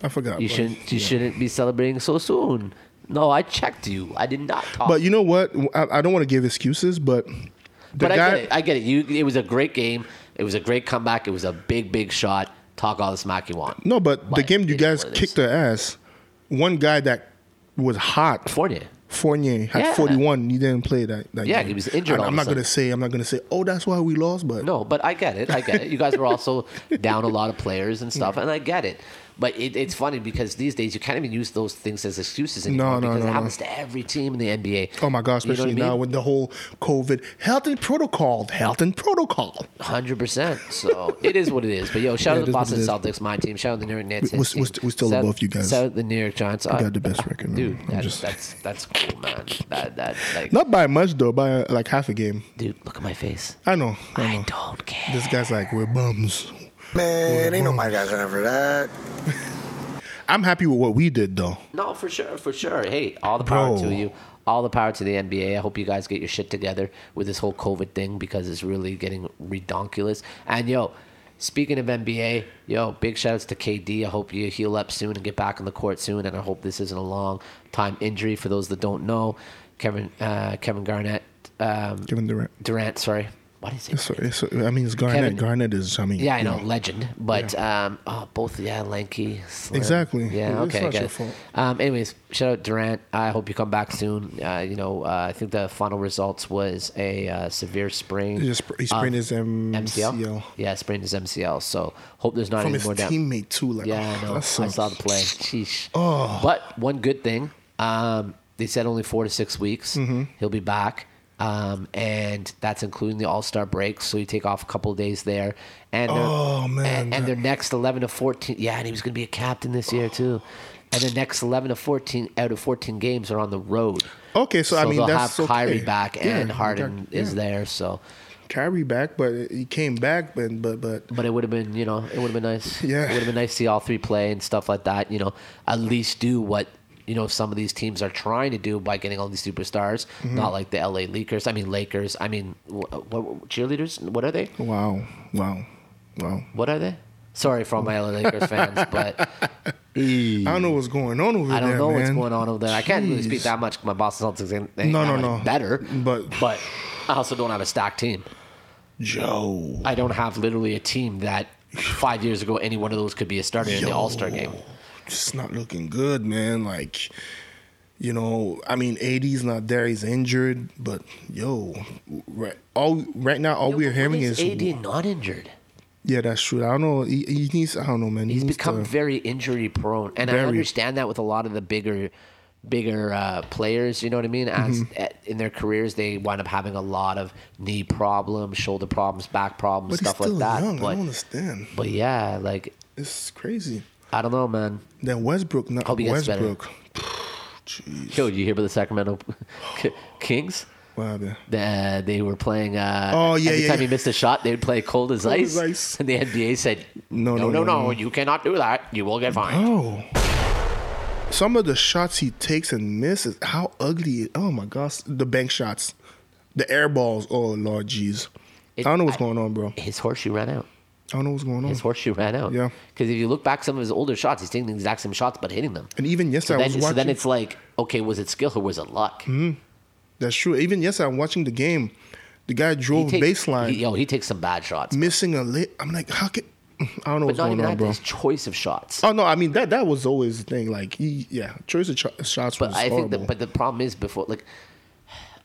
Speaker 3: I forgot.
Speaker 4: you
Speaker 3: but-
Speaker 4: shouldn't you
Speaker 3: yeah.
Speaker 4: shouldn't be celebrating so soon. No, I checked you. I did not talk.
Speaker 3: But you know what? I, I don't want to give excuses, but the
Speaker 4: but
Speaker 3: guy.
Speaker 4: I get it. I get it. You it was a great game. It was a great comeback. It was a big big shot. Talk all the smack you want.
Speaker 3: No, but the
Speaker 4: Like,
Speaker 3: game you
Speaker 4: it is
Speaker 3: guys
Speaker 4: what it is.
Speaker 3: kicked their ass. One guy that was hot,
Speaker 4: Fournier.
Speaker 3: Fournier had
Speaker 4: Yeah.
Speaker 3: 41. He didn't play that. that
Speaker 4: Yeah,
Speaker 3: game.
Speaker 4: he was injured
Speaker 3: I, I'm
Speaker 4: all of a
Speaker 3: not
Speaker 4: sudden.
Speaker 3: gonna say. I'm not gonna say. Oh, that's why we lost. But
Speaker 4: No, but I get it. I get it. You guys were also down a lot of players and stuff, and I get it. But it, it's funny because these days you can't even use those things as excuses anymore
Speaker 3: no,
Speaker 4: because
Speaker 3: no,
Speaker 4: it
Speaker 3: no.
Speaker 4: happens to every team in the NBA.
Speaker 3: oh my God,
Speaker 4: You know what I
Speaker 3: especially
Speaker 4: mean?
Speaker 3: now with the whole COVID health and protocol, health and protocol.
Speaker 4: Hundred percent. So it is what it is. But yo,
Speaker 3: Yeah,
Speaker 4: shout out
Speaker 3: it
Speaker 4: to
Speaker 3: is what
Speaker 4: Boston
Speaker 3: it is.
Speaker 4: Celtics, my team. Shout out the New York Nets.
Speaker 3: We-
Speaker 4: his
Speaker 3: we're-
Speaker 4: team.
Speaker 3: we're still
Speaker 4: Shout-
Speaker 3: above you guys.
Speaker 4: Shout out the New York Giants. I
Speaker 3: got the best record, man.
Speaker 4: dude.
Speaker 3: I'm
Speaker 4: That,
Speaker 3: just-
Speaker 4: That's that's cool, man. That that like,
Speaker 3: Not by much though, by uh, like half a game.
Speaker 4: dude. Look at my face.
Speaker 3: I know. I know.
Speaker 4: I don't care.
Speaker 3: This guy's like, we're bums.
Speaker 1: Man, ain't no my guys in it for that.
Speaker 3: I'm happy with what we did though.
Speaker 4: No, for sure, for sure. Hey, all the power
Speaker 3: Bro.
Speaker 4: to you. All the power to the NBA. I hope you guys get your shit together with this whole COVID thing because it's really getting redonkulous. And yo, speaking of NBA, yo, big shout outs to KD. I hope you heal up soon and get back on the court soon. And I hope this isn't a long time injury. For those that don't know, Kevin uh, Kevin Garnett um,
Speaker 3: Kevin Durant.
Speaker 4: Durant. Sorry, what is it?
Speaker 3: So, it's, I mean, it's Garnett.
Speaker 4: Kevin-
Speaker 3: Garnett is. I mean,
Speaker 4: Yeah, I
Speaker 3: you
Speaker 4: know, legend. But um, oh, both, yeah, lanky. slim.
Speaker 3: Exactly.
Speaker 4: Yeah,
Speaker 3: It's
Speaker 4: okay,
Speaker 3: not
Speaker 4: good.
Speaker 3: your fault.
Speaker 4: Um, anyways, shout out Durant. I hope you come back soon. Uh, you know, uh, I think the final results was a uh, severe sprain.
Speaker 3: He just spr- he sprained his
Speaker 4: MCL.
Speaker 3: MCL.
Speaker 4: Yeah, sprained his MCL. So hope there's not
Speaker 3: from
Speaker 4: any
Speaker 3: his
Speaker 4: more down.
Speaker 3: teammate too. Like,
Speaker 4: Yeah, I
Speaker 3: oh,
Speaker 4: know. I
Speaker 3: that sucks. Oh.
Speaker 4: saw the play. Sheesh. But one good thing, um, they said only four to six weeks.
Speaker 3: Mm-hmm.
Speaker 4: He'll be back. Um, and that's including the All Star break. So you take off a couple of days there. And their-
Speaker 3: Oh, man,
Speaker 4: And, and
Speaker 3: that-
Speaker 4: their next 11 to 14. Yeah, and he was going to be a captain this year, too. And the next 11 to 14 out of 14 games are on the road.
Speaker 3: Okay, so, I mean,
Speaker 4: they'll
Speaker 3: that's
Speaker 4: have Kyrie
Speaker 3: okay.
Speaker 4: back
Speaker 3: Yeah,
Speaker 4: and
Speaker 3: you
Speaker 4: Harden
Speaker 3: got-
Speaker 4: is
Speaker 3: yeah.
Speaker 4: there. So,
Speaker 3: Kyrie back, but he came back, but but but
Speaker 4: but it would have been, you know, it would have been nice.
Speaker 3: Yeah.
Speaker 4: It would have been nice to see all three play and stuff like that. You know, at least do what, you know, some of these teams are trying to do by getting all these superstars,
Speaker 3: Mm-hmm.
Speaker 4: not like the LA Lakers. I mean, Lakers. I mean, what, what, cheerleaders? What are they?
Speaker 3: wow, wow, wow.
Speaker 4: What are they? Sorry for all my LA Lakers fans, but I
Speaker 3: I don't know what's going on over there.
Speaker 4: don't know what's
Speaker 3: man.
Speaker 4: going on over there. I can't really speak
Speaker 3: Jeez.
Speaker 4: that much 'cause my Boston Celtics ain't, ain't
Speaker 3: No,
Speaker 4: that
Speaker 3: no,
Speaker 4: much
Speaker 3: no.
Speaker 4: better.
Speaker 3: But-
Speaker 4: but I also don't have a stacked team.
Speaker 3: Joe.
Speaker 4: I don't have literally a team that five years ago any one of those could be a starter in the
Speaker 3: Yo.
Speaker 4: All Star game.
Speaker 3: It's not looking good, man. Like, you know, I mean, AD's not there; he's injured. But yo, right, all right now, all we're hearing is
Speaker 4: AD not injured.
Speaker 3: yeah, that's true. I don't know. He, he needs. I don't know, man. He
Speaker 4: He's
Speaker 3: needs
Speaker 4: become
Speaker 3: to-
Speaker 4: very injury prone, and I
Speaker 3: Very.
Speaker 4: understand that with a lot of the bigger, bigger uh, players. You know what I mean? As
Speaker 3: Mm-hmm.
Speaker 4: at, in their careers, they wind up having a lot of knee problems, shoulder problems, back problems,
Speaker 3: but he's
Speaker 4: stuff
Speaker 3: still
Speaker 4: like that.
Speaker 3: young. I
Speaker 4: but
Speaker 3: don't understand.
Speaker 4: but yeah, like
Speaker 3: It's crazy.
Speaker 4: I don't know, man.
Speaker 3: Then Westbrook, not
Speaker 4: Hope he gets better.
Speaker 3: Westbrook. Jeez,
Speaker 4: Yo, did you hear about the Sacramento K- Kings?
Speaker 3: what happened?
Speaker 4: Uh, they were playing. Uh,
Speaker 3: Oh, yeah,
Speaker 4: Every
Speaker 3: yeah,
Speaker 4: time
Speaker 3: yeah.
Speaker 4: he missed a shot, they would play cold as ice.
Speaker 3: as ice.
Speaker 4: And the NBA said,
Speaker 3: No,
Speaker 4: no,
Speaker 3: no,
Speaker 4: no,
Speaker 3: no, no.
Speaker 4: you cannot do that. You will get fined."
Speaker 3: Oh. Some of the shots he takes and misses, how ugly. it- Oh my gosh. The bank shots, the air balls. Oh, Lord, jeez. I
Speaker 4: It-
Speaker 3: don't know what's
Speaker 4: I-
Speaker 3: going on, bro. I
Speaker 4: His horseshoe ran out.
Speaker 3: don't know what's going on.
Speaker 4: His horseshoe ran out.
Speaker 3: Mm. Yeah.
Speaker 4: Because if you look back, some of his older shots, he's taking the exact same shots but hitting them.
Speaker 3: And even yesterday, I was
Speaker 4: Then, so
Speaker 3: watching.
Speaker 4: then it's like, okay, was it skill or was it luck?
Speaker 3: that's true. Even yesterday, I'm watching the game. The guy
Speaker 4: He
Speaker 3: drove
Speaker 4: takes-
Speaker 3: baseline,
Speaker 4: he- yo, he takes some bad shots,
Speaker 3: missing a lit. I'm like, how can. I don't know
Speaker 4: but
Speaker 3: what's
Speaker 4: not
Speaker 3: going
Speaker 4: even
Speaker 3: on,
Speaker 4: that.
Speaker 3: bro.
Speaker 4: His choice of shots.
Speaker 3: Oh no! I mean that—that was always the thing. Like, he, yeah, choice of cho- shots
Speaker 4: But
Speaker 3: was
Speaker 4: I
Speaker 3: horrible.
Speaker 4: think that. But the problem is before, like,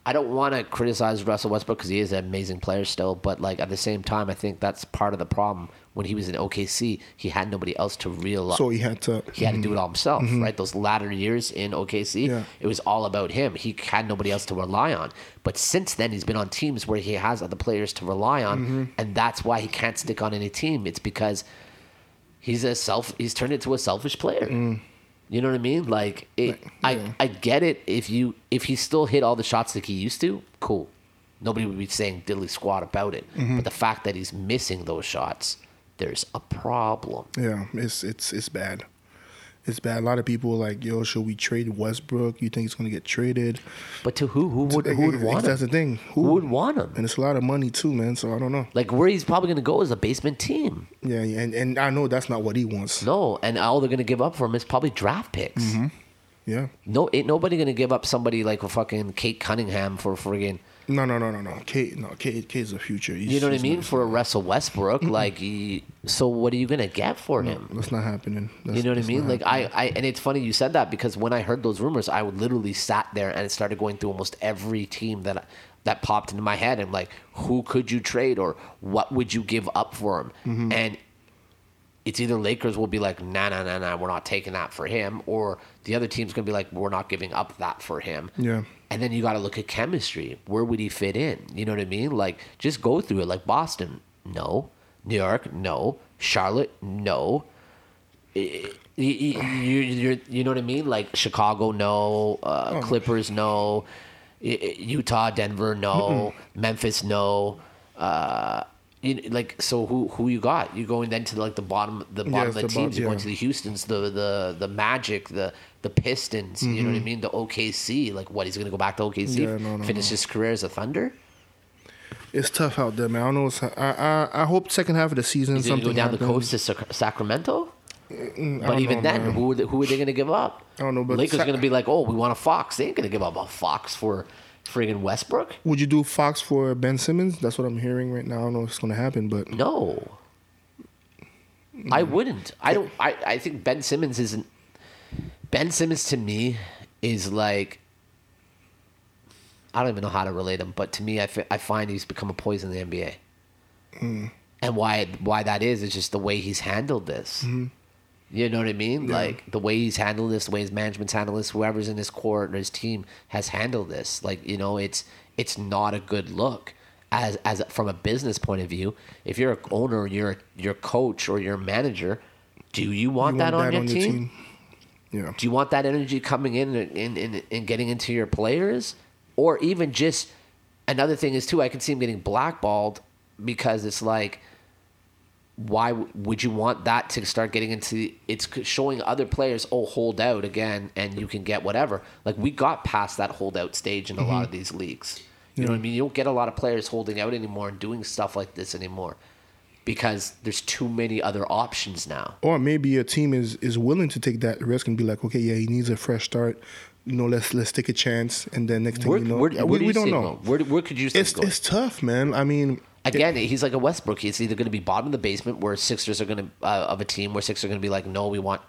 Speaker 4: I don't want to criticize Russell Westbrook because he is an amazing player still. But like at the same time, I think that's part of the problem. When he was in OKC, he had nobody else to realize.
Speaker 3: so he had to.
Speaker 4: he had to do it all himself, right? Those latter years in OKC,
Speaker 3: Yeah.
Speaker 4: it was all about him. He had nobody else to rely on. But since then, he's been on teams where he has other players to rely on, and that's why he can't stick on any team. It's because he's a self. He's turned into a selfish player. You know what I mean? Like, it, I I get it. If you if he still hit all the shots like he used to, cool. Nobody would be saying diddly squat about it. But the fact that he's missing those shots, there's a problem.
Speaker 3: Yeah, it's it's it's bad. It's bad. A lot of people are like, yo, should we trade Westbrook? You think he's gonna get traded?
Speaker 4: But to who? Who would who would want
Speaker 3: That's
Speaker 4: him?
Speaker 3: the thing.
Speaker 4: Who would want him?
Speaker 3: And it's a lot of money too, man. So I don't know.
Speaker 4: Like where he's probably going to go is a basement team.
Speaker 3: Yeah, yeah, and and I know that's not what he wants.
Speaker 4: No, and all they're going to give up for him is probably draft picks.
Speaker 3: Yeah,
Speaker 4: No, ain't nobody going to give up somebody like a fucking Kate Cunningham for friggin'
Speaker 3: No, no, no, no, no. Kate, no, Kate, Kate's a future. He's-
Speaker 4: You know what I
Speaker 3: he's
Speaker 4: mean?
Speaker 3: not-
Speaker 4: For a Russell Westbrook, like, he- so what are you gonna get for him?
Speaker 3: That's not happening. That's,
Speaker 4: You know what I
Speaker 3: that's
Speaker 4: mean?
Speaker 3: not
Speaker 4: Like
Speaker 3: happening.
Speaker 4: I, I, and it's funny you said that because when I heard those rumors, I would literally sat there and started going through almost every team that that popped into my head. and like, who could you trade or what would you give up for him?
Speaker 3: Mm-hmm.
Speaker 4: And it's either Lakers will be like, nah, nah, nah, nah, we're not taking that for him, or the other team's gonna be like, we're not giving up that for him.
Speaker 3: Yeah.
Speaker 4: And then you got to look at chemistry. Where would he fit in? You know what I mean? Like, just go through it. Like Boston, no. New York, no. Charlotte, no. You, you, you, you know what I mean? Like Chicago, no. Uh,
Speaker 3: Oh.
Speaker 4: Clippers, no. I- I- Utah, Denver, no. Memphis, no. Uh, you, like so, who who you got? You're going then to like the bottom, the
Speaker 3: it's
Speaker 4: bottom of the,
Speaker 3: the
Speaker 4: teams.
Speaker 3: bot-
Speaker 4: You're going
Speaker 3: yeah.
Speaker 4: to the Houston's, the the the Magic, the the Pistons. You know what I mean? The OKC. Like what? He's going to go back to OKC,
Speaker 3: Mm-hmm. Yeah, no, no,
Speaker 4: finish
Speaker 3: no.
Speaker 4: his career as a Thunder.
Speaker 3: it's tough out there, man. I don't know. What's, I, I I hope second half of the season
Speaker 4: He's going to
Speaker 3: something
Speaker 4: go down the
Speaker 3: happens. Mm,
Speaker 4: coast to Sac- Sacramento.
Speaker 3: I
Speaker 4: But
Speaker 3: don't
Speaker 4: even
Speaker 3: know,
Speaker 4: then,
Speaker 3: man.
Speaker 4: who are they, who are they going to give up?
Speaker 3: I don't know, but
Speaker 4: Lakers
Speaker 3: Sa-
Speaker 4: going to be like, oh, we want a Fox. They ain't going to give up a Fox for friggin' Westbrook.
Speaker 3: would you do Fox for Ben Simmons? That's what I'm hearing right now. I don't know if it's gonna happen, but
Speaker 4: No, I
Speaker 3: Mm.
Speaker 4: wouldn't. I don't. I, I think Ben Simmons isn't. Ben Simmons to me is like. I don't even know how to relate him, but to me, I, fi- I find he's become a poison in the NBA. And why why that is is just the way he's handled this. You know what I mean? Like the way he's handled this, the way his management's handled this, whoever's in his court or his team has handled this. Like you know, it's it's not a good look as as from a business point of view. If you're an owner, you're your coach or your manager, do you want
Speaker 3: you
Speaker 4: that
Speaker 3: want
Speaker 4: on your team?
Speaker 3: Yeah,
Speaker 4: Do you want that energy coming in and, and, and, and getting into your players? Or even just another thing is, too, I can see him getting blackballed because it's like, why w- would you want that to start getting into it's c- showing other players oh hold out again and you can get whatever like we got past that holdout stage in a lot of these leagues you know what i mean you don't get a lot of players holding out anymore and doing stuff like this anymore because there's too many other options now
Speaker 3: or maybe your team is is willing to take that risk and be like, okay, yeah, he needs a fresh start. You know, let's let's take a chance, and then next thing
Speaker 4: where,
Speaker 3: you know,
Speaker 4: where,
Speaker 3: Yeah,
Speaker 4: where do you see it going? Where, where could you see
Speaker 3: It's
Speaker 4: it going?
Speaker 3: it's tough, man. I mean,
Speaker 4: Again, he's like a Westbrook. He's either going to be bottom of the basement, where Sixers are going to uh, of a team where Sixers are going to be like, no, we want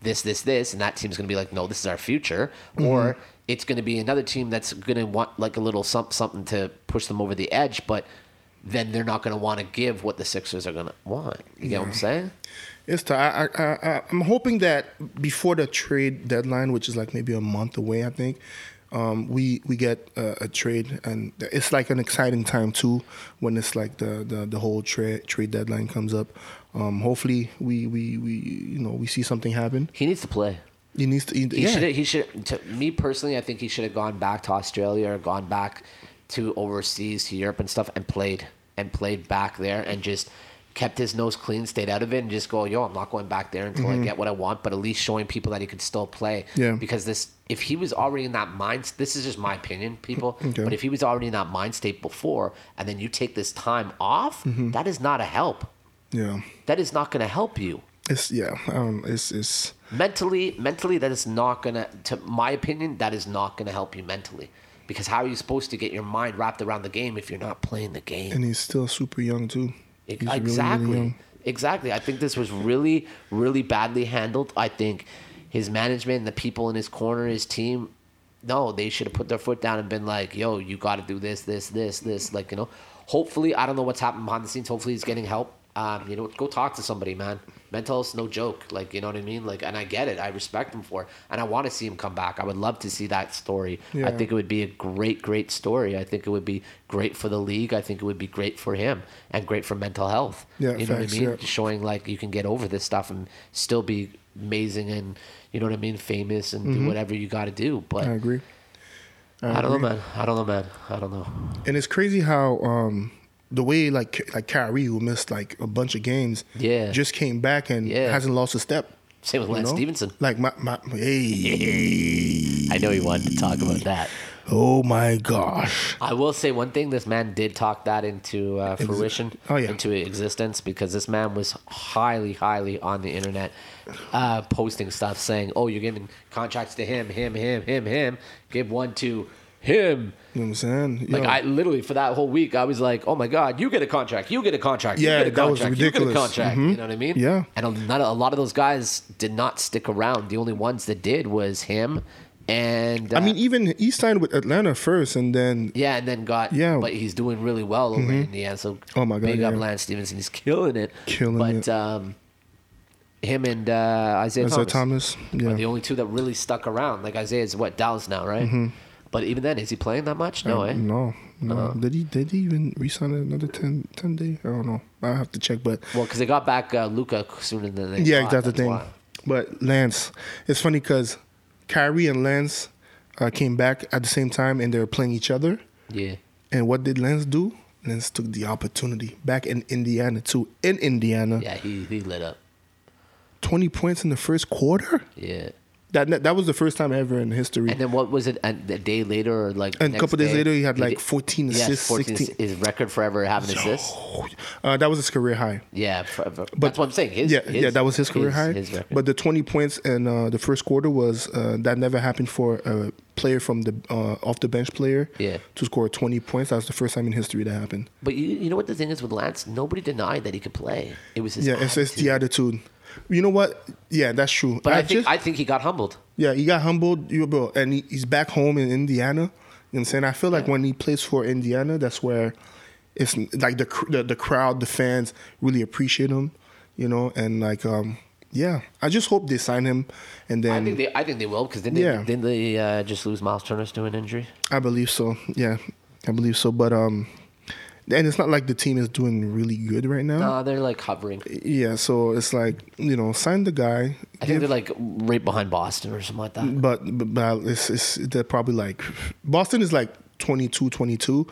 Speaker 4: this, this, this, and that team's going to be like, no, this is our future, or it's going to be another team that's going to want like a little some, something to push them over the edge, but then they're not going to want to give what the Sixers are going to want. You get what I'm saying?
Speaker 3: It's t- I, I, I, I- I'm hoping that before the trade deadline, which is like maybe a month away, I think, um, we we get a, a trade, and it's like an exciting time too when it's like the the, the whole trade trade deadline comes up. Um, hopefully, we, we we you know we see something happen.
Speaker 4: He needs to play.
Speaker 3: He needs to. He,
Speaker 4: He
Speaker 3: yeah.
Speaker 4: should. He should. To me personally, I think he should have gone back to Australia or gone back to overseas to Europe and stuff and played and played back there and just kept his nose clean, stayed out of it, and just go, yo, I'm not going back there until I get what I want. But at least showing people that he could still play.
Speaker 3: Mm-hmm. Yeah.
Speaker 4: Because this, if he was already in that mind, this is just my opinion, people.
Speaker 3: Okay.
Speaker 4: But if he was already in that mind state before, and then you take this time off,
Speaker 3: Mm-hmm.
Speaker 4: that is not a help.
Speaker 3: yeah.
Speaker 4: That is not going to help you
Speaker 3: It's yeah. Um, it's it's.
Speaker 4: mentally mentally that is not gonna to my opinion that is not gonna help you mentally because how are you supposed to get your mind wrapped around the game if you're not playing the game
Speaker 3: And he's still super young too. He's really, um, really
Speaker 4: exactly
Speaker 3: young.
Speaker 4: exactly i think this was really really badly handled i think his management and the people in his corner his team no they should have put their foot down and been like yo you got to do this this this this like you know hopefully i don't know what's happening behind the scenes hopefully he's getting help um, you know go talk to somebody man mental is no joke like you know what i mean like and i get it i respect him for it and i want to see him come back i would love to see that story i
Speaker 3: Yeah.
Speaker 4: think it would be a great, great story. I think it would be great for the league. I think it would be great for him and great for mental health.
Speaker 3: Yeah,
Speaker 4: you know
Speaker 3: facts,
Speaker 4: what I mean?
Speaker 3: yeah.
Speaker 4: Showing like you can get over this stuff and still be amazing and you know what I mean, famous and do whatever you got to do. But
Speaker 3: Mm-hmm. I agree.
Speaker 4: I don't know, man. I don't know, man. I don't know.
Speaker 3: And it's crazy how um, the way like like Kyrie who missed like a bunch of games,
Speaker 4: Yeah.
Speaker 3: just came back and
Speaker 4: Yeah.
Speaker 3: hasn't lost a step.
Speaker 4: Same with
Speaker 3: you
Speaker 4: Lance
Speaker 3: know?
Speaker 4: Stevenson.
Speaker 3: Like my, my hey,
Speaker 4: I know you wanted to talk about that.
Speaker 3: oh my gosh,
Speaker 4: I will say one thing: this man did talk that into uh, fruition,
Speaker 3: Oh, yeah.
Speaker 4: into existence, because this man was highly, highly on the internet, uh, posting stuff saying, "Oh, you're giving contracts to him, him, him, him, him. Give one to him.
Speaker 3: You know what I'm saying? Yo.
Speaker 4: Like I literally for that whole week, I was like, "Oh my god, you get a contract, you get a contract,
Speaker 3: Yeah,
Speaker 4: you get a
Speaker 3: that was
Speaker 4: contract, you get a
Speaker 3: ridiculous. Mm-hmm.
Speaker 4: contract." You know what I mean?
Speaker 3: Yeah.
Speaker 4: And a lot, of, a lot of those guys did not stick around. The only ones that did was him, and uh,
Speaker 3: I mean, even he signed with Atlanta first, and then
Speaker 4: yeah, and then got
Speaker 3: Yeah.
Speaker 4: but he's doing really well over in the end. So
Speaker 3: Oh my God,
Speaker 4: big up
Speaker 3: yeah.
Speaker 4: Lance Stevenson, he's killing it,
Speaker 3: Killing
Speaker 4: but,
Speaker 3: it.
Speaker 4: um, him and uh, Isaiah,
Speaker 3: Isaiah
Speaker 4: Thomas
Speaker 3: Thomas.
Speaker 4: are the
Speaker 3: Yeah,
Speaker 4: only two that really stuck around. Like Isaiah's what Dallas now, right?
Speaker 3: Mm-hmm.
Speaker 4: But even then, is he playing that much?
Speaker 3: Uh,
Speaker 4: No, eh?
Speaker 3: no, no. Did he? Did he even resign another 10, 10 day? I don't know. I have to check, but
Speaker 4: Well, because they got back uh, Luca sooner than they
Speaker 3: yeah,
Speaker 4: thought,
Speaker 3: that's the thing.
Speaker 4: why.
Speaker 3: But Lance, it's funny because Kyrie and Lance uh, came back at the same time, and they were playing each other.
Speaker 4: Yeah.
Speaker 3: And what did Lance do? Lance took the opportunity back in Indiana too. In Indiana,
Speaker 4: Yeah, he, he lit up.
Speaker 3: twenty points in the first quarter.
Speaker 4: Yeah.
Speaker 3: That that was the first time ever in history.
Speaker 4: And then what was it? And a day later, or like the
Speaker 3: And a
Speaker 4: next
Speaker 3: couple days
Speaker 4: day,
Speaker 3: later, he had like
Speaker 4: did-
Speaker 3: 14
Speaker 4: yes,
Speaker 3: assists,
Speaker 4: 14
Speaker 3: 16.
Speaker 4: His record forever having assists.
Speaker 3: Uh, that was his career high.
Speaker 4: Yeah, forever.
Speaker 3: But
Speaker 4: that's what I'm saying. His,
Speaker 3: yeah, yeah, that was his career high.
Speaker 4: His record.
Speaker 3: but the 20 points in uh, the first quarter was uh, that never happened for a player from the uh, off the bench player
Speaker 4: Yeah.
Speaker 3: to score 20 points. That was the first time in history that happened.
Speaker 4: but you, you know what the thing is with Lance? Nobody denied that he could play. It was his.
Speaker 3: yeah, it's, it's
Speaker 4: attitude.
Speaker 3: the attitude. You know what? Yeah, that's true.
Speaker 4: But I, think
Speaker 3: just-
Speaker 4: I think he got humbled.
Speaker 3: yeah, he got humbled, you bro, and he, he's back home in Indiana. You know what I'm saying? I feel like when he plays for Indiana, that's where it's like the cr- the, the crowd, the fans really appreciate him, you know, and like um yeah, I just hope they sign him, and then
Speaker 4: I think they. I think they will because then they
Speaker 3: Yeah.
Speaker 4: didn't they uh, just lose Miles Turner to an injury.
Speaker 3: I believe so. Yeah, I believe so. But um, and it's not like the team is doing really good right now.
Speaker 4: No, Uh, they're like hovering.
Speaker 3: Yeah, so it's like you know, sign the guy.
Speaker 4: I think they're like right behind Boston or something like that.
Speaker 3: But but, but it's, it's they're probably like Boston is like 22, 22.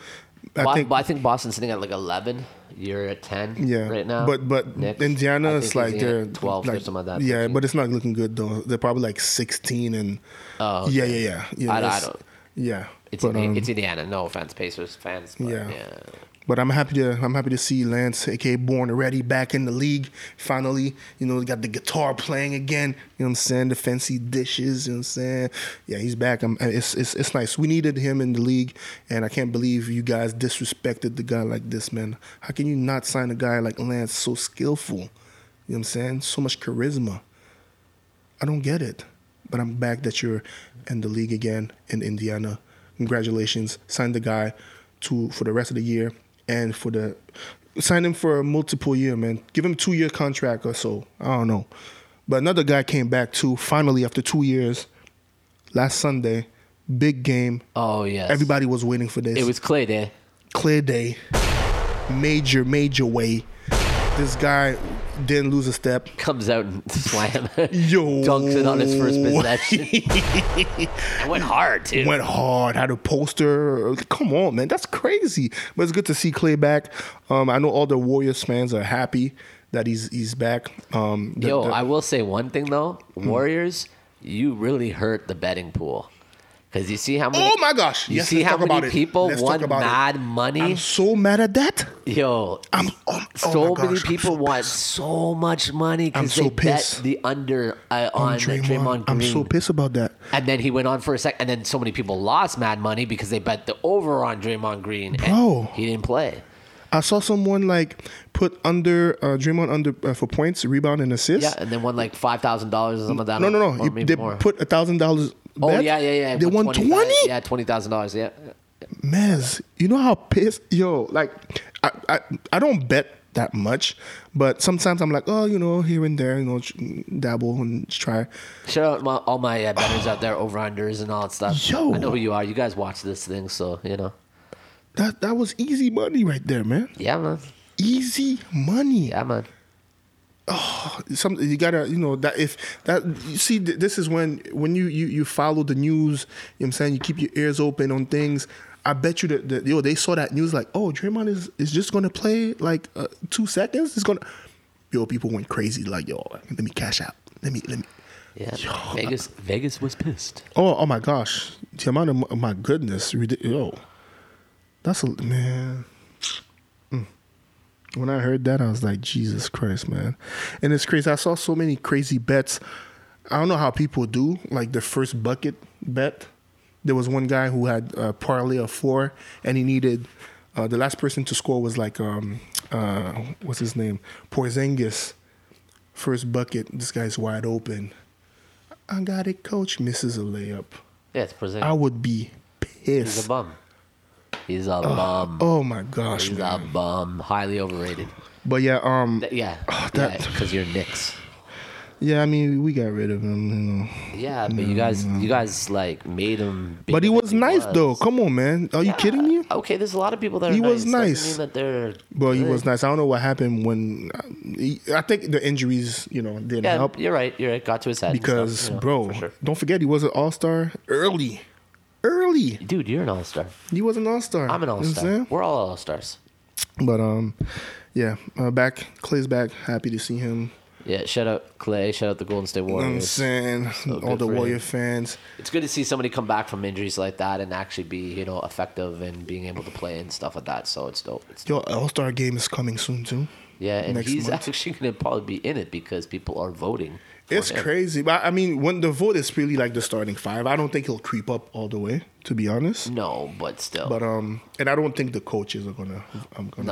Speaker 3: I
Speaker 4: Bo-
Speaker 3: think
Speaker 4: but I think Boston's sitting at like 11. You're at 10
Speaker 3: yeah
Speaker 4: right now.
Speaker 3: But but
Speaker 4: Knicks, I
Speaker 3: Indiana
Speaker 4: think
Speaker 3: is like
Speaker 4: he's at
Speaker 3: they're
Speaker 4: 12
Speaker 3: like,
Speaker 4: or something like that.
Speaker 3: Yeah,
Speaker 4: 13.
Speaker 3: but it's not looking good though. They're probably like sixteen and
Speaker 4: Oh,
Speaker 3: yeah yeah yeah yeah.
Speaker 4: I- I
Speaker 3: that's-
Speaker 4: don't-
Speaker 3: Yeah,
Speaker 4: it's,
Speaker 3: but,
Speaker 4: Indi-
Speaker 3: um,
Speaker 4: it's Indiana. No offense, Pacers fans. But yeah.
Speaker 3: Yeah. But I'm happy to I'm happy to see Lance, aka Born Already, back in the league. Finally, you know, got the guitar playing again. You know what I'm saying? The fancy dishes. You know what I'm saying? Yeah, he's back. I'm, it's it's it's nice. We needed him in the league, and I can't believe you guys disrespected the guy like this, man. How can you not sign a guy like Lance, so skillful? You know what I'm saying? So much charisma. I don't get it. But I'm back that you're in the league again in Indiana. Congratulations. Sign the guy to for the rest of the year and for the sign him for a multiple year, man. Give him two year contract or so. I don't know. But another guy came back too, finally after two years, last Sunday. Big game.
Speaker 4: Oh, yes.
Speaker 3: Everybody was waiting for this
Speaker 4: It was Clay Day.
Speaker 3: clear day, major, major way. This guy didn't lose a step.
Speaker 4: Comes out and slam.
Speaker 3: Yo.
Speaker 4: Dunks it on his first possession. it went hard, too.
Speaker 3: went hard, had a poster. Come on, man, that's crazy. But it's good to see Clay back. Um, I know all the Warriors fans are happy that he's he's back. Um, the-
Speaker 4: Yo,
Speaker 3: the-
Speaker 4: I will say one thing, though.
Speaker 3: Hmm.
Speaker 4: Warriors, you really hurt the betting pool. Because you see how many.
Speaker 3: oh my gosh,
Speaker 4: You
Speaker 3: yes,
Speaker 4: see
Speaker 3: let's
Speaker 4: how
Speaker 3: talk about
Speaker 4: many
Speaker 3: it.
Speaker 4: people
Speaker 3: Let's talk
Speaker 4: won
Speaker 3: about it.
Speaker 4: mad money?
Speaker 3: I'm so mad at that.
Speaker 4: Yo,
Speaker 3: I'm oh, oh
Speaker 4: so
Speaker 3: my gosh,
Speaker 4: many
Speaker 3: I'm
Speaker 4: people
Speaker 3: so
Speaker 4: want
Speaker 3: pissed.
Speaker 4: so much money
Speaker 3: I'm
Speaker 4: because
Speaker 3: so
Speaker 4: they bet
Speaker 3: pissed.
Speaker 4: the under uh, on,
Speaker 3: I'm
Speaker 4: Draymond, Green.
Speaker 3: I'm so pissed about that.
Speaker 4: And then he went on for a sec, and then so many people lost mad money because they bet the over on Draymond Green.
Speaker 3: Bro.
Speaker 4: and he didn't play.
Speaker 3: I saw someone like put under uh, Draymond under uh, for points, rebound, and assists.
Speaker 4: Yeah, and then won like five thousand dollars or something like that.
Speaker 3: No,
Speaker 4: on-
Speaker 3: no, no.
Speaker 4: or
Speaker 3: You-
Speaker 4: maybe
Speaker 3: they
Speaker 4: more.
Speaker 3: put a thousand dollars.
Speaker 4: Oh yeah, yeah, yeah.
Speaker 3: They
Speaker 4: put
Speaker 3: won
Speaker 4: 20,000
Speaker 3: twenty.
Speaker 4: Yeah, twenty thousand dollars. Yeah.
Speaker 3: Mez, you know how pissed yo like I, I I don't bet that much, but sometimes I'm like, oh, you know, here and there, you know, dabble and try.
Speaker 4: Shout out my, all my uh, betters out there, over unders and all that stuff.
Speaker 3: Yo.
Speaker 4: I know who you are. You guys watch this thing, so you know.
Speaker 3: That that was easy money right there, man.
Speaker 4: Yeah, man.
Speaker 3: Easy money.
Speaker 4: Yeah, man.
Speaker 3: some you gotta you know that if that you see th- this is when when you you you follow the news you know what i'm saying you keep your ears open on things i bet you that, that yo they saw that news like oh draymond is is just gonna play like uh, two seconds it's gonna yo people went crazy like yo let me cash out let me let me
Speaker 4: Yeah.
Speaker 3: Yo,
Speaker 4: Vegas. Vegas was pissed.
Speaker 3: oh oh my gosh the amount of mo- my goodness ridic- yo that's a man Mm. when i heard that i was like jesus christ man and it's crazy i saw so many crazy bets i don't know how people do like the first bucket bet There was one guy who had a parlay of four, and he needed uh, the last person to score was like um, uh, what's his name Porzingis. First bucket, this guy's wide open. I got it, coach. Misses a layup.
Speaker 4: Yeah, it's Porzingis.
Speaker 3: I would be pissed.
Speaker 4: He's a bum. He's a bum.
Speaker 3: Oh my gosh,
Speaker 4: He's
Speaker 3: man.
Speaker 4: a bum. Highly overrated.
Speaker 3: But yeah, um,
Speaker 4: Th- Yeah.
Speaker 3: Oh, that-
Speaker 4: Because you're Knicks.
Speaker 3: yeah. I mean, we got rid of him, you know.
Speaker 4: Yeah, but you guys, you guys like made him. bigger
Speaker 3: But he
Speaker 4: than
Speaker 3: was nice though.
Speaker 4: was.
Speaker 3: Come on, man. Are you kidding me?
Speaker 4: Okay, there's a lot of people that are
Speaker 3: He
Speaker 4: nice.
Speaker 3: was
Speaker 4: Doesn't
Speaker 3: nice.
Speaker 4: mean that they're
Speaker 3: But he
Speaker 4: good.
Speaker 3: was nice. I don't know what happened when. he- I think the injuries, you know, didn't
Speaker 4: Yeah,
Speaker 3: help
Speaker 4: you're right. You're right. Got to his head and stuff,
Speaker 3: because,
Speaker 4: you know,
Speaker 3: bro,
Speaker 4: for sure.
Speaker 3: don't forget he was an all star early. Early,
Speaker 4: dude, you're an all star.
Speaker 3: he was an all star.
Speaker 4: I'm an all star. We're all all stars.
Speaker 3: But um, yeah, uh, back. Clay's back. Happy to see him.
Speaker 4: Yeah, shout out Clay. Shout out the Golden State
Speaker 3: You know what I'm
Speaker 4: Warriors.
Speaker 3: saying all
Speaker 4: good
Speaker 3: the
Speaker 4: for
Speaker 3: Warrior
Speaker 4: him.
Speaker 3: fans.
Speaker 4: it's good to see somebody come back from injuries like that and actually be you know effective and being able to play and stuff like that. So it's dope. It's
Speaker 3: Yo, All Star game is coming soon too.
Speaker 4: Yeah, and
Speaker 3: next
Speaker 4: he's
Speaker 3: month.
Speaker 4: actually going to probably be in it because people are voting. for
Speaker 3: It's
Speaker 4: him.
Speaker 3: crazy, but I mean, when the vote is really like the starting five, I don't think he'll creep up all the way. To be honest,
Speaker 4: No, but still,
Speaker 3: but um, and I don't think the coaches are gonna. I'm gonna.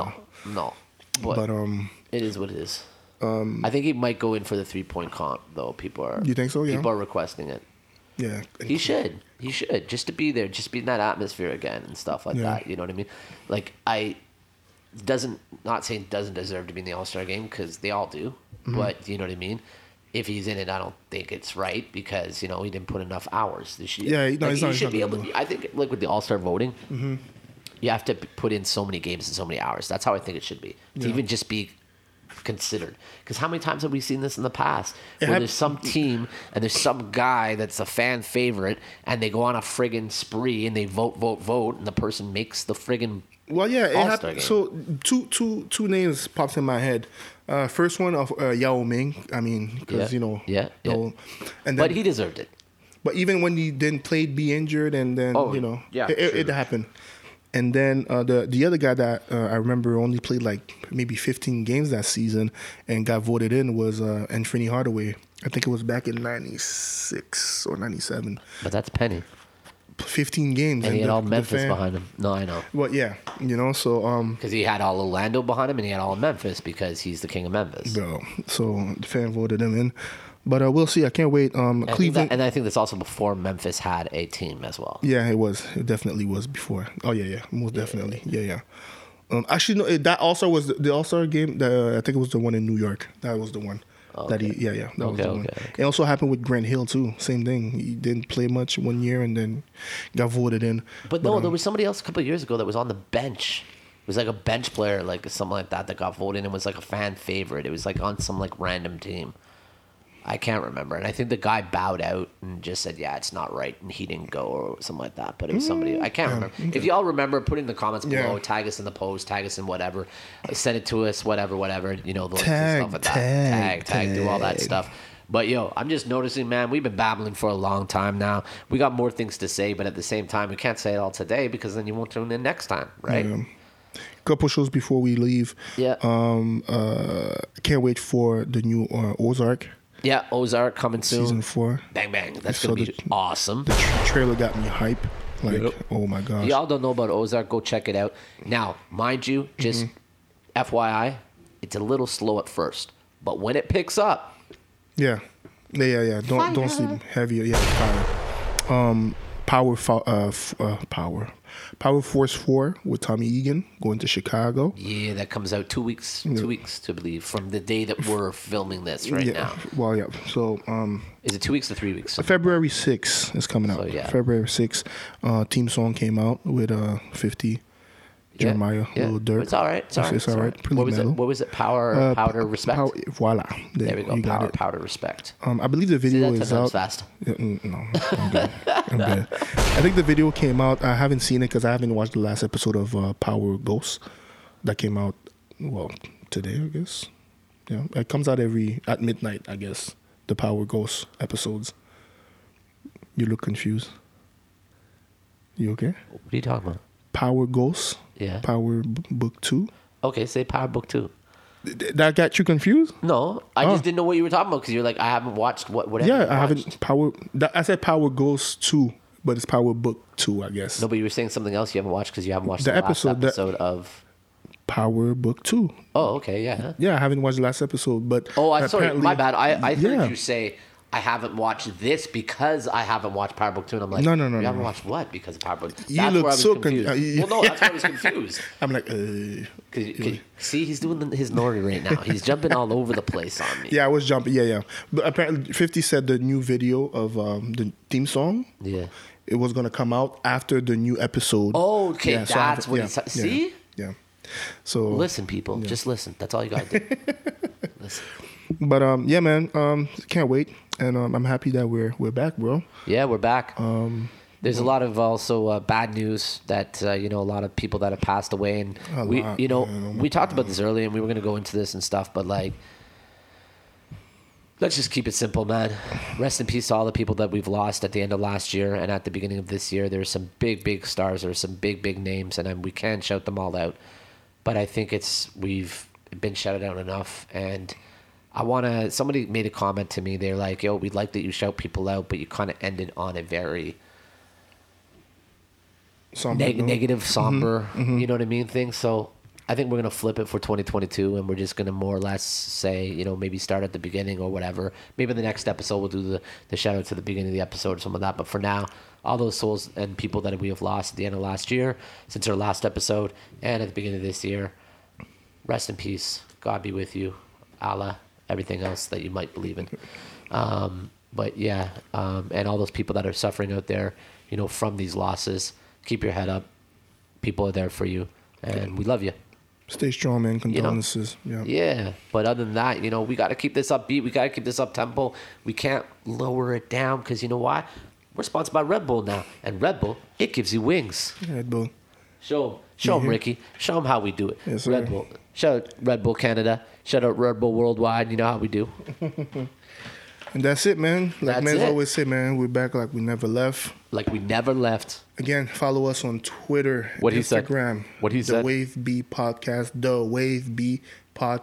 Speaker 4: no, no. But,
Speaker 3: But um,
Speaker 4: it is what it is. I think he might go in for the three point comp though. People are.
Speaker 3: You think so? Yeah.
Speaker 4: People are requesting it.
Speaker 3: yeah,
Speaker 4: He should. He should just to be there, just be in that atmosphere again and stuff like
Speaker 3: Yeah.
Speaker 4: that. You know what I mean? Like I doesn't not saying doesn't deserve to be in the All Star game because they all do,
Speaker 3: Mm-hmm.
Speaker 4: but you know what I mean. If he's in it, I don't think it's right because you know he didn't put enough hours this year.
Speaker 3: Yeah, no,
Speaker 4: like,
Speaker 3: he's
Speaker 4: he
Speaker 3: not- he's
Speaker 4: should
Speaker 3: not
Speaker 4: be
Speaker 3: gonna
Speaker 4: able.
Speaker 3: do it. Mm-hmm.
Speaker 4: I think like with the All Star voting, you have to p- put in so many games and so many hours. That's how I think it should be to even just be considered. Because how many times have we seen this in the past?
Speaker 3: It
Speaker 4: where
Speaker 3: hap-
Speaker 4: there's some team and there's some guy that's a fan favorite, and they go on a friggin' spree and they vote, vote, vote, and the person makes the friggin'
Speaker 3: Well, yeah, it
Speaker 4: All-Star
Speaker 3: hap-
Speaker 4: game.
Speaker 3: So two two two names pops in my head. Uh, first one of uh, Yao Ming. I mean,
Speaker 4: Yeah,
Speaker 3: because you know,
Speaker 4: yeah, yeah.
Speaker 3: no- and then,
Speaker 4: but he deserved it.
Speaker 3: But even when he then played, be injured, and then
Speaker 4: Oh,
Speaker 3: you know,
Speaker 4: yeah,
Speaker 3: it, it- it
Speaker 4: sure.
Speaker 3: happened. And then uh, the the other guy that uh, I remember only played like maybe 15 games that season and got voted in was uh, Anthony Hardaway. I think it was back in '96 or '97.
Speaker 4: But that's Penny,
Speaker 3: 15 games,
Speaker 4: and he had
Speaker 3: the-
Speaker 4: all
Speaker 3: the
Speaker 4: Memphis
Speaker 3: fan-
Speaker 4: behind him. No, I know.
Speaker 3: Well, yeah, you know, so um,
Speaker 4: Because he had all Orlando behind him, and he had all Memphis because he's the king of Memphis.
Speaker 3: bro, so the fan voted him in. But uh, we'll see. I can't wait. Um,
Speaker 4: I think that-
Speaker 3: Cleveland.
Speaker 4: and I think that's also before Memphis had a team as well.
Speaker 3: Yeah, it was. It definitely was before. Oh yeah, yeah, most definitely. Yeah, yeah. Um, actually, no. It, that also was the, the All Star game. The, I think it was the one in New York. That was the one. That he, yeah, yeah, that was
Speaker 4: Okay,
Speaker 3: the one.
Speaker 4: okay, okay.
Speaker 3: It also happened with Grant Hill too. Same thing. He didn't play much one year and then got voted in.
Speaker 4: But no, there was somebody else a couple of years ago that was on the bench. It was like a bench player, like something like that, that got voted and was like a fan favorite. It was like on some like random team. I can't remember. And I think the guy bowed out and just said, "Yeah, it's not right," and he didn't go or something like that. But it was somebody I can't remember. If y'all remember, put it in the comments
Speaker 3: Mm, Yeah.
Speaker 4: below. Tag us in the post. Tag us in whatever. Send it to us. Whatever, whatever. You know, the links and
Speaker 3: Tag,
Speaker 4: stuff like that.
Speaker 3: tag,
Speaker 4: tag, tag, do all that
Speaker 3: tag.
Speaker 4: stuff stuff. But yo, I'm just noticing, man, we've been babbling for a long time now. We got more things to say, but at the same time, we can't say it all today because then you won't tune in next time, right?
Speaker 3: Yeah. Um, couple shows before we leave.
Speaker 4: Yeah.
Speaker 3: Um. Uh. Can't wait for the new uh, Ozark
Speaker 4: Yeah, Ozark coming soon.
Speaker 3: season four.
Speaker 4: Bang bang, that's
Speaker 3: So
Speaker 4: gonna be
Speaker 3: the-
Speaker 4: awesome.
Speaker 3: Trailer got me hype. Like,
Speaker 4: Yep.
Speaker 3: oh my gosh.
Speaker 4: Y'all don't know about Ozark, go check it out. Now, mind you,
Speaker 3: Mm-hmm.
Speaker 4: just FYI, it's a little slow at first, but when it picks up,
Speaker 3: Yeah, yeah, yeah. yeah. Don't don't sleep heavier. Yeah, fire. Um, power, fo- uh, f- uh, power, power force four with Tommy Egan going to Chicago.
Speaker 4: yeah, that comes out two weeks, two weeks to believe from the day that we're filming this right
Speaker 3: yeah.
Speaker 4: now.
Speaker 3: Well, yeah. So, um,
Speaker 4: Is it two weeks or three weeks?
Speaker 3: February 6th is coming out.
Speaker 4: So, yeah.
Speaker 3: February 6th, uh, team song came out with uh 50.
Speaker 4: Yeah,
Speaker 3: Jeremiah,
Speaker 4: yeah.
Speaker 3: Little Dirk.
Speaker 4: It's all right. It's all right.
Speaker 3: It's all right. Pretty
Speaker 4: What was it?
Speaker 3: mellow.
Speaker 4: What was it? Power,
Speaker 3: Uh,
Speaker 4: powder,
Speaker 3: p-
Speaker 4: respect.
Speaker 3: pow- voila. There,
Speaker 4: there we go.
Speaker 3: You got
Speaker 4: Power,
Speaker 3: it.
Speaker 4: powder, respect.
Speaker 3: Um, I believe the
Speaker 4: that
Speaker 3: video
Speaker 4: ten
Speaker 3: is
Speaker 4: times
Speaker 3: out.
Speaker 4: fast.
Speaker 3: Yeah, mm, no, I'm good. I'm good. I think the video came out. I haven't seen it because I haven't watched the last episode of uh, Power Ghost that came out. Well, today I guess. Yeah, it comes out every at midnight. I guess the Power Ghost episodes. You look confused. You okay?
Speaker 4: What are you talking about?
Speaker 3: Power Ghost.
Speaker 4: Yeah.
Speaker 3: Power B- Book Two.
Speaker 4: Okay, say Power Book Two.
Speaker 3: Th- th- That got you confused?
Speaker 4: No, I
Speaker 3: Oh.
Speaker 4: just didn't know what you were talking about because you're like, I haven't watched what whatever.
Speaker 3: yeah,
Speaker 4: you
Speaker 3: I
Speaker 4: watched.
Speaker 3: haven't power. That, I said Power Ghost Two. but it's Power Book Two, I guess.
Speaker 4: No, but you were saying something else you haven't watched because you haven't watched the,
Speaker 3: The
Speaker 4: last
Speaker 3: episode that-
Speaker 4: episode of.
Speaker 3: Power Book Two.
Speaker 4: Oh, okay, yeah. huh?
Speaker 3: Yeah, I haven't watched the last episode, but
Speaker 4: Oh, I'm sorry.
Speaker 3: apparently-
Speaker 4: My bad. I, I heard
Speaker 3: Yeah.
Speaker 4: you say I haven't watched this because I haven't watched Power Book Two, and I'm like,
Speaker 3: No, no, no,
Speaker 4: You
Speaker 3: no,
Speaker 4: haven't
Speaker 3: no.
Speaker 4: watched what because of Power Book? That's
Speaker 3: You look
Speaker 4: where I was
Speaker 3: so uh,
Speaker 4: confused.
Speaker 3: confused.
Speaker 4: well, no, that's why I was confused.
Speaker 3: I'm like, uh,
Speaker 4: Cause, you- 'cause- see, he's doing the, his Nori right now. He's jumping all over the place on me.
Speaker 3: yeah, I was jumping. Yeah, yeah. But apparently, Fifty said the new video of um, the theme song.
Speaker 4: Yeah.
Speaker 3: it was gonna come out after the new episode.
Speaker 4: Oh, okay,
Speaker 3: I haven't-
Speaker 4: that's what it's-
Speaker 3: yeah,
Speaker 4: see?
Speaker 3: yeah. So
Speaker 4: Listen, people, just listen. That's all you got to do. listen.
Speaker 3: but um, yeah, man, um, can't wait, and um, I'm happy that we're we're back, bro.
Speaker 4: Yeah, we're back.
Speaker 3: Um,
Speaker 4: There's a lot of also uh, bad news that uh, you know a lot of people that have passed away, and
Speaker 3: A
Speaker 4: we
Speaker 3: lot,
Speaker 4: you know
Speaker 3: man. Oh my
Speaker 4: we talked about this earlier, and we were gonna go into this and stuff, but like. Let's just keep it simple, man. Rest in peace to all the people that we've lost at the end of last year and at the beginning of this year. There are some big, big stars. There are some big, big names, and um, we can't shout them all out. But I think it's we've been shouted out enough. And I want to. Somebody made a comment to me. They're like, "Yo, we like that you shout people out, but you kind of ended on a very
Speaker 3: So I'm like,
Speaker 4: neg-
Speaker 3: no.
Speaker 4: negative, somber, you know what I mean, thing. So I think we're gonna flip it for 2022, and we're just gonna more or less say, you know, maybe start at the beginning or whatever. Maybe the next episode we'll do the the shout out to the beginning of the episode or some of that. But for now, all those souls and people that we have lost at the end of last year, since our last episode, and at the beginning of this year, rest in peace. God be with you, Allah, everything else that you might believe in. Um, but yeah, um, and all those people that are suffering out there, you know, from these losses, keep your head up. People are there for you, and we love you.
Speaker 3: Stay strong, man.
Speaker 4: know?
Speaker 3: Condolences. yeah.
Speaker 4: Yeah, but other than that, you know, we got to keep this upbeat. We got to keep this up tempo. We can't lower it down because you know why? We're sponsored by Red Bull now, and Red Bull it gives you wings.
Speaker 3: Red Bull.
Speaker 4: Show them, show 'em, Ricky. Show them how we do it.
Speaker 3: Yes,
Speaker 4: Red
Speaker 3: sir.
Speaker 4: Bull. Shout out Red Bull Canada. Shout out Red Bull Worldwide. You know how we do.
Speaker 3: And that's it, man. Like
Speaker 4: That's
Speaker 3: man's
Speaker 4: it.
Speaker 3: always say, man, we're back like we never left.
Speaker 4: Like we never left.
Speaker 3: Again, follow us on Twitter,
Speaker 4: What he said.
Speaker 3: Instagram.
Speaker 4: What he
Speaker 3: the
Speaker 4: said.
Speaker 3: Wave B podcast. The Wave B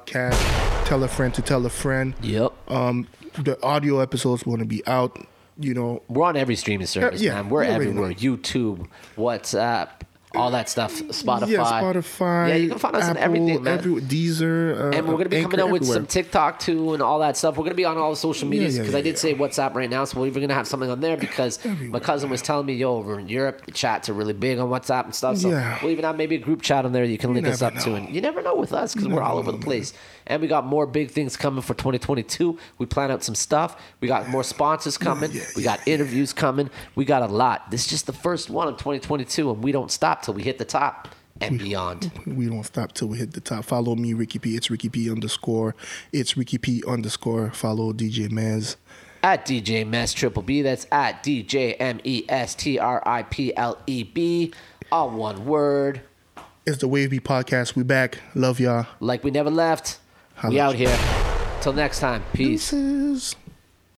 Speaker 3: podcast. Tell a friend to tell a friend.
Speaker 4: Yep.
Speaker 3: Um, the audio episodes want to be out. You know,
Speaker 4: We're on every streaming service,
Speaker 3: Uh, yeah,
Speaker 4: man. We're
Speaker 3: you already
Speaker 4: everywhere.
Speaker 3: know.
Speaker 4: YouTube, WhatsApp, all that stuff. Spotify.
Speaker 3: yeah, Spotify.
Speaker 4: Yeah, you can find us on
Speaker 3: Apple,
Speaker 4: everything, man.
Speaker 3: every- Deezer. Uh,
Speaker 4: and we're gonna be
Speaker 3: Anchor,
Speaker 4: coming out with
Speaker 3: everywhere.
Speaker 4: some TikTok too, and all that stuff. We're gonna be on all the social medias
Speaker 3: yeah,
Speaker 4: because I
Speaker 3: yeah,
Speaker 4: did
Speaker 3: yeah.
Speaker 4: say WhatsApp right now, so we're even gonna have something on there because my cousin was telling me, yo, over in Europe, the chats are really big on WhatsApp and stuff. So
Speaker 3: Yeah.
Speaker 4: we'll even have maybe a group chat on there you can link us up
Speaker 3: never
Speaker 4: to,
Speaker 3: know.
Speaker 4: and you never know with us because we're all over the place. And we got more big things coming for 2022. We plan out some stuff. We got more sponsors coming. we got interviews coming. We got a lot. This is just the first one of 2022, and we don't stop till we hit the top and beyond.
Speaker 3: We don't stop till we hit the top. Follow me, Ricky P. It's Ricky P underscore. It's Ricky P underscore. Follow DJ Maz.
Speaker 4: at DJ Mess Triple B. That's at DJ M E S T R I P L E B. All one word.
Speaker 3: It's the Wave B podcast. We back. Love y'all.
Speaker 4: Like we never left. We
Speaker 3: Holla.
Speaker 4: out here. Till next time. Peace.
Speaker 3: Deuces.